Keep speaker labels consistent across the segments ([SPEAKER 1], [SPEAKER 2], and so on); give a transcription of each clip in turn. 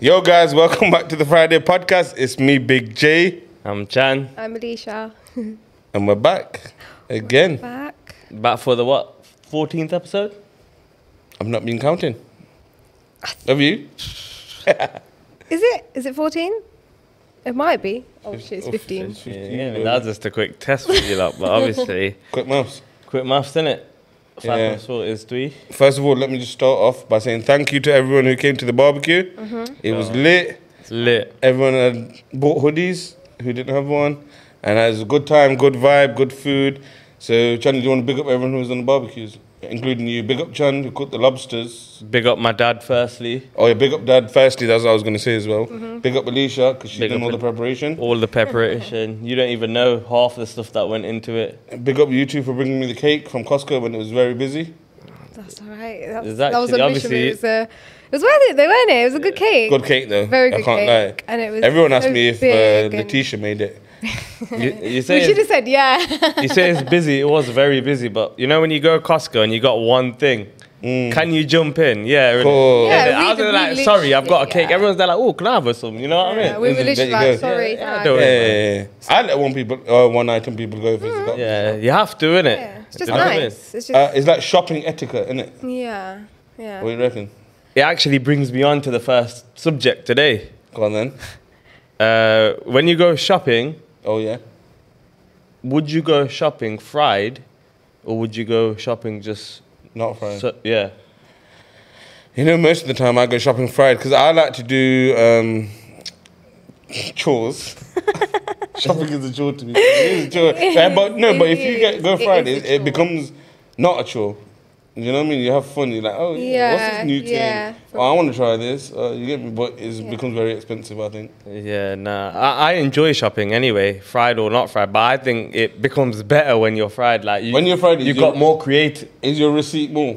[SPEAKER 1] Yo, guys, welcome back to the Friday podcast. It's me, Big J,
[SPEAKER 2] I'm Chan.
[SPEAKER 3] I'm Alicia.
[SPEAKER 1] and we're back again.
[SPEAKER 3] Back.
[SPEAKER 2] Back for the what? 14th episode?
[SPEAKER 1] I've not been counting. Have you?
[SPEAKER 3] Is it? Is it 14? It might be. Oh shit, it's
[SPEAKER 1] oh,
[SPEAKER 3] 15.
[SPEAKER 1] it's
[SPEAKER 2] Yeah,
[SPEAKER 1] 15,
[SPEAKER 2] yeah,
[SPEAKER 1] yeah.
[SPEAKER 2] that's just a quick test for you lot, but obviously,
[SPEAKER 1] Quick mouse.
[SPEAKER 2] quick maths, innit? Five
[SPEAKER 1] Yeah.
[SPEAKER 2] plus four is three.
[SPEAKER 1] First of all, let me just start off by saying thank you to everyone who came to the barbecue.
[SPEAKER 3] Mm-hmm.
[SPEAKER 1] It was lit.
[SPEAKER 2] It's lit.
[SPEAKER 1] Everyone had bought hoodies who didn't have one, and it was a good time, good vibe, good food. So, Chan, do you want to big up everyone who was on the barbecues, including you? Big up Chan who cooked the lobsters.
[SPEAKER 2] Big up my dad, firstly.
[SPEAKER 1] Oh yeah, big up Dad. Firstly, that's what I was gonna say as well.
[SPEAKER 3] Mm-hmm.
[SPEAKER 1] Big up Alicia because she's
[SPEAKER 2] Big
[SPEAKER 1] done
[SPEAKER 2] up
[SPEAKER 1] all the
[SPEAKER 2] Al-
[SPEAKER 1] preparation.
[SPEAKER 2] All the preparation. You don't even know half the stuff that went into it.
[SPEAKER 1] Big up you two for bringing me the cake from Costco when it was very busy.
[SPEAKER 3] That's all right. That's,
[SPEAKER 2] It's
[SPEAKER 3] that was
[SPEAKER 2] actually-
[SPEAKER 3] a mission.
[SPEAKER 2] obviously-
[SPEAKER 3] It was, uh, it was worth it. They weren't it. It was a good cake.
[SPEAKER 1] Good cake though.
[SPEAKER 3] Very
[SPEAKER 1] I
[SPEAKER 3] good
[SPEAKER 1] can't
[SPEAKER 3] cake.
[SPEAKER 1] lie.
[SPEAKER 3] And it was
[SPEAKER 1] Everyone asked
[SPEAKER 3] so
[SPEAKER 1] me if
[SPEAKER 3] big
[SPEAKER 1] uh,
[SPEAKER 3] and-
[SPEAKER 1] Letitia made it.
[SPEAKER 2] You, you
[SPEAKER 3] We
[SPEAKER 2] say
[SPEAKER 3] should have
[SPEAKER 2] it's,
[SPEAKER 3] said yeah.
[SPEAKER 2] you say it's busy. It was very busy, but you know when you go to Costco and you got one thing, can you jump in? Yeah. innit?
[SPEAKER 1] Cool.
[SPEAKER 3] Mm. Yeah,
[SPEAKER 2] I
[SPEAKER 3] we-
[SPEAKER 2] was
[SPEAKER 3] we
[SPEAKER 2] like,
[SPEAKER 3] literally-
[SPEAKER 2] sorally, I've got a cake.
[SPEAKER 3] yeah.
[SPEAKER 2] Everyone's there like, oh, can I have some? You know what I mean?
[SPEAKER 3] we
[SPEAKER 1] There
[SPEAKER 3] were
[SPEAKER 1] you
[SPEAKER 3] literally
[SPEAKER 1] go.
[SPEAKER 3] like, sorry.
[SPEAKER 2] Yeah, yeah,
[SPEAKER 3] nah,
[SPEAKER 2] don't
[SPEAKER 1] Yeah,
[SPEAKER 2] worry.
[SPEAKER 3] yeah.
[SPEAKER 1] yeah, yeah. I let one people, uh, one item people go if it's
[SPEAKER 3] Mm-hmm.
[SPEAKER 1] got.
[SPEAKER 2] Yeah, you have to, innit?
[SPEAKER 3] Yeah, It's just
[SPEAKER 2] You know what I mean?
[SPEAKER 3] nice. It's just
[SPEAKER 1] Uh, it's like shopping etiquette, isn't it?
[SPEAKER 3] yeah, yeah.
[SPEAKER 1] What do you reckon?
[SPEAKER 2] It actually brings me on to the first subject today.
[SPEAKER 1] Go on then.
[SPEAKER 2] Uh, when you go shopping,
[SPEAKER 1] Oh yeah.
[SPEAKER 2] would you go shopping fried or would you go shopping just.
[SPEAKER 1] Not fried.
[SPEAKER 2] So, yeah.
[SPEAKER 1] You know, most of the time I go shopping fried because I like to do um, chores. shopping is a chore to me. It is a chore. Eh, but no, but if you get go
[SPEAKER 3] It is
[SPEAKER 1] fried,
[SPEAKER 3] a
[SPEAKER 1] it, it
[SPEAKER 3] chore.
[SPEAKER 1] becomes not a chore. You know what I mean? You have fun. You're like, oh, yeah, what's
[SPEAKER 3] Yeah,
[SPEAKER 1] this new
[SPEAKER 3] yeah.
[SPEAKER 1] thing? Oh, I want to try this. Uh, you get me? But it becomes very expensive, I think.
[SPEAKER 2] Yeah, nah. I, I enjoy shopping anyway, fried or not fried, but I think it becomes better when you're fried. Like you,
[SPEAKER 1] When you're fried,
[SPEAKER 2] you
[SPEAKER 1] it's
[SPEAKER 2] got
[SPEAKER 1] your-
[SPEAKER 2] more creative.
[SPEAKER 1] Is your receipt more?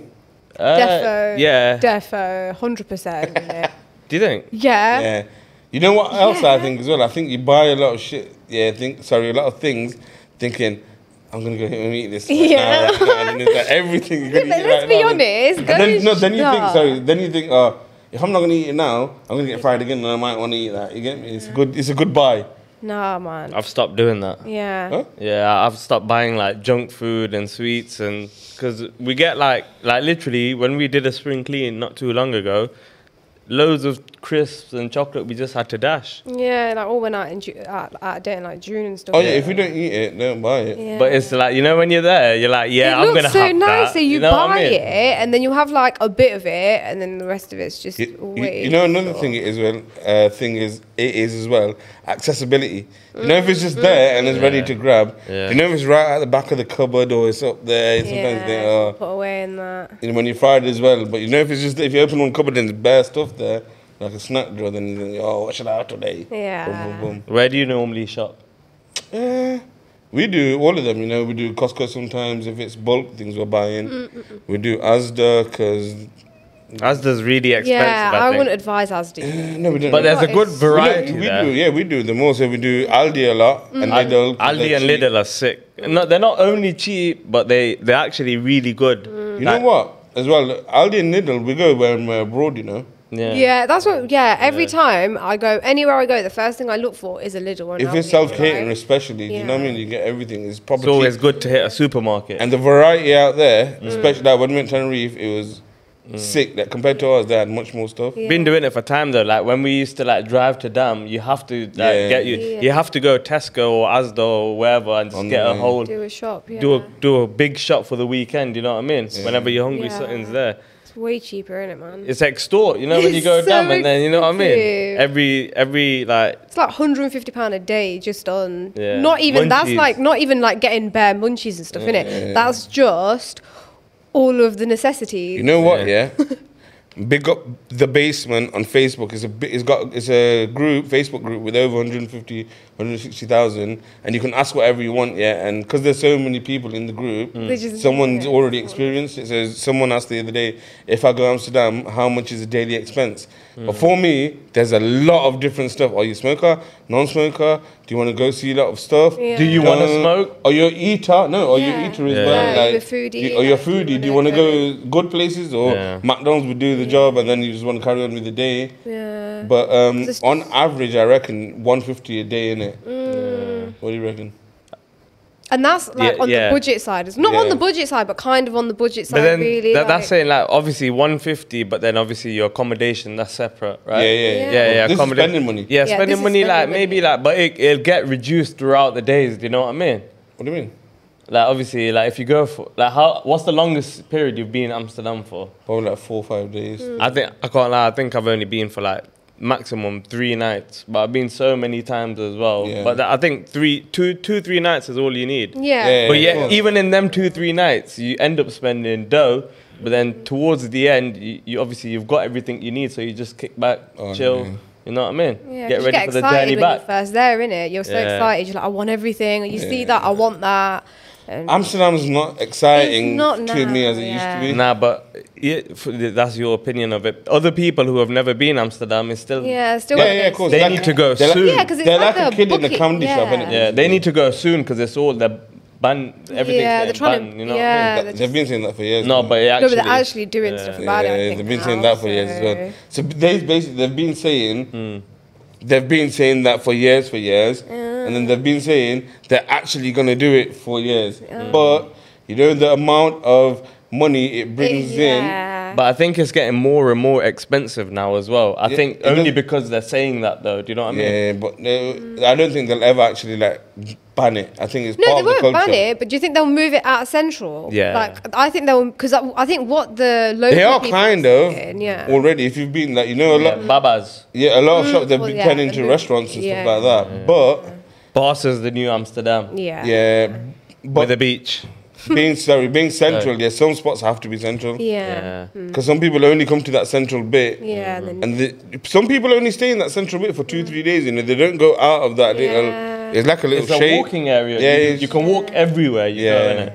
[SPEAKER 2] Uh,
[SPEAKER 3] Defo.
[SPEAKER 2] Yeah.
[SPEAKER 3] Defo. Hundred percent. Yeah.
[SPEAKER 2] Do you think?
[SPEAKER 3] Yeah.
[SPEAKER 1] Yeah. You know what else I think as well? I think you buy a lot of shit. Yeah, think sorry, a lot of things, thinking I'm gonna go home and eat this. Right
[SPEAKER 3] Yeah.
[SPEAKER 1] Now, right now, and it's like everything. You're gonna
[SPEAKER 3] But
[SPEAKER 1] eat
[SPEAKER 3] let's
[SPEAKER 1] right
[SPEAKER 3] be
[SPEAKER 1] now.
[SPEAKER 3] honest,
[SPEAKER 1] And
[SPEAKER 3] go
[SPEAKER 1] then, no, then you think
[SPEAKER 3] shop.
[SPEAKER 1] sorry. Then you think, uh, if I'm not gonna eat it now, I'm gonna get fried again, and I might want to eat that. You get me? It's good. It's a good buy.
[SPEAKER 3] Nah, man.
[SPEAKER 2] I've stopped doing that.
[SPEAKER 3] Yeah.
[SPEAKER 1] Uh, Huh?
[SPEAKER 2] Yeah, I've stopped buying like junk food and sweets, and because we get like like literally when we did a spring clean not too long ago, loads of crisps and chocolate we just had to dash.
[SPEAKER 3] Yeah, like all went out in Ju- out, out dating like June and stuff.
[SPEAKER 1] Oh yeah, if you don't eat it, don't buy it.
[SPEAKER 3] Yeah.
[SPEAKER 2] But it's like you know when you're there, you're like, yeah,
[SPEAKER 3] it
[SPEAKER 2] I'm
[SPEAKER 3] looks
[SPEAKER 2] gonna
[SPEAKER 3] so
[SPEAKER 2] have
[SPEAKER 3] nice.
[SPEAKER 2] that.
[SPEAKER 3] So you,
[SPEAKER 2] know what
[SPEAKER 3] buy
[SPEAKER 2] I mean?
[SPEAKER 3] it, and then you have like a bit of it, and then the rest of it's just
[SPEAKER 1] You, you-
[SPEAKER 3] wait.
[SPEAKER 1] you know another thing it is well uh, thing is it is as well accessibility. You know if it's
[SPEAKER 3] Mm-hmm.
[SPEAKER 1] just there and it's ready to grab.
[SPEAKER 2] Yeah.
[SPEAKER 1] You know if it's right at the back of the cupboard or it's up there. Sometimes
[SPEAKER 3] yeah,
[SPEAKER 1] they are.
[SPEAKER 3] put away in that.
[SPEAKER 1] And when you fry it as well, but you know if it's just if you open one cupboard and there's bare stuff there, like a snack drawer, then you think, oh, what should I have today?
[SPEAKER 3] Yeah.
[SPEAKER 1] Boom, boom,
[SPEAKER 2] Where do you normally shop?
[SPEAKER 1] boom. Eh, we do all of them. You know, we do Costco sometimes if it's bulk things we're buying.
[SPEAKER 3] Mm,
[SPEAKER 1] We do Asda because
[SPEAKER 2] As there's really expensive.
[SPEAKER 3] Yeah,
[SPEAKER 2] I,
[SPEAKER 3] I,
[SPEAKER 2] think.
[SPEAKER 3] wouldn't advice us to. do.
[SPEAKER 1] no, we don't.
[SPEAKER 2] But there's a
[SPEAKER 3] What
[SPEAKER 2] good
[SPEAKER 3] is-
[SPEAKER 1] we,
[SPEAKER 2] variety
[SPEAKER 1] do, we
[SPEAKER 2] there. Mm.
[SPEAKER 1] do, yeah, we do them also. We do Aldi a lot and
[SPEAKER 2] Al-
[SPEAKER 1] Lidl. 'cause
[SPEAKER 2] Aldi
[SPEAKER 1] they're
[SPEAKER 2] and
[SPEAKER 1] cheap.
[SPEAKER 2] Lidl are sick. No, they're not only cheap, but they they're actually really good.
[SPEAKER 3] Mm.
[SPEAKER 1] You know what? As well, Aldi and Lidl, we go when we're abroad. You know,
[SPEAKER 2] Yeah.
[SPEAKER 3] Yeah, that's what. Yeah, every time I go anywhere I go, the first thing I look for is a little one.
[SPEAKER 1] if it's self catering, especially, you know what I
[SPEAKER 3] Yeah.
[SPEAKER 1] mean. You get everything. It's proper.
[SPEAKER 2] It's always
[SPEAKER 1] cheap.
[SPEAKER 2] good Mm. to hit a supermarket.
[SPEAKER 1] And the variety out there, especially like when we went to Tenerife, it was
[SPEAKER 2] Mm.
[SPEAKER 1] sick. That compared to us, they had much more stuff.
[SPEAKER 3] Yeah.
[SPEAKER 2] Been doing it for time though. Like when we used to like drive to Dam, you have to like,
[SPEAKER 1] Yeah.
[SPEAKER 2] get you
[SPEAKER 3] Yeah.
[SPEAKER 2] you have to go Tesco or Asda or wherever and just get a
[SPEAKER 1] Online.
[SPEAKER 2] whole
[SPEAKER 3] do a shop. Yeah,
[SPEAKER 2] do a do a big shop for the weekend. You know what I mean? Whenever you're hungry,
[SPEAKER 3] Yeah.
[SPEAKER 2] something's there.
[SPEAKER 3] it's way cheaper, isn't it, man? It's,
[SPEAKER 2] It's extort. You know when you
[SPEAKER 3] It's
[SPEAKER 2] go
[SPEAKER 3] so
[SPEAKER 2] Dam and then you know what I mean.
[SPEAKER 3] expensive.
[SPEAKER 2] Every every like
[SPEAKER 3] like 150 pound a day just on.
[SPEAKER 2] Yeah.
[SPEAKER 3] Not even that's
[SPEAKER 2] Munchies.
[SPEAKER 3] like not even like getting bare munchies and stuff, innit? That's just all of the necessities.
[SPEAKER 1] You know what? Yeah. Big up the basement on Facebook. It's a bi- it's got it's a group Facebook group with over 150, 160,000, and you can ask whatever you want. Yeah, and because there's so many people in the group,
[SPEAKER 3] They just-
[SPEAKER 1] someone's
[SPEAKER 3] yeah.
[SPEAKER 1] already experienced it. So someone asked the other day, if I go to Amsterdam, how much is a daily expense?
[SPEAKER 2] Hmm.
[SPEAKER 1] But for me, there's a lot of different stuff. Are you a smoker? Non-smoker? Do you want to go see a lot of stuff?
[SPEAKER 3] Yeah.
[SPEAKER 2] do you want to
[SPEAKER 1] Uh,
[SPEAKER 2] smoke?
[SPEAKER 1] Are you a eater? No, are you
[SPEAKER 3] Yeah.
[SPEAKER 1] eater as
[SPEAKER 2] Yeah.
[SPEAKER 1] well?
[SPEAKER 3] Yeah, you're a foodie,
[SPEAKER 1] You, are you a
[SPEAKER 3] like, you
[SPEAKER 1] foodie? Do you want
[SPEAKER 3] wanna
[SPEAKER 1] to go good places or
[SPEAKER 2] Yeah.
[SPEAKER 1] McDonald's would do the job and then you just want to carry on with the day?
[SPEAKER 3] Yeah. Yeah.
[SPEAKER 1] But um,
[SPEAKER 3] Just-
[SPEAKER 1] on average, I reckon 150 a day in
[SPEAKER 3] Mm.
[SPEAKER 1] it. What do you reckon?
[SPEAKER 3] and that's like
[SPEAKER 2] Yeah,
[SPEAKER 3] on
[SPEAKER 2] yeah.
[SPEAKER 3] the budget side. It's not on
[SPEAKER 1] Yeah.
[SPEAKER 3] the budget side, but kind of on the budget side,
[SPEAKER 2] But then
[SPEAKER 3] really.
[SPEAKER 2] that, that's
[SPEAKER 3] like-
[SPEAKER 2] saying like obviously 150, but then obviously your accommodation that's separate, right?
[SPEAKER 1] Yeah, yeah,
[SPEAKER 3] Yeah.
[SPEAKER 2] yeah. yeah,
[SPEAKER 1] This is
[SPEAKER 2] accommoda-
[SPEAKER 1] spending money.
[SPEAKER 2] Yeah,
[SPEAKER 3] this
[SPEAKER 2] spending
[SPEAKER 3] is
[SPEAKER 2] money
[SPEAKER 3] spending
[SPEAKER 2] like
[SPEAKER 3] money.
[SPEAKER 2] maybe like, but it, it'll get reduced throughout the days. Do you know what I mean?
[SPEAKER 1] What do you mean?
[SPEAKER 2] Like obviously, like if you go for like how what's the longest period you've been in Amsterdam for?
[SPEAKER 1] Probably like four or five days.
[SPEAKER 3] Mm.
[SPEAKER 2] I think I can't lie. I think I've only been for like maximum three nights, but I've been so many times as well.
[SPEAKER 1] Yeah.
[SPEAKER 2] But that, I think three, two, two, three nights is all you need.
[SPEAKER 3] yeah.
[SPEAKER 1] Yeah.
[SPEAKER 2] But
[SPEAKER 1] of
[SPEAKER 2] yeah,
[SPEAKER 1] course.
[SPEAKER 2] even in them two, three nights, you end up spending dough. But then towards the end, you, you obviously you've got everything you need, so you just kick back,
[SPEAKER 1] Oh,
[SPEAKER 2] chill.
[SPEAKER 1] man.
[SPEAKER 2] You know what I mean?
[SPEAKER 3] Yeah,
[SPEAKER 2] get
[SPEAKER 3] just
[SPEAKER 2] ready
[SPEAKER 3] get
[SPEAKER 2] for the
[SPEAKER 3] excited
[SPEAKER 2] journey
[SPEAKER 3] when you're
[SPEAKER 2] back.
[SPEAKER 3] first there, innit? You're so
[SPEAKER 2] Yeah.
[SPEAKER 3] excited. You're like, I want everything. You see that, I want that. And
[SPEAKER 1] Amsterdam's not exciting
[SPEAKER 3] It's not
[SPEAKER 1] to
[SPEAKER 3] now,
[SPEAKER 1] me as it
[SPEAKER 3] yeah.
[SPEAKER 1] used to be.
[SPEAKER 2] Nah, but yeah, f- that's your opinion of it. Other people who have never been Amsterdam is still
[SPEAKER 3] yeah, still.
[SPEAKER 1] Yeah,
[SPEAKER 3] got
[SPEAKER 1] yeah,
[SPEAKER 3] this.
[SPEAKER 1] of course.
[SPEAKER 2] They
[SPEAKER 1] They're
[SPEAKER 2] need to go
[SPEAKER 1] they're
[SPEAKER 2] soon.
[SPEAKER 3] Yeah, 'cause it's
[SPEAKER 1] they're
[SPEAKER 3] like
[SPEAKER 1] like,
[SPEAKER 3] a
[SPEAKER 1] a kid in
[SPEAKER 3] bucket-
[SPEAKER 1] a comedy shop.
[SPEAKER 3] yeah.
[SPEAKER 1] innit?
[SPEAKER 2] Yeah, they need to go soon because it's all the ban everything's
[SPEAKER 3] Yeah,
[SPEAKER 2] getting
[SPEAKER 3] they're trying to-
[SPEAKER 2] banned, you know
[SPEAKER 3] yeah.
[SPEAKER 2] what
[SPEAKER 1] That- They've been saying that for years.
[SPEAKER 2] I mean? No,
[SPEAKER 1] now.
[SPEAKER 2] but it
[SPEAKER 3] No,
[SPEAKER 2] actually,
[SPEAKER 3] but they're actually doing stuff about it.
[SPEAKER 1] Yeah,
[SPEAKER 3] I think
[SPEAKER 1] they've been
[SPEAKER 3] now,
[SPEAKER 1] saying that for years as well. So they've basically they've been saying they've been saying that for years for years, and then they've been saying they're actually gonna do it for years. But you know the amount of money it brings in.
[SPEAKER 3] yeah.
[SPEAKER 2] but I think it's getting more and more expensive now as well. I
[SPEAKER 1] Yeah,
[SPEAKER 2] think
[SPEAKER 1] it
[SPEAKER 2] only
[SPEAKER 1] does-
[SPEAKER 2] because they're saying that though. Do you know what I mean?
[SPEAKER 1] Yeah, but no, I don't think they'll ever actually like ban it. I think it's
[SPEAKER 3] No,
[SPEAKER 1] part
[SPEAKER 3] they
[SPEAKER 1] of the
[SPEAKER 3] won't
[SPEAKER 1] culture.
[SPEAKER 3] ban it, but do you think they'll move it out of central?
[SPEAKER 2] Yeah.
[SPEAKER 3] Like, I think they'll, because I, I think what the local
[SPEAKER 1] They are
[SPEAKER 3] people
[SPEAKER 1] kind of
[SPEAKER 3] saying, yeah. Mm.
[SPEAKER 1] already. If you've been like you know a
[SPEAKER 2] Yeah,
[SPEAKER 1] lot,
[SPEAKER 2] Babas,
[SPEAKER 1] yeah, a lot of shops they've
[SPEAKER 3] well,
[SPEAKER 1] been
[SPEAKER 3] yeah,
[SPEAKER 1] turning
[SPEAKER 3] the
[SPEAKER 1] into
[SPEAKER 3] move-
[SPEAKER 1] restaurants and
[SPEAKER 3] yeah.
[SPEAKER 1] stuff like that. But
[SPEAKER 2] Bas is the new Amsterdam
[SPEAKER 3] yeah.
[SPEAKER 1] yeah,
[SPEAKER 2] with
[SPEAKER 1] but
[SPEAKER 2] the beach.
[SPEAKER 1] being sorry, being central, yeah, some spots have to be central because
[SPEAKER 3] Yeah. Hmm. Mm.
[SPEAKER 2] yeah.
[SPEAKER 1] some people only come to that central bit,
[SPEAKER 3] Yeah, and then-
[SPEAKER 1] and the, some people only stay in that central bit for two, three days. You know, they don't go out of that
[SPEAKER 3] Yeah.
[SPEAKER 1] little. It's like a little
[SPEAKER 2] It's a
[SPEAKER 1] shade.
[SPEAKER 2] walking area.
[SPEAKER 1] Yeah,
[SPEAKER 2] you,
[SPEAKER 1] it's-
[SPEAKER 2] you can walk everywhere you go
[SPEAKER 1] Yeah.
[SPEAKER 2] in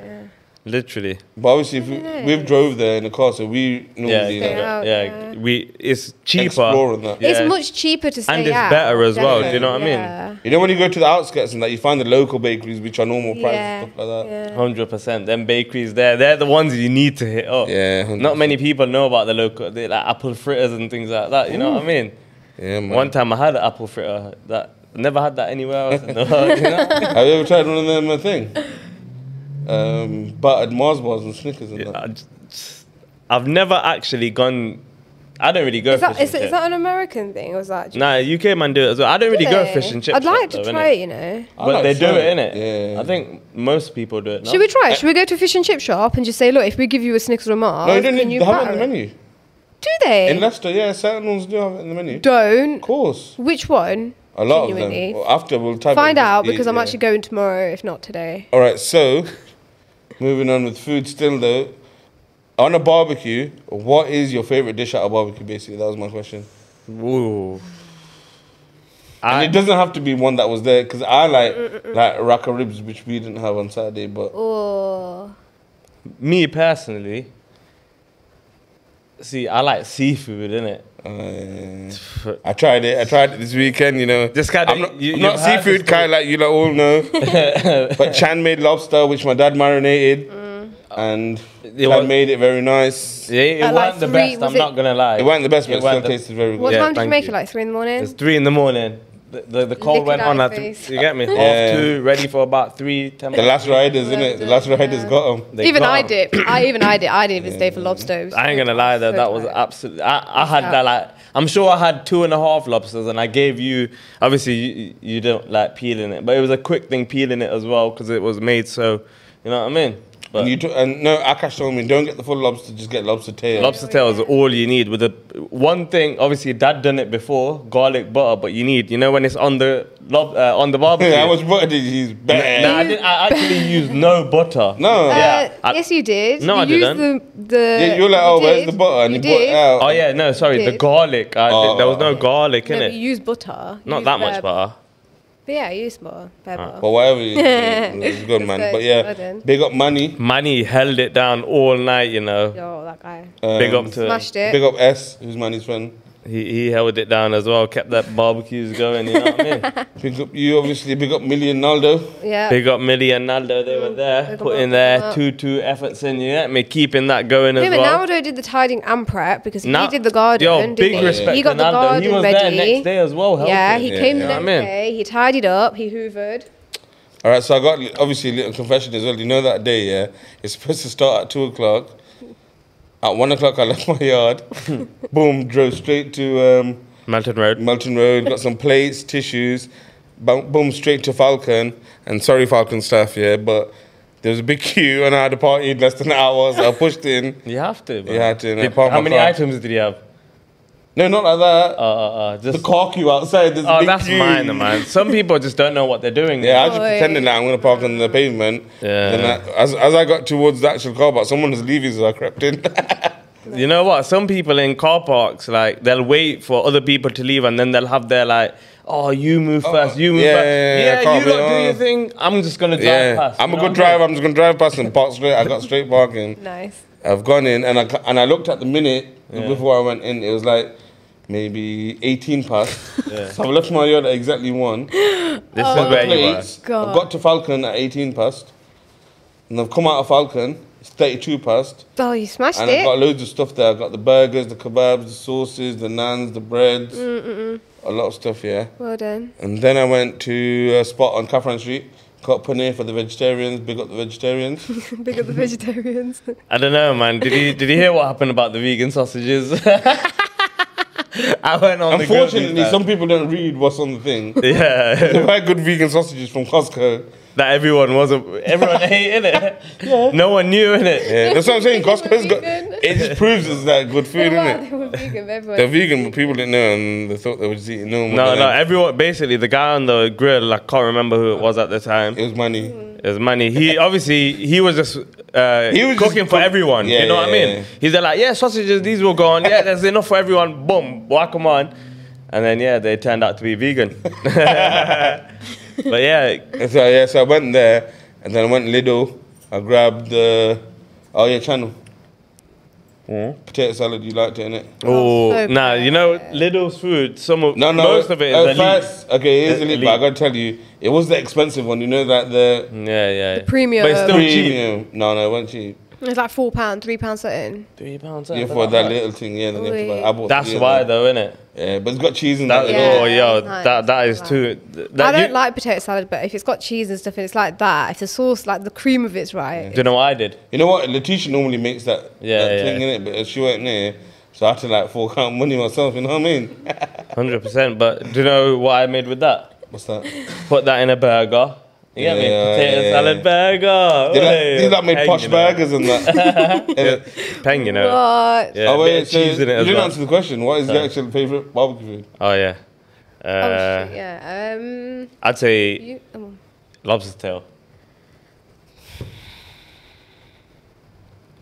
[SPEAKER 2] Literally.
[SPEAKER 1] But obviously, if we, we've drove there in the car, so we
[SPEAKER 2] Yeah,
[SPEAKER 1] normally
[SPEAKER 3] Stay
[SPEAKER 1] like,
[SPEAKER 3] out,
[SPEAKER 2] yeah,
[SPEAKER 3] yeah.
[SPEAKER 2] We it's cheaper.
[SPEAKER 1] explore and that.
[SPEAKER 2] Yeah.
[SPEAKER 3] It's much cheaper to stay
[SPEAKER 2] And it's
[SPEAKER 3] out,
[SPEAKER 2] better as well, do you know what I
[SPEAKER 3] definitely,
[SPEAKER 2] mean?
[SPEAKER 3] yeah.
[SPEAKER 1] You know when you go to the outskirts and that, you find the local bakeries which are normal price and stuff like that.
[SPEAKER 3] yeah.
[SPEAKER 2] Hundred percent. Them bakeries there, they're the ones you need to hit up.
[SPEAKER 1] Yeah, 100%.
[SPEAKER 2] Not many people know about the local, they, like apple fritters and things like that. You know what I mean?
[SPEAKER 1] Yeah, man.
[SPEAKER 2] One time I had an apple fritter that never had that anywhere else in the world. You know?
[SPEAKER 1] Have you ever tried one of them uh, thing? Um, buttered Mars bars and Snickers and that.
[SPEAKER 2] I just, I've never actually gone. I don't really go
[SPEAKER 3] Is that,
[SPEAKER 2] fish
[SPEAKER 3] is,
[SPEAKER 2] and chips.
[SPEAKER 3] is that an American thing, or is that?
[SPEAKER 2] Nah, UK man do it as well. I don't really go
[SPEAKER 3] Really?
[SPEAKER 2] fish and chips.
[SPEAKER 3] I'd like to
[SPEAKER 2] though, innit?
[SPEAKER 3] try it, you know.
[SPEAKER 1] I
[SPEAKER 2] But
[SPEAKER 1] like
[SPEAKER 2] they do
[SPEAKER 1] trying
[SPEAKER 2] it, innit?
[SPEAKER 1] Yeah.
[SPEAKER 2] I think most people do it. No?
[SPEAKER 3] Should we try? it? Should we go to a fish and chip shop and just say, look, if we give you a Snickers or a Mars,
[SPEAKER 1] No, you don't
[SPEAKER 3] can
[SPEAKER 1] need
[SPEAKER 3] you
[SPEAKER 1] to have it on
[SPEAKER 3] batter
[SPEAKER 1] the
[SPEAKER 3] it?
[SPEAKER 1] menu.
[SPEAKER 3] Do they?
[SPEAKER 1] In Leicester, yeah, certain ones do have it in the menu.
[SPEAKER 3] Don't.
[SPEAKER 1] Of course.
[SPEAKER 3] Which one?
[SPEAKER 1] A lot
[SPEAKER 3] Genuinely.
[SPEAKER 1] of them. Well, after we'll type
[SPEAKER 3] Find
[SPEAKER 1] it in.
[SPEAKER 3] out
[SPEAKER 1] Yeah,
[SPEAKER 3] because I'm
[SPEAKER 1] yeah.
[SPEAKER 3] actually going tomorrow, if not today.
[SPEAKER 1] All right, so moving on with food still though. On a barbecue, what is your favorite dish at a barbecue? Basically, that was my question.
[SPEAKER 2] Ooh.
[SPEAKER 1] And
[SPEAKER 2] I,
[SPEAKER 1] it doesn't have to be one that was there because I like
[SPEAKER 3] Mm,
[SPEAKER 1] like rack of ribs, which we didn't have on Saturday, but
[SPEAKER 3] Oh,
[SPEAKER 2] me personally, see, I like seafood, innit?
[SPEAKER 1] uh, I tried it. I tried it this weekend. You know,
[SPEAKER 2] This kind of-
[SPEAKER 1] I'm not,
[SPEAKER 2] you-
[SPEAKER 1] I'm not
[SPEAKER 2] you've had
[SPEAKER 1] seafood
[SPEAKER 2] this story.
[SPEAKER 1] guy like you like all know, but Chan made lobster, which my dad marinated, and
[SPEAKER 2] Mm. Uh, It
[SPEAKER 1] Chan
[SPEAKER 2] was-
[SPEAKER 1] made it very nice.
[SPEAKER 2] Yeah, it
[SPEAKER 3] At,
[SPEAKER 2] wasn't
[SPEAKER 3] like,
[SPEAKER 2] the
[SPEAKER 3] three,
[SPEAKER 2] best.
[SPEAKER 3] was
[SPEAKER 2] I'm
[SPEAKER 3] it-
[SPEAKER 2] not gonna lie.
[SPEAKER 1] It wasn't the best, but it still
[SPEAKER 2] wasn't the-
[SPEAKER 1] tasted very
[SPEAKER 3] what
[SPEAKER 1] good.
[SPEAKER 2] Yeah,
[SPEAKER 3] time did you
[SPEAKER 2] thank
[SPEAKER 3] make
[SPEAKER 2] you.
[SPEAKER 3] it? Like three in the morning.
[SPEAKER 2] It's three in the morning. The the, the call
[SPEAKER 3] Lick it
[SPEAKER 2] went
[SPEAKER 3] out
[SPEAKER 2] on
[SPEAKER 3] your
[SPEAKER 2] at th-
[SPEAKER 3] face.
[SPEAKER 2] you get me
[SPEAKER 1] Yeah.
[SPEAKER 2] half two, ready for about three ten.
[SPEAKER 1] The last riders, isn't it? The last riders got them.
[SPEAKER 2] They
[SPEAKER 3] even
[SPEAKER 2] got
[SPEAKER 3] I
[SPEAKER 2] 'em.
[SPEAKER 3] did. I even I did. I didn't even stay for lobster. It was
[SPEAKER 2] I ain't
[SPEAKER 3] so
[SPEAKER 2] gonna lie though,
[SPEAKER 3] so
[SPEAKER 2] that was
[SPEAKER 3] tired.
[SPEAKER 2] absolutely. I, I had that like. I'm sure I had two and a half lobsters, and I gave you. Obviously, you, you don't like peeling it, but it was a quick thing peeling it as well because it was made so. You know what I mean? But
[SPEAKER 1] And, you t- and no, Akash told me don't get the full lobster, just get lobster tail.
[SPEAKER 2] Lobster tail is all you need. With the one thing, obviously, Dad done it before, garlic butter. But you need, you know, when it's on the lob, uh, on the barbecue.
[SPEAKER 1] How much butter did you use? Bad.
[SPEAKER 2] Nah, I, didn't, I actually used no butter.
[SPEAKER 1] No.
[SPEAKER 3] Uh,
[SPEAKER 2] Yeah, I-
[SPEAKER 3] yes, you did.
[SPEAKER 2] No,
[SPEAKER 3] you
[SPEAKER 2] I
[SPEAKER 3] Used the, the
[SPEAKER 1] yeah, you're like,
[SPEAKER 3] you
[SPEAKER 1] oh, where's
[SPEAKER 3] did.
[SPEAKER 1] the butter? And
[SPEAKER 3] you
[SPEAKER 1] you, bought it
[SPEAKER 3] did.
[SPEAKER 1] out.
[SPEAKER 2] Oh yeah, no, sorry, the
[SPEAKER 3] Did.
[SPEAKER 2] garlic. I,
[SPEAKER 1] Oh,
[SPEAKER 2] there was
[SPEAKER 1] oh,
[SPEAKER 2] no
[SPEAKER 1] oh.
[SPEAKER 2] garlic
[SPEAKER 3] No,
[SPEAKER 2] in
[SPEAKER 3] but
[SPEAKER 2] it.
[SPEAKER 3] you use butter. You
[SPEAKER 2] Not
[SPEAKER 3] use
[SPEAKER 2] that much
[SPEAKER 3] bare-
[SPEAKER 2] butter.
[SPEAKER 3] But yeah, you use butter. Bare butter.
[SPEAKER 1] But whatever you did, it was good, man.
[SPEAKER 3] It's
[SPEAKER 1] But
[SPEAKER 3] good,
[SPEAKER 1] yeah,
[SPEAKER 3] well done.
[SPEAKER 1] big up money.
[SPEAKER 2] Manny held it down all night, you know.
[SPEAKER 3] Yo, that guy
[SPEAKER 1] Um,
[SPEAKER 2] Big up to
[SPEAKER 3] smashed it.
[SPEAKER 1] Big up S, who's Manny's friend.
[SPEAKER 2] He, he held it down as well, kept that barbecues going. You know what I mean?
[SPEAKER 1] Big up you, obviously. Big up Millie and Naldo.
[SPEAKER 3] Yeah.
[SPEAKER 2] They got Millie and Naldo. They were
[SPEAKER 3] They
[SPEAKER 2] there,
[SPEAKER 3] got
[SPEAKER 2] putting
[SPEAKER 3] both
[SPEAKER 2] their
[SPEAKER 3] up.
[SPEAKER 2] two two efforts in. You get me, keeping that going as
[SPEAKER 3] No, but
[SPEAKER 2] well.
[SPEAKER 3] Naldo did the tiding and prep because
[SPEAKER 2] Na-
[SPEAKER 3] he did the garden.
[SPEAKER 2] Yo,
[SPEAKER 3] didn't
[SPEAKER 2] big
[SPEAKER 3] he?
[SPEAKER 2] respect
[SPEAKER 3] He got
[SPEAKER 2] to
[SPEAKER 3] the
[SPEAKER 2] Naldo.
[SPEAKER 3] garden
[SPEAKER 2] he was
[SPEAKER 3] ready.
[SPEAKER 2] there next day as well.
[SPEAKER 3] yeah,
[SPEAKER 2] helping.
[SPEAKER 3] he
[SPEAKER 1] Yeah,
[SPEAKER 3] came
[SPEAKER 1] yeah.
[SPEAKER 3] the next
[SPEAKER 2] I mean-
[SPEAKER 3] day. He tidied up. He hoovered.
[SPEAKER 1] All right, so I got obviously a little confession as well. You know that day, yeah? It's supposed to start at two o'clock. At one o'clock, I left my yard. Boom, drove straight to um,
[SPEAKER 2] Melton Road.
[SPEAKER 1] Melton Road, got some plates, tissues. Boom, boom, straight to Falcon. And sorry, Falcon staff, yeah, but there was a big queue and I had a party in less than an hour, so I pushed in.
[SPEAKER 2] You have to. Bro.
[SPEAKER 1] You had to, man.
[SPEAKER 2] Did-
[SPEAKER 1] Park
[SPEAKER 2] how
[SPEAKER 1] my
[SPEAKER 2] many
[SPEAKER 1] car.
[SPEAKER 2] items did he have?
[SPEAKER 1] No, not like that.
[SPEAKER 2] Uh, uh, uh,
[SPEAKER 1] the
[SPEAKER 2] just.
[SPEAKER 1] car queue outside. There's a
[SPEAKER 2] oh,
[SPEAKER 1] big
[SPEAKER 2] that's
[SPEAKER 1] queue.
[SPEAKER 2] minor, man. Some people just don't know what they're doing.
[SPEAKER 1] Yeah, I was just
[SPEAKER 3] Oh,
[SPEAKER 1] pretending
[SPEAKER 3] yeah.
[SPEAKER 1] that I'm going to park on the pavement.
[SPEAKER 2] Yeah.
[SPEAKER 1] Then I, as, as I got towards the actual car park, someone was leaving, so I crept in.
[SPEAKER 2] You know what? Some people in car parks, like, they'll wait for other people to leave and then they'll have their, like, oh, you move first, you move
[SPEAKER 1] yeah,
[SPEAKER 2] first.
[SPEAKER 1] yeah, yeah, I
[SPEAKER 2] you
[SPEAKER 1] can't be
[SPEAKER 2] lot do your
[SPEAKER 1] honest.
[SPEAKER 2] thing. I'm just going to drive past.
[SPEAKER 1] I'm a
[SPEAKER 2] you
[SPEAKER 1] good
[SPEAKER 2] know what I mean?
[SPEAKER 1] driver. I'm just gonna drive past and park straight. I got straight parking.
[SPEAKER 3] Nice.
[SPEAKER 1] I've gone in and I ca- and I looked at the minute before I went in. It was like maybe 18 past.
[SPEAKER 2] Yeah.
[SPEAKER 1] So I've left my yard at exactly one.
[SPEAKER 2] This
[SPEAKER 1] Got
[SPEAKER 2] is
[SPEAKER 1] the
[SPEAKER 2] where you are.
[SPEAKER 1] plates. I've
[SPEAKER 3] God.
[SPEAKER 1] got to Falcon at 18 past, and I've come out of Falcon. It's 32 past,
[SPEAKER 3] Oh, you smashed
[SPEAKER 1] and I've got
[SPEAKER 3] it.
[SPEAKER 1] loads of stuff there. I've got the burgers, the kebabs, the sauces, the naans, the breads, a lot of stuff. Yeah.
[SPEAKER 3] Well done.
[SPEAKER 1] And then I went to a spot on Catherine Street, got paneer for the vegetarians, big up the vegetarians.
[SPEAKER 3] big up the vegetarians.
[SPEAKER 2] I don't know, man. Did you did you hear what happened about the vegan sausages? I went on. the grill these
[SPEAKER 1] Unfortunately,
[SPEAKER 2] days.
[SPEAKER 1] some people don't read what's on the thing.
[SPEAKER 2] yeah,
[SPEAKER 1] they buy good vegan sausages from Costco.
[SPEAKER 2] that everyone wasn't. Everyone ate in it. No one knew in it.
[SPEAKER 1] Yeah, that's what I'm saying.
[SPEAKER 3] They were
[SPEAKER 1] Costco's got.
[SPEAKER 3] vegan.
[SPEAKER 1] It just proves it's that good
[SPEAKER 3] they,
[SPEAKER 1] food,
[SPEAKER 3] were,
[SPEAKER 1] isn't
[SPEAKER 3] they
[SPEAKER 1] it?
[SPEAKER 3] were vegan. Everyone.
[SPEAKER 1] They're vegan, but people didn't know, and they thought they were just eating normal.
[SPEAKER 2] No,
[SPEAKER 1] but
[SPEAKER 2] no.
[SPEAKER 1] then
[SPEAKER 2] Everyone basically the guy on the grill. I can't remember who it was at the time.
[SPEAKER 1] It was money.
[SPEAKER 2] It was money. He obviously he was just uh,
[SPEAKER 1] He was
[SPEAKER 2] cooking
[SPEAKER 1] just
[SPEAKER 2] for
[SPEAKER 1] cook-
[SPEAKER 2] everyone.
[SPEAKER 1] Yeah,
[SPEAKER 2] you know
[SPEAKER 1] yeah,
[SPEAKER 2] what I mean?
[SPEAKER 1] yeah.
[SPEAKER 2] He's like, yeah, sausages. These will go on. Yeah, there's enough for everyone. Boom, whack 'em on. And then yeah, they turned out to be vegan. but yeah,
[SPEAKER 1] And So yeah, so I went there, and then I went Lidl. I grabbed the, oh yeah, channel. Potato salad, you liked it, innit?
[SPEAKER 2] Oh,
[SPEAKER 3] so
[SPEAKER 2] nah, you know, Lidl's food, some of,
[SPEAKER 1] No, no.
[SPEAKER 2] most of it is
[SPEAKER 1] at
[SPEAKER 2] elite.
[SPEAKER 1] first- okay, it is
[SPEAKER 2] The
[SPEAKER 1] elite, but I
[SPEAKER 2] elite.
[SPEAKER 1] gotta tell you, it was the expensive one. You know that the
[SPEAKER 2] Yeah, yeah. yeah.
[SPEAKER 3] Premium.
[SPEAKER 2] But it's still cheap.
[SPEAKER 1] premium. No, no, it wasn't cheap.
[SPEAKER 3] It's like four pound, three pound something.
[SPEAKER 2] Three pounds.
[SPEAKER 1] Yeah, for that little thing, yeah. Then you have to buy- I bought
[SPEAKER 2] That's
[SPEAKER 1] three of
[SPEAKER 2] why,
[SPEAKER 1] them.
[SPEAKER 2] though, innit?
[SPEAKER 1] Yeah, but it's got cheese in
[SPEAKER 2] That,
[SPEAKER 1] that.
[SPEAKER 3] Yeah.
[SPEAKER 2] oh,
[SPEAKER 1] Yeah.
[SPEAKER 2] yo,
[SPEAKER 3] nice,
[SPEAKER 2] that, that is
[SPEAKER 3] nice.
[SPEAKER 2] too. th-
[SPEAKER 3] I
[SPEAKER 2] That,
[SPEAKER 3] don't
[SPEAKER 2] you,
[SPEAKER 3] like potato salad, but if it's got cheese and stuff and it's like that, if the sauce, like the cream of it's right.
[SPEAKER 2] do you know what I did?
[SPEAKER 1] You know what? Letitia normally makes that,
[SPEAKER 2] Yeah,
[SPEAKER 1] that
[SPEAKER 2] yeah.
[SPEAKER 1] thing in it, but she wasn't there, so I had to like fork out money myself. You know what I mean?
[SPEAKER 2] 100%. But do you know what I made with that?
[SPEAKER 1] What's that?
[SPEAKER 2] Put that in a burger. You get me?
[SPEAKER 1] Yeah,
[SPEAKER 2] Potato
[SPEAKER 1] yeah,
[SPEAKER 2] salad
[SPEAKER 1] yeah.
[SPEAKER 2] burger.
[SPEAKER 1] They
[SPEAKER 2] Hey,
[SPEAKER 1] like, they like made
[SPEAKER 2] peng,
[SPEAKER 1] posh
[SPEAKER 2] you know.
[SPEAKER 1] burgers and that. And-
[SPEAKER 2] Peng, you know.
[SPEAKER 3] What?
[SPEAKER 2] Yeah,
[SPEAKER 1] oh
[SPEAKER 2] a bit
[SPEAKER 1] wait,
[SPEAKER 2] of
[SPEAKER 1] so
[SPEAKER 2] cheese
[SPEAKER 1] you
[SPEAKER 2] in it as
[SPEAKER 1] didn't
[SPEAKER 2] well.
[SPEAKER 1] answer the question. What is the actual favorite barbecue food?
[SPEAKER 2] Oh, yeah.
[SPEAKER 3] Oh,
[SPEAKER 2] Uh,
[SPEAKER 3] shit, yeah. Um,
[SPEAKER 2] I'd say
[SPEAKER 3] you, oh,
[SPEAKER 2] lobster tail.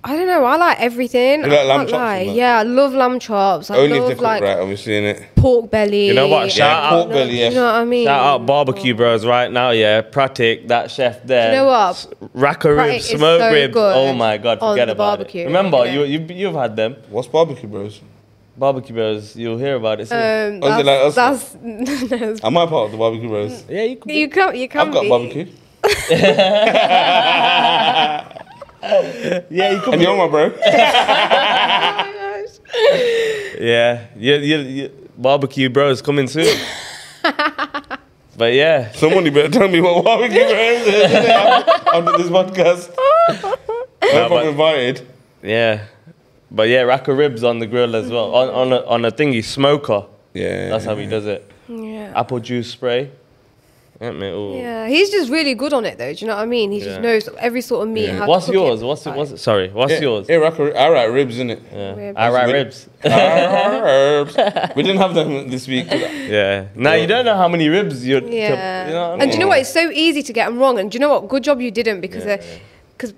[SPEAKER 3] I don't know. I like everything.
[SPEAKER 1] You
[SPEAKER 3] I
[SPEAKER 1] like lamb
[SPEAKER 3] can't
[SPEAKER 1] chops
[SPEAKER 3] lie.
[SPEAKER 1] and that?
[SPEAKER 3] Yeah, I love lamb chops. I
[SPEAKER 1] Only if they
[SPEAKER 3] love
[SPEAKER 1] cook
[SPEAKER 3] like
[SPEAKER 1] right, obviously, in it.
[SPEAKER 3] pork belly. Um,
[SPEAKER 2] You know what? Shout
[SPEAKER 1] Yeah,
[SPEAKER 2] out.
[SPEAKER 1] pork belly.
[SPEAKER 3] You know
[SPEAKER 1] Yeah.
[SPEAKER 3] what I mean?
[SPEAKER 2] Shout out barbecue bros right now, yeah. Pratik, that chef there.
[SPEAKER 3] You know what?
[SPEAKER 2] S- Rack of
[SPEAKER 3] Pratik
[SPEAKER 2] ribs,
[SPEAKER 3] is
[SPEAKER 2] smoke
[SPEAKER 3] so
[SPEAKER 2] ribs.
[SPEAKER 3] good
[SPEAKER 2] Oh my god,
[SPEAKER 3] on
[SPEAKER 2] forget
[SPEAKER 3] the
[SPEAKER 2] about
[SPEAKER 3] barbecue,
[SPEAKER 2] it. Remember,
[SPEAKER 3] isn't
[SPEAKER 2] you,
[SPEAKER 3] it?
[SPEAKER 2] you you've had them
[SPEAKER 1] What's barbecue, bros?
[SPEAKER 2] barbecue bros. You'll hear about it. soon.
[SPEAKER 3] Um,
[SPEAKER 1] Oh, is it
[SPEAKER 3] that's,
[SPEAKER 1] like
[SPEAKER 3] that's no,
[SPEAKER 1] Am I part of the barbecue, bros?
[SPEAKER 2] yeah, you could.
[SPEAKER 3] you can't. You can't.
[SPEAKER 1] I've got
[SPEAKER 3] be.
[SPEAKER 1] barbecue.
[SPEAKER 2] yeah, you could.
[SPEAKER 1] And you're my bro.
[SPEAKER 3] Oh my gosh.
[SPEAKER 2] yeah, you, you, you, barbecue bros coming soon. but yeah,
[SPEAKER 1] Someone you better tell me what barbecue brands is after this podcast.
[SPEAKER 2] No,
[SPEAKER 1] If
[SPEAKER 2] but-
[SPEAKER 1] I'm invited.
[SPEAKER 2] yeah, but yeah, rack of ribs on the grill as well. On on a, on a thingy smoker.
[SPEAKER 1] Yeah.
[SPEAKER 2] That's how he does it.
[SPEAKER 3] Yeah.
[SPEAKER 2] Apple juice spray. Yeah, mate, ooh.
[SPEAKER 3] Yeah, he's just really good on it though. Do you know what I mean? He just
[SPEAKER 2] Yeah.
[SPEAKER 3] knows every sort of meat.
[SPEAKER 1] Yeah.
[SPEAKER 3] How
[SPEAKER 2] What's
[SPEAKER 3] to cook
[SPEAKER 2] yours?
[SPEAKER 3] It.
[SPEAKER 2] What's what's sorry? What's yours?
[SPEAKER 1] Yeah, rack of, I write ribs, innit?
[SPEAKER 2] Yeah.
[SPEAKER 3] Ribs.
[SPEAKER 2] I write
[SPEAKER 1] Wait.
[SPEAKER 2] ribs.
[SPEAKER 1] Yeah. ribs. We didn't have them this week.
[SPEAKER 2] Yeah. Now you don't know how many ribs you're. to-
[SPEAKER 3] Yeah.
[SPEAKER 2] you know what I mean?
[SPEAKER 3] and do uh, you know what? It's so easy to get them wrong. And do you know what? Good job you didn't because because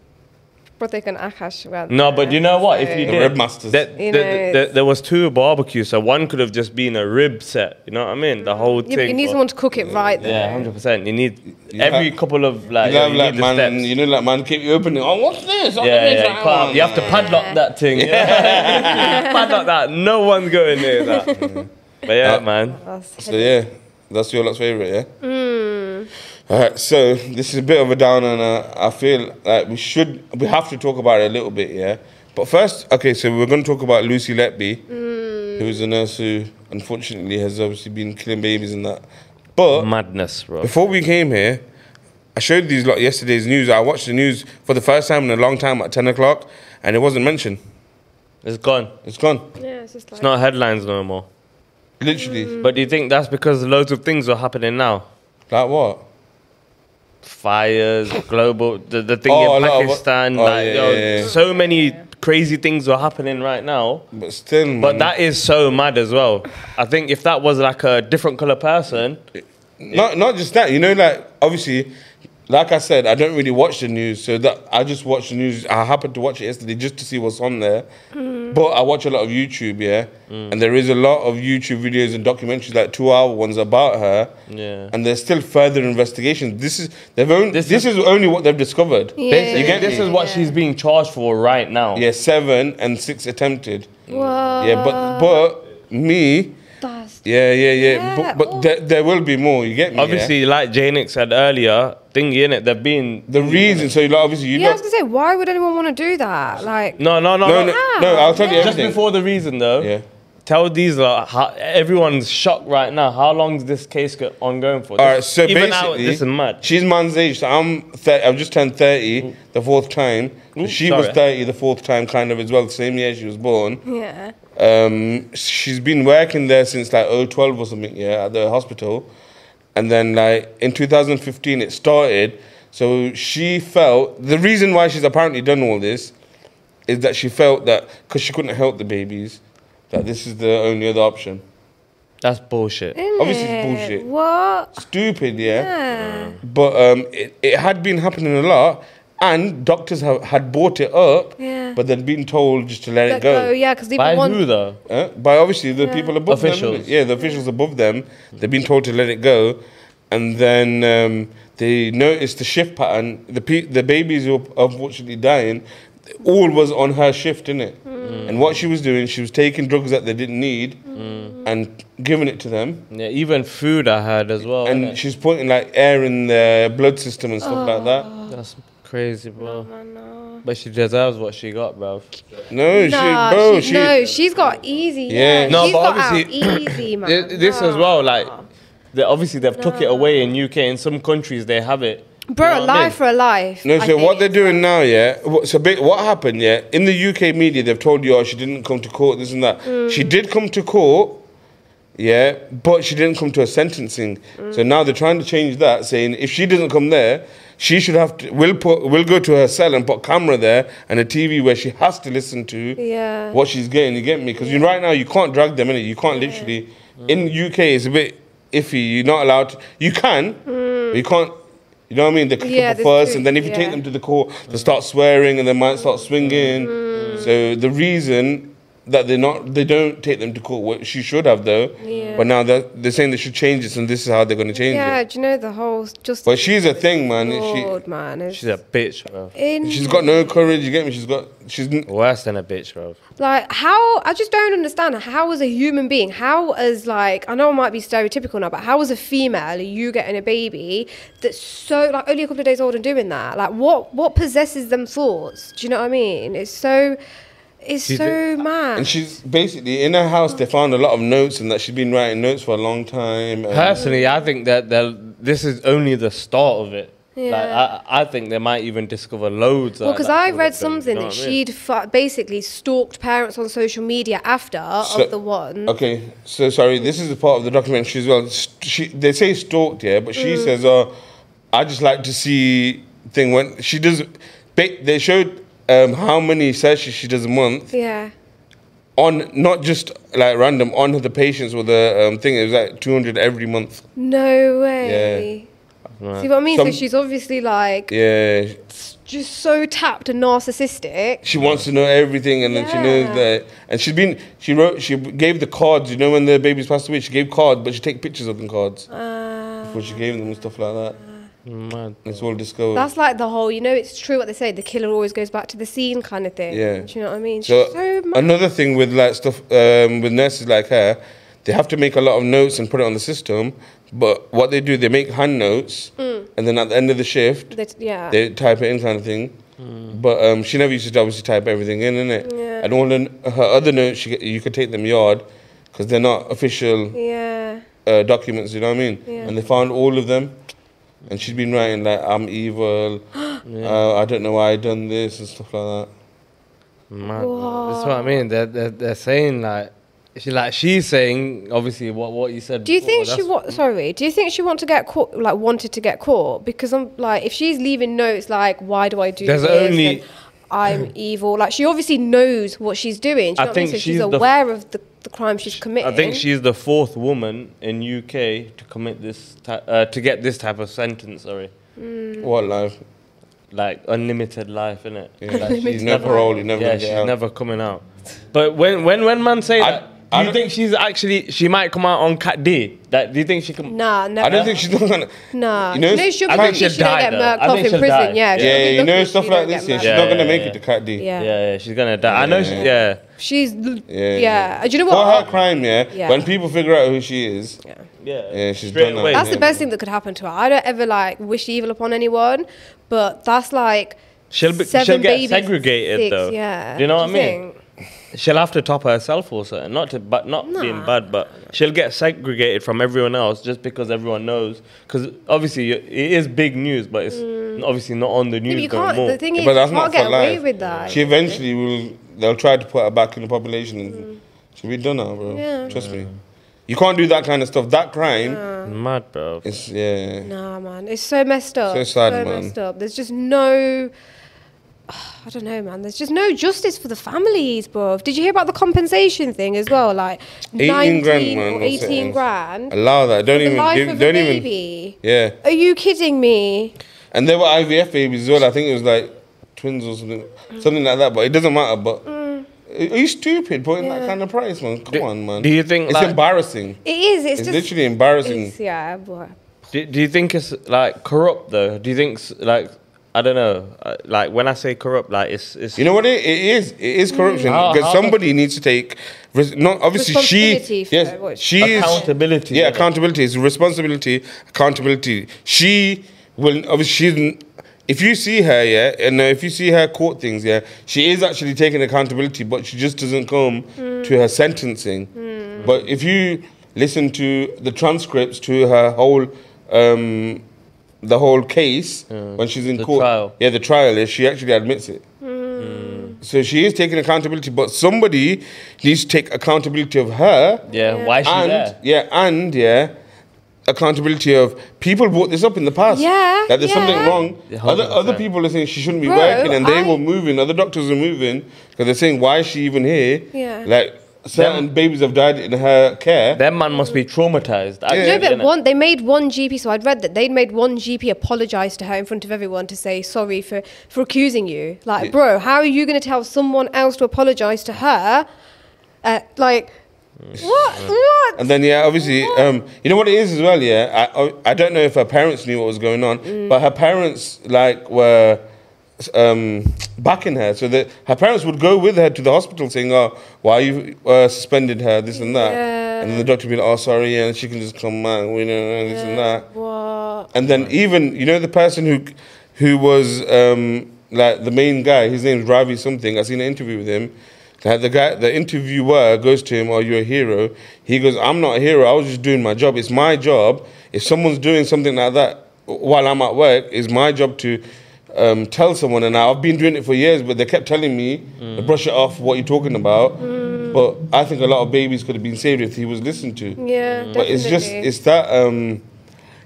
[SPEAKER 3] Pratik and Akash went.
[SPEAKER 2] No, but
[SPEAKER 3] there,
[SPEAKER 2] you know what? If you
[SPEAKER 3] so-
[SPEAKER 1] The
[SPEAKER 2] did,
[SPEAKER 1] rib masters.
[SPEAKER 2] that-
[SPEAKER 3] You
[SPEAKER 2] that-
[SPEAKER 3] know,
[SPEAKER 2] that-
[SPEAKER 3] it's-
[SPEAKER 2] there was two barbecues, so one could have just been a rib set. You know what I mean? The whole
[SPEAKER 3] Yeah, but
[SPEAKER 2] thing.
[SPEAKER 3] Mm. you need
[SPEAKER 2] was-
[SPEAKER 3] someone to cook it right
[SPEAKER 2] yeah,
[SPEAKER 3] there.
[SPEAKER 2] hundred percent. You need
[SPEAKER 1] You
[SPEAKER 2] every
[SPEAKER 1] have-
[SPEAKER 2] couple of like.
[SPEAKER 1] you
[SPEAKER 2] You,
[SPEAKER 1] know, like
[SPEAKER 2] need the
[SPEAKER 1] man,
[SPEAKER 2] steps.
[SPEAKER 1] you know, like man, keep you opening. Oh, what's this? Oh,
[SPEAKER 2] yeah,
[SPEAKER 1] let me
[SPEAKER 2] yeah,
[SPEAKER 1] try
[SPEAKER 2] you, can't-
[SPEAKER 1] one.
[SPEAKER 2] you have to padlock that thing. padlock that. No one's going near that. Mm. But yeah,
[SPEAKER 1] Uh,
[SPEAKER 2] man.
[SPEAKER 3] That's-
[SPEAKER 1] So yeah, that's your lot's favorite, yeah. All right, so this is a bit of a down, and uh, I feel like we should, we have to talk about it a little bit, yeah. But first, okay, so we're going to talk about Lucy Letby, who is a nurse who unfortunately has obviously been killing babies and that. But
[SPEAKER 2] Madness, bro.
[SPEAKER 1] before we came here, I showed these lot yesterday's news. I watched the news for the first time in a long time at ten o'clock, and it wasn't mentioned.
[SPEAKER 2] It's gone.
[SPEAKER 1] It's gone,
[SPEAKER 3] Yeah, it's just like.
[SPEAKER 2] It's not headlines no more.
[SPEAKER 1] literally.
[SPEAKER 2] But do you think that's because loads of things are happening now?
[SPEAKER 1] Like what?
[SPEAKER 2] Fires, global, the, the thing
[SPEAKER 1] Oh, a
[SPEAKER 2] in
[SPEAKER 1] lot of-
[SPEAKER 2] Pakistan.
[SPEAKER 1] oh,
[SPEAKER 2] like,
[SPEAKER 1] yeah,
[SPEAKER 2] yo,
[SPEAKER 1] yeah, yeah.
[SPEAKER 2] So many crazy things are happening right now.
[SPEAKER 1] But still,
[SPEAKER 2] But
[SPEAKER 1] man,
[SPEAKER 2] that is so mad as well. I think if that was like a different color person,
[SPEAKER 1] Not not just that, you know, like obviously, like I said, I don't really watch the news, so that I just watch the news. I happened to watch it yesterday just to see what's on there.
[SPEAKER 3] Mm.
[SPEAKER 1] But I watch a lot of YouTube, yeah,
[SPEAKER 2] Mm.
[SPEAKER 1] and there is a lot of YouTube videos and documentaries, like two-hour ones about her.
[SPEAKER 2] Yeah.
[SPEAKER 1] and there's still further investigations. This is they've only this,
[SPEAKER 2] This
[SPEAKER 1] is, only what they've discovered.
[SPEAKER 3] Yeah.
[SPEAKER 2] basically,
[SPEAKER 1] You get
[SPEAKER 2] this
[SPEAKER 1] me?
[SPEAKER 2] is what
[SPEAKER 3] Yeah.
[SPEAKER 2] she's being charged for right now.
[SPEAKER 1] Yeah, seven and six attempted.
[SPEAKER 3] Whoa.
[SPEAKER 1] yeah, but but me,
[SPEAKER 3] That's,
[SPEAKER 1] yeah, yeah, yeah.
[SPEAKER 3] Yeah,
[SPEAKER 1] but but
[SPEAKER 3] oh.
[SPEAKER 1] there, there will be more. You get me? yeah?
[SPEAKER 2] Obviously, like Janik said earlier, thingy in it, they're being
[SPEAKER 1] the reason. So like, obviously you
[SPEAKER 3] yeah, I
[SPEAKER 1] know.
[SPEAKER 3] was gonna say, why would anyone want to do that? Like,
[SPEAKER 2] no, no, no,
[SPEAKER 1] No,
[SPEAKER 2] no.
[SPEAKER 1] no, no, I'll tell you
[SPEAKER 2] Just
[SPEAKER 1] everything.
[SPEAKER 2] before the reason though,
[SPEAKER 1] Yeah.
[SPEAKER 2] tell these like how, everyone's shocked right now. How long's this case go- ongoing for?
[SPEAKER 1] All
[SPEAKER 2] This-
[SPEAKER 1] right, so
[SPEAKER 2] even out,
[SPEAKER 1] basically,
[SPEAKER 2] this is mad.
[SPEAKER 1] she's man's age, so I'm 30, I've just turned 30 the fourth time.
[SPEAKER 2] Ooh,
[SPEAKER 1] she was
[SPEAKER 2] sorry.
[SPEAKER 1] 30 the fourth time, kind of as well, the same year she was born.
[SPEAKER 3] yeah.
[SPEAKER 1] Um, she's been working there since like 012 or something, yeah, at the hospital. And then, like, in 2015, it started. So she felt the reason why she's apparently done all this is that she felt that because she couldn't help the babies, that this is the only other option.
[SPEAKER 2] That's bullshit.
[SPEAKER 1] Obviously it's
[SPEAKER 3] Innit?
[SPEAKER 1] bullshit.
[SPEAKER 3] What?
[SPEAKER 1] Stupid,
[SPEAKER 3] Yeah.
[SPEAKER 1] But um, it, it had been happening a lot, and doctors have, had bought it up,
[SPEAKER 3] Yeah.
[SPEAKER 1] but they'd been told just to let,
[SPEAKER 3] Let
[SPEAKER 1] it go.
[SPEAKER 3] go, yeah, because
[SPEAKER 2] By
[SPEAKER 3] even
[SPEAKER 2] who
[SPEAKER 3] one.
[SPEAKER 2] though?
[SPEAKER 1] Uh, by obviously the people above them.
[SPEAKER 2] Officials.
[SPEAKER 1] innit? Yeah, the officials above them. They've been told to let it go, and then um, they noticed the shift pattern. The pe- the babies who are unfortunately dying. All was on her shift, innit?
[SPEAKER 3] Mm.
[SPEAKER 1] And what she was doing, she was taking drugs that they didn't need
[SPEAKER 3] Mm.
[SPEAKER 1] and giving it to them.
[SPEAKER 2] Yeah, even food I heard as well.
[SPEAKER 1] and
[SPEAKER 2] innit?
[SPEAKER 1] she's putting like air in their blood system and stuff like that.
[SPEAKER 2] that's crazy, bro.
[SPEAKER 3] Oh, no.
[SPEAKER 2] But she deserves what she got, bro.
[SPEAKER 1] No,
[SPEAKER 3] Nah,
[SPEAKER 1] she, bro,
[SPEAKER 3] she,
[SPEAKER 1] she,
[SPEAKER 3] no, she's got easy. Yeah,
[SPEAKER 1] Yeah.
[SPEAKER 2] No,
[SPEAKER 3] she's
[SPEAKER 2] but
[SPEAKER 3] got out
[SPEAKER 2] obviously-
[SPEAKER 3] easy, man.
[SPEAKER 2] Th- This as
[SPEAKER 3] Nah.
[SPEAKER 2] well, like, they, obviously they've took it away in UK. In some countries they have it. You
[SPEAKER 3] Bro,
[SPEAKER 2] know
[SPEAKER 3] a
[SPEAKER 2] what I mean?
[SPEAKER 3] life for a life.
[SPEAKER 1] No,
[SPEAKER 3] I
[SPEAKER 1] so what
[SPEAKER 3] think.
[SPEAKER 1] they're doing now, yeah. wha- So ba- what happened, yeah? In the UK media, they've told you, oh, she didn't come to court, this and that.
[SPEAKER 3] Mm.
[SPEAKER 1] She did come to court, yeah, but she didn't come to a sentencing.
[SPEAKER 3] Mm.
[SPEAKER 1] So now they're trying to change that, saying if she doesn't come there, she should have to. We'll put. We'll go to her cell and put camera there and a TV where she has to listen to
[SPEAKER 3] Yeah.
[SPEAKER 1] what she's getting. You get me? Because right now you can't drag them in You can't literally. In UK, it's a bit iffy. You're not allowed. To, you can, but you can't. You know what I mean? They kick
[SPEAKER 3] Yeah,
[SPEAKER 1] up a
[SPEAKER 3] there's
[SPEAKER 1] fuss,
[SPEAKER 3] two-
[SPEAKER 1] and then if you take
[SPEAKER 3] yeah. Mm.
[SPEAKER 1] them to the court, they start swearing and they might start swinging. So the reason that they're not, they don't take them to court. What she should have though,
[SPEAKER 3] Yeah.
[SPEAKER 1] but now they're, they're saying they should change this, and this is how they're going to change
[SPEAKER 3] Yeah,
[SPEAKER 1] it.
[SPEAKER 3] do you know the whole just?
[SPEAKER 1] But she's a thing, man.
[SPEAKER 3] Lord, man, it's
[SPEAKER 2] She's a bitch, bro.
[SPEAKER 3] in,
[SPEAKER 1] She she's got no courage. You get me? She's got she's n-
[SPEAKER 2] Worse than a bitch, bro.
[SPEAKER 3] like how I just don't understand how as a human being, how as like I know I might be stereotypical now, but how as a female are you getting a baby that's so like only a couple of days old and doing that? Like what what possesses them thoughts? Do you know what I mean? It's so it's
[SPEAKER 2] She's-
[SPEAKER 3] so mad.
[SPEAKER 1] and she's basically in her house. They found a lot of notes, and that she's been writing notes for a long time. and-
[SPEAKER 2] Personally, I think that they'll- this is only the start of it. Like,
[SPEAKER 3] Yeah.
[SPEAKER 2] I, I think they might even discover loads.
[SPEAKER 3] Well,
[SPEAKER 2] like
[SPEAKER 3] because
[SPEAKER 2] that
[SPEAKER 3] I
[SPEAKER 2] sort of
[SPEAKER 3] read
[SPEAKER 2] thing, you
[SPEAKER 3] something
[SPEAKER 2] know
[SPEAKER 3] that
[SPEAKER 2] what I mean?
[SPEAKER 3] she'd fa- basically stalked parents on social media after
[SPEAKER 1] So-
[SPEAKER 3] of the one.
[SPEAKER 1] Okay, so sorry, this is a part of the documentary as well. St- She, they say stalked, yeah, but she says, "Oh, I just like to see thing when she does." ba- They showed um, how many sessions she does a month
[SPEAKER 3] Yeah.
[SPEAKER 1] on not just like random on the patients with the um, thing. It was like two hundred every month.
[SPEAKER 3] No way. See what I mean?
[SPEAKER 1] Some-
[SPEAKER 3] so she's obviously like
[SPEAKER 1] Yeah,
[SPEAKER 3] just so tapped and narcissistic.
[SPEAKER 1] She wants to know everything, and then she
[SPEAKER 3] Yeah.
[SPEAKER 1] knows that. And she's been. She wrote. She gave the cards. You know, when the babies passed away, she gave cards, but she take pictures of them cards
[SPEAKER 3] Uh,
[SPEAKER 1] before she gave them and stuff like that.
[SPEAKER 2] Mad.
[SPEAKER 1] It's all discovered.
[SPEAKER 3] that's like the whole, you know, it's true what they say. The killer always goes back to the scene, kind of thing.
[SPEAKER 1] Yeah.
[SPEAKER 3] Do you know what I mean?
[SPEAKER 1] So, uh,
[SPEAKER 3] so much.
[SPEAKER 1] another thing with like stuff um, with nurses like her, they have to make a lot of notes and put it on the system. But what they do, they make hand notes,
[SPEAKER 3] Mm.
[SPEAKER 1] and then at the end of the shift,
[SPEAKER 3] that- yeah.
[SPEAKER 1] they type it in kind of thing. But um, she never used to obviously type everything in, innit?
[SPEAKER 3] Yeah.
[SPEAKER 1] And all the, her other notes, she, get- you could take them yard because they're not official
[SPEAKER 3] yeah.
[SPEAKER 1] uh, documents. You know what I mean?
[SPEAKER 3] Yeah.
[SPEAKER 1] And they found all of them, and she's been writing like "I'm evil," uh, "I don't know why I done this" and stuff like that.
[SPEAKER 2] Mad. That's what I mean. They're, they're, they're saying like, she like she's saying obviously what what you said.
[SPEAKER 3] Do you
[SPEAKER 2] before,
[SPEAKER 3] think she
[SPEAKER 2] that's-
[SPEAKER 3] wa- sorry? Do you think she want to get caught? Like wanted to get caught because I'm like, if she's leaving notes, like, why do I do
[SPEAKER 2] There's
[SPEAKER 3] this?
[SPEAKER 2] only-
[SPEAKER 3] and I'm evil. Like she obviously knows what she's doing. Do
[SPEAKER 2] I
[SPEAKER 3] you know what I mean?
[SPEAKER 2] think
[SPEAKER 3] So she's,
[SPEAKER 2] she's the-
[SPEAKER 3] aware of the, the crime she's committing.
[SPEAKER 2] I think she's the fourth woman in UK to commit this ty- uh, to get this type of sentence. Sorry,
[SPEAKER 3] Mm.
[SPEAKER 1] What life?
[SPEAKER 2] like unlimited life, innit?
[SPEAKER 1] Yeah.
[SPEAKER 2] Like, she's
[SPEAKER 1] She's no parole. You're never
[SPEAKER 2] yeah,
[SPEAKER 1] gonna
[SPEAKER 2] she's
[SPEAKER 1] get out.
[SPEAKER 2] never coming out. But when when when man say
[SPEAKER 1] I-
[SPEAKER 2] that, do
[SPEAKER 1] I
[SPEAKER 2] you
[SPEAKER 1] don't-
[SPEAKER 2] think she's actually she might come out on Cat D? That do you think she can?
[SPEAKER 3] Nah, never.
[SPEAKER 1] I don't think she's not gonna.
[SPEAKER 3] Nah.
[SPEAKER 1] You know,
[SPEAKER 3] no, she'll
[SPEAKER 2] I think
[SPEAKER 3] be lucky
[SPEAKER 2] she'll
[SPEAKER 3] she don't
[SPEAKER 2] die,
[SPEAKER 3] get
[SPEAKER 2] though.
[SPEAKER 3] murked
[SPEAKER 2] I
[SPEAKER 3] off
[SPEAKER 2] think
[SPEAKER 3] in
[SPEAKER 2] she'll
[SPEAKER 3] prison.
[SPEAKER 2] die.
[SPEAKER 3] Yeah,
[SPEAKER 2] Yeah,
[SPEAKER 3] she'll
[SPEAKER 1] Yeah,
[SPEAKER 3] be
[SPEAKER 1] you know
[SPEAKER 3] lucky
[SPEAKER 1] stuff
[SPEAKER 3] she
[SPEAKER 1] like
[SPEAKER 3] don't
[SPEAKER 1] this.
[SPEAKER 3] get
[SPEAKER 1] Yeah, she's
[SPEAKER 3] murked.
[SPEAKER 1] not gonna
[SPEAKER 2] Yeah,
[SPEAKER 1] make
[SPEAKER 2] yeah.
[SPEAKER 1] it to Cat D.
[SPEAKER 3] Yeah.
[SPEAKER 2] Yeah, yeah, she's gonna die. I know. She, yeah,
[SPEAKER 3] She's yeah.
[SPEAKER 1] Yeah,
[SPEAKER 3] yeah. Uh, Do you know
[SPEAKER 1] For
[SPEAKER 3] what?
[SPEAKER 1] her crime, yeah,
[SPEAKER 3] Yeah.
[SPEAKER 1] When people figure out who she is,
[SPEAKER 3] yeah.
[SPEAKER 2] yeah,
[SPEAKER 1] Yeah, she's
[SPEAKER 2] straight
[SPEAKER 1] done that.
[SPEAKER 2] away.
[SPEAKER 3] That's the
[SPEAKER 1] Yeah.
[SPEAKER 3] best thing that could happen to her. I don't ever like wish evil upon anyone, but that's like
[SPEAKER 2] She'll be-
[SPEAKER 3] seven
[SPEAKER 2] she'll get
[SPEAKER 3] babies,
[SPEAKER 2] segregated,
[SPEAKER 3] six,
[SPEAKER 2] though.
[SPEAKER 3] Yeah,
[SPEAKER 2] Do you know what
[SPEAKER 3] do
[SPEAKER 2] I mean?
[SPEAKER 3] think?
[SPEAKER 2] She'll have to top herself also, not to, but not being bad, but she'll get segregated from everyone else just because everyone knows. Because obviously you- it is big news, but it's obviously not on the
[SPEAKER 3] Mm. Yeah,
[SPEAKER 2] news.
[SPEAKER 3] but you
[SPEAKER 2] no
[SPEAKER 3] can't.
[SPEAKER 2] more.
[SPEAKER 3] The thing is,
[SPEAKER 1] but
[SPEAKER 3] you
[SPEAKER 1] that's
[SPEAKER 3] can't
[SPEAKER 1] not
[SPEAKER 3] get
[SPEAKER 1] for
[SPEAKER 3] away
[SPEAKER 1] life.
[SPEAKER 3] with that.
[SPEAKER 1] she eventually will. They'll try to put her back in the population. And she'll be done now, bro.
[SPEAKER 3] Mm. Yeah.
[SPEAKER 1] Trust me. You can't do that kind of stuff. That crime
[SPEAKER 2] Mad, bro.
[SPEAKER 1] is yeah.
[SPEAKER 3] Nah, man, it's so messed up.
[SPEAKER 1] So sad, man.
[SPEAKER 3] messed up. There's just no. I don't know, man. There's just no justice for the families, bruv. Did you hear about the compensation thing as well? Like
[SPEAKER 1] 18
[SPEAKER 3] 19
[SPEAKER 1] grand, man,
[SPEAKER 3] or
[SPEAKER 1] that's it,
[SPEAKER 3] 18
[SPEAKER 1] man.
[SPEAKER 3] grand.
[SPEAKER 1] Allow that. Don't
[SPEAKER 3] The
[SPEAKER 1] even.
[SPEAKER 3] life
[SPEAKER 1] give,
[SPEAKER 3] of a
[SPEAKER 1] don't even.
[SPEAKER 3] baby.
[SPEAKER 1] Yeah.
[SPEAKER 3] Are you kidding me?
[SPEAKER 1] And there were IVF babies as well. I think it was like twins or something, something like that. But it doesn't matter. But are you stupid putting that
[SPEAKER 3] Mm. Yeah.
[SPEAKER 1] kind of price, man? Come on, man.
[SPEAKER 2] do you think,
[SPEAKER 1] it's
[SPEAKER 2] like-
[SPEAKER 1] embarrassing?
[SPEAKER 3] It is. It's,
[SPEAKER 1] It's,
[SPEAKER 3] just
[SPEAKER 1] literally embarrassing.
[SPEAKER 3] It's, yeah, but
[SPEAKER 2] Do, do you think it's like corrupt though? Do you think s- like I don't know? uh, Like when I say corrupt, like it's it's
[SPEAKER 1] You know what it, it is? It is
[SPEAKER 3] Mm.
[SPEAKER 1] corruption
[SPEAKER 2] How-
[SPEAKER 1] because
[SPEAKER 2] how
[SPEAKER 1] somebody needs to take. Res- not obviously she.
[SPEAKER 3] Responsibility for
[SPEAKER 1] Yes,
[SPEAKER 3] what-
[SPEAKER 1] she is
[SPEAKER 2] Accountability,
[SPEAKER 1] Yeah,
[SPEAKER 2] yeah.
[SPEAKER 1] accountability is responsibility. Accountability. She will obviously. She's, n- if you see her, yeah, and uh, if you see her court things, yeah, she is actually taking accountability, but she just doesn't come to her sentencing. But if you listen to the transcripts to her whole, um, the whole case when she's in
[SPEAKER 2] The
[SPEAKER 1] court,
[SPEAKER 2] trial.
[SPEAKER 1] yeah, the trial is she actually admits it. So she is taking accountability, but somebody needs to take accountability of her.
[SPEAKER 2] yeah, Why is she
[SPEAKER 1] and
[SPEAKER 2] there?
[SPEAKER 1] yeah, and yeah, accountability of people brought this up in the past.
[SPEAKER 3] Yeah,
[SPEAKER 1] that there's something
[SPEAKER 3] yeah.
[SPEAKER 1] wrong.
[SPEAKER 2] Yeah,
[SPEAKER 1] Other other
[SPEAKER 2] 100%.
[SPEAKER 1] people are saying she shouldn't be
[SPEAKER 3] Bro,
[SPEAKER 1] working, and they
[SPEAKER 3] I-
[SPEAKER 1] were moving. Other doctors were moving because they're saying why is she even here?
[SPEAKER 3] Yeah.
[SPEAKER 1] like certain babies have died in her care.
[SPEAKER 2] That man must be traumatized.
[SPEAKER 1] Yeah.
[SPEAKER 3] No,
[SPEAKER 2] actually,
[SPEAKER 3] but
[SPEAKER 2] innit?
[SPEAKER 3] one they made one GP. So I'd read that they'd made one GP apologise to her in front of everyone to say sorry for for accusing you. Like, bro, how are you going to tell someone else to apologise to her? Uh, like, what? What?
[SPEAKER 1] Mm. And then yeah, obviously, um, you know what it is as well. Yeah, I, I I don't know if her parents knew what was going on, but her parents like were um, backing her, so that her parents would go with her to the hospital saying, "Oh, why you uh, suspended her? This and that." And then the doctor would be like, "Oh, sorry," yeah, and she can just come out, you know, this and that.
[SPEAKER 3] what?
[SPEAKER 1] And then even you know the person who who was um, like the main guy, his name's Ravi something. I seen an interview with him. Like the guy, the interviewer goes to him, "Are you a hero?" He goes, "I'm not a hero. I was just doing my job. It's my job. If someone's doing something like that while I'm at work, it's my job to." Um, tell someone, and I've been doing it for years, but they kept telling me to brush it off. What you're talking about, but I think a lot of babies could have been saved if he was listened to
[SPEAKER 3] Yeah,
[SPEAKER 1] but Mm. it's just
[SPEAKER 3] definitely.
[SPEAKER 1] it's that um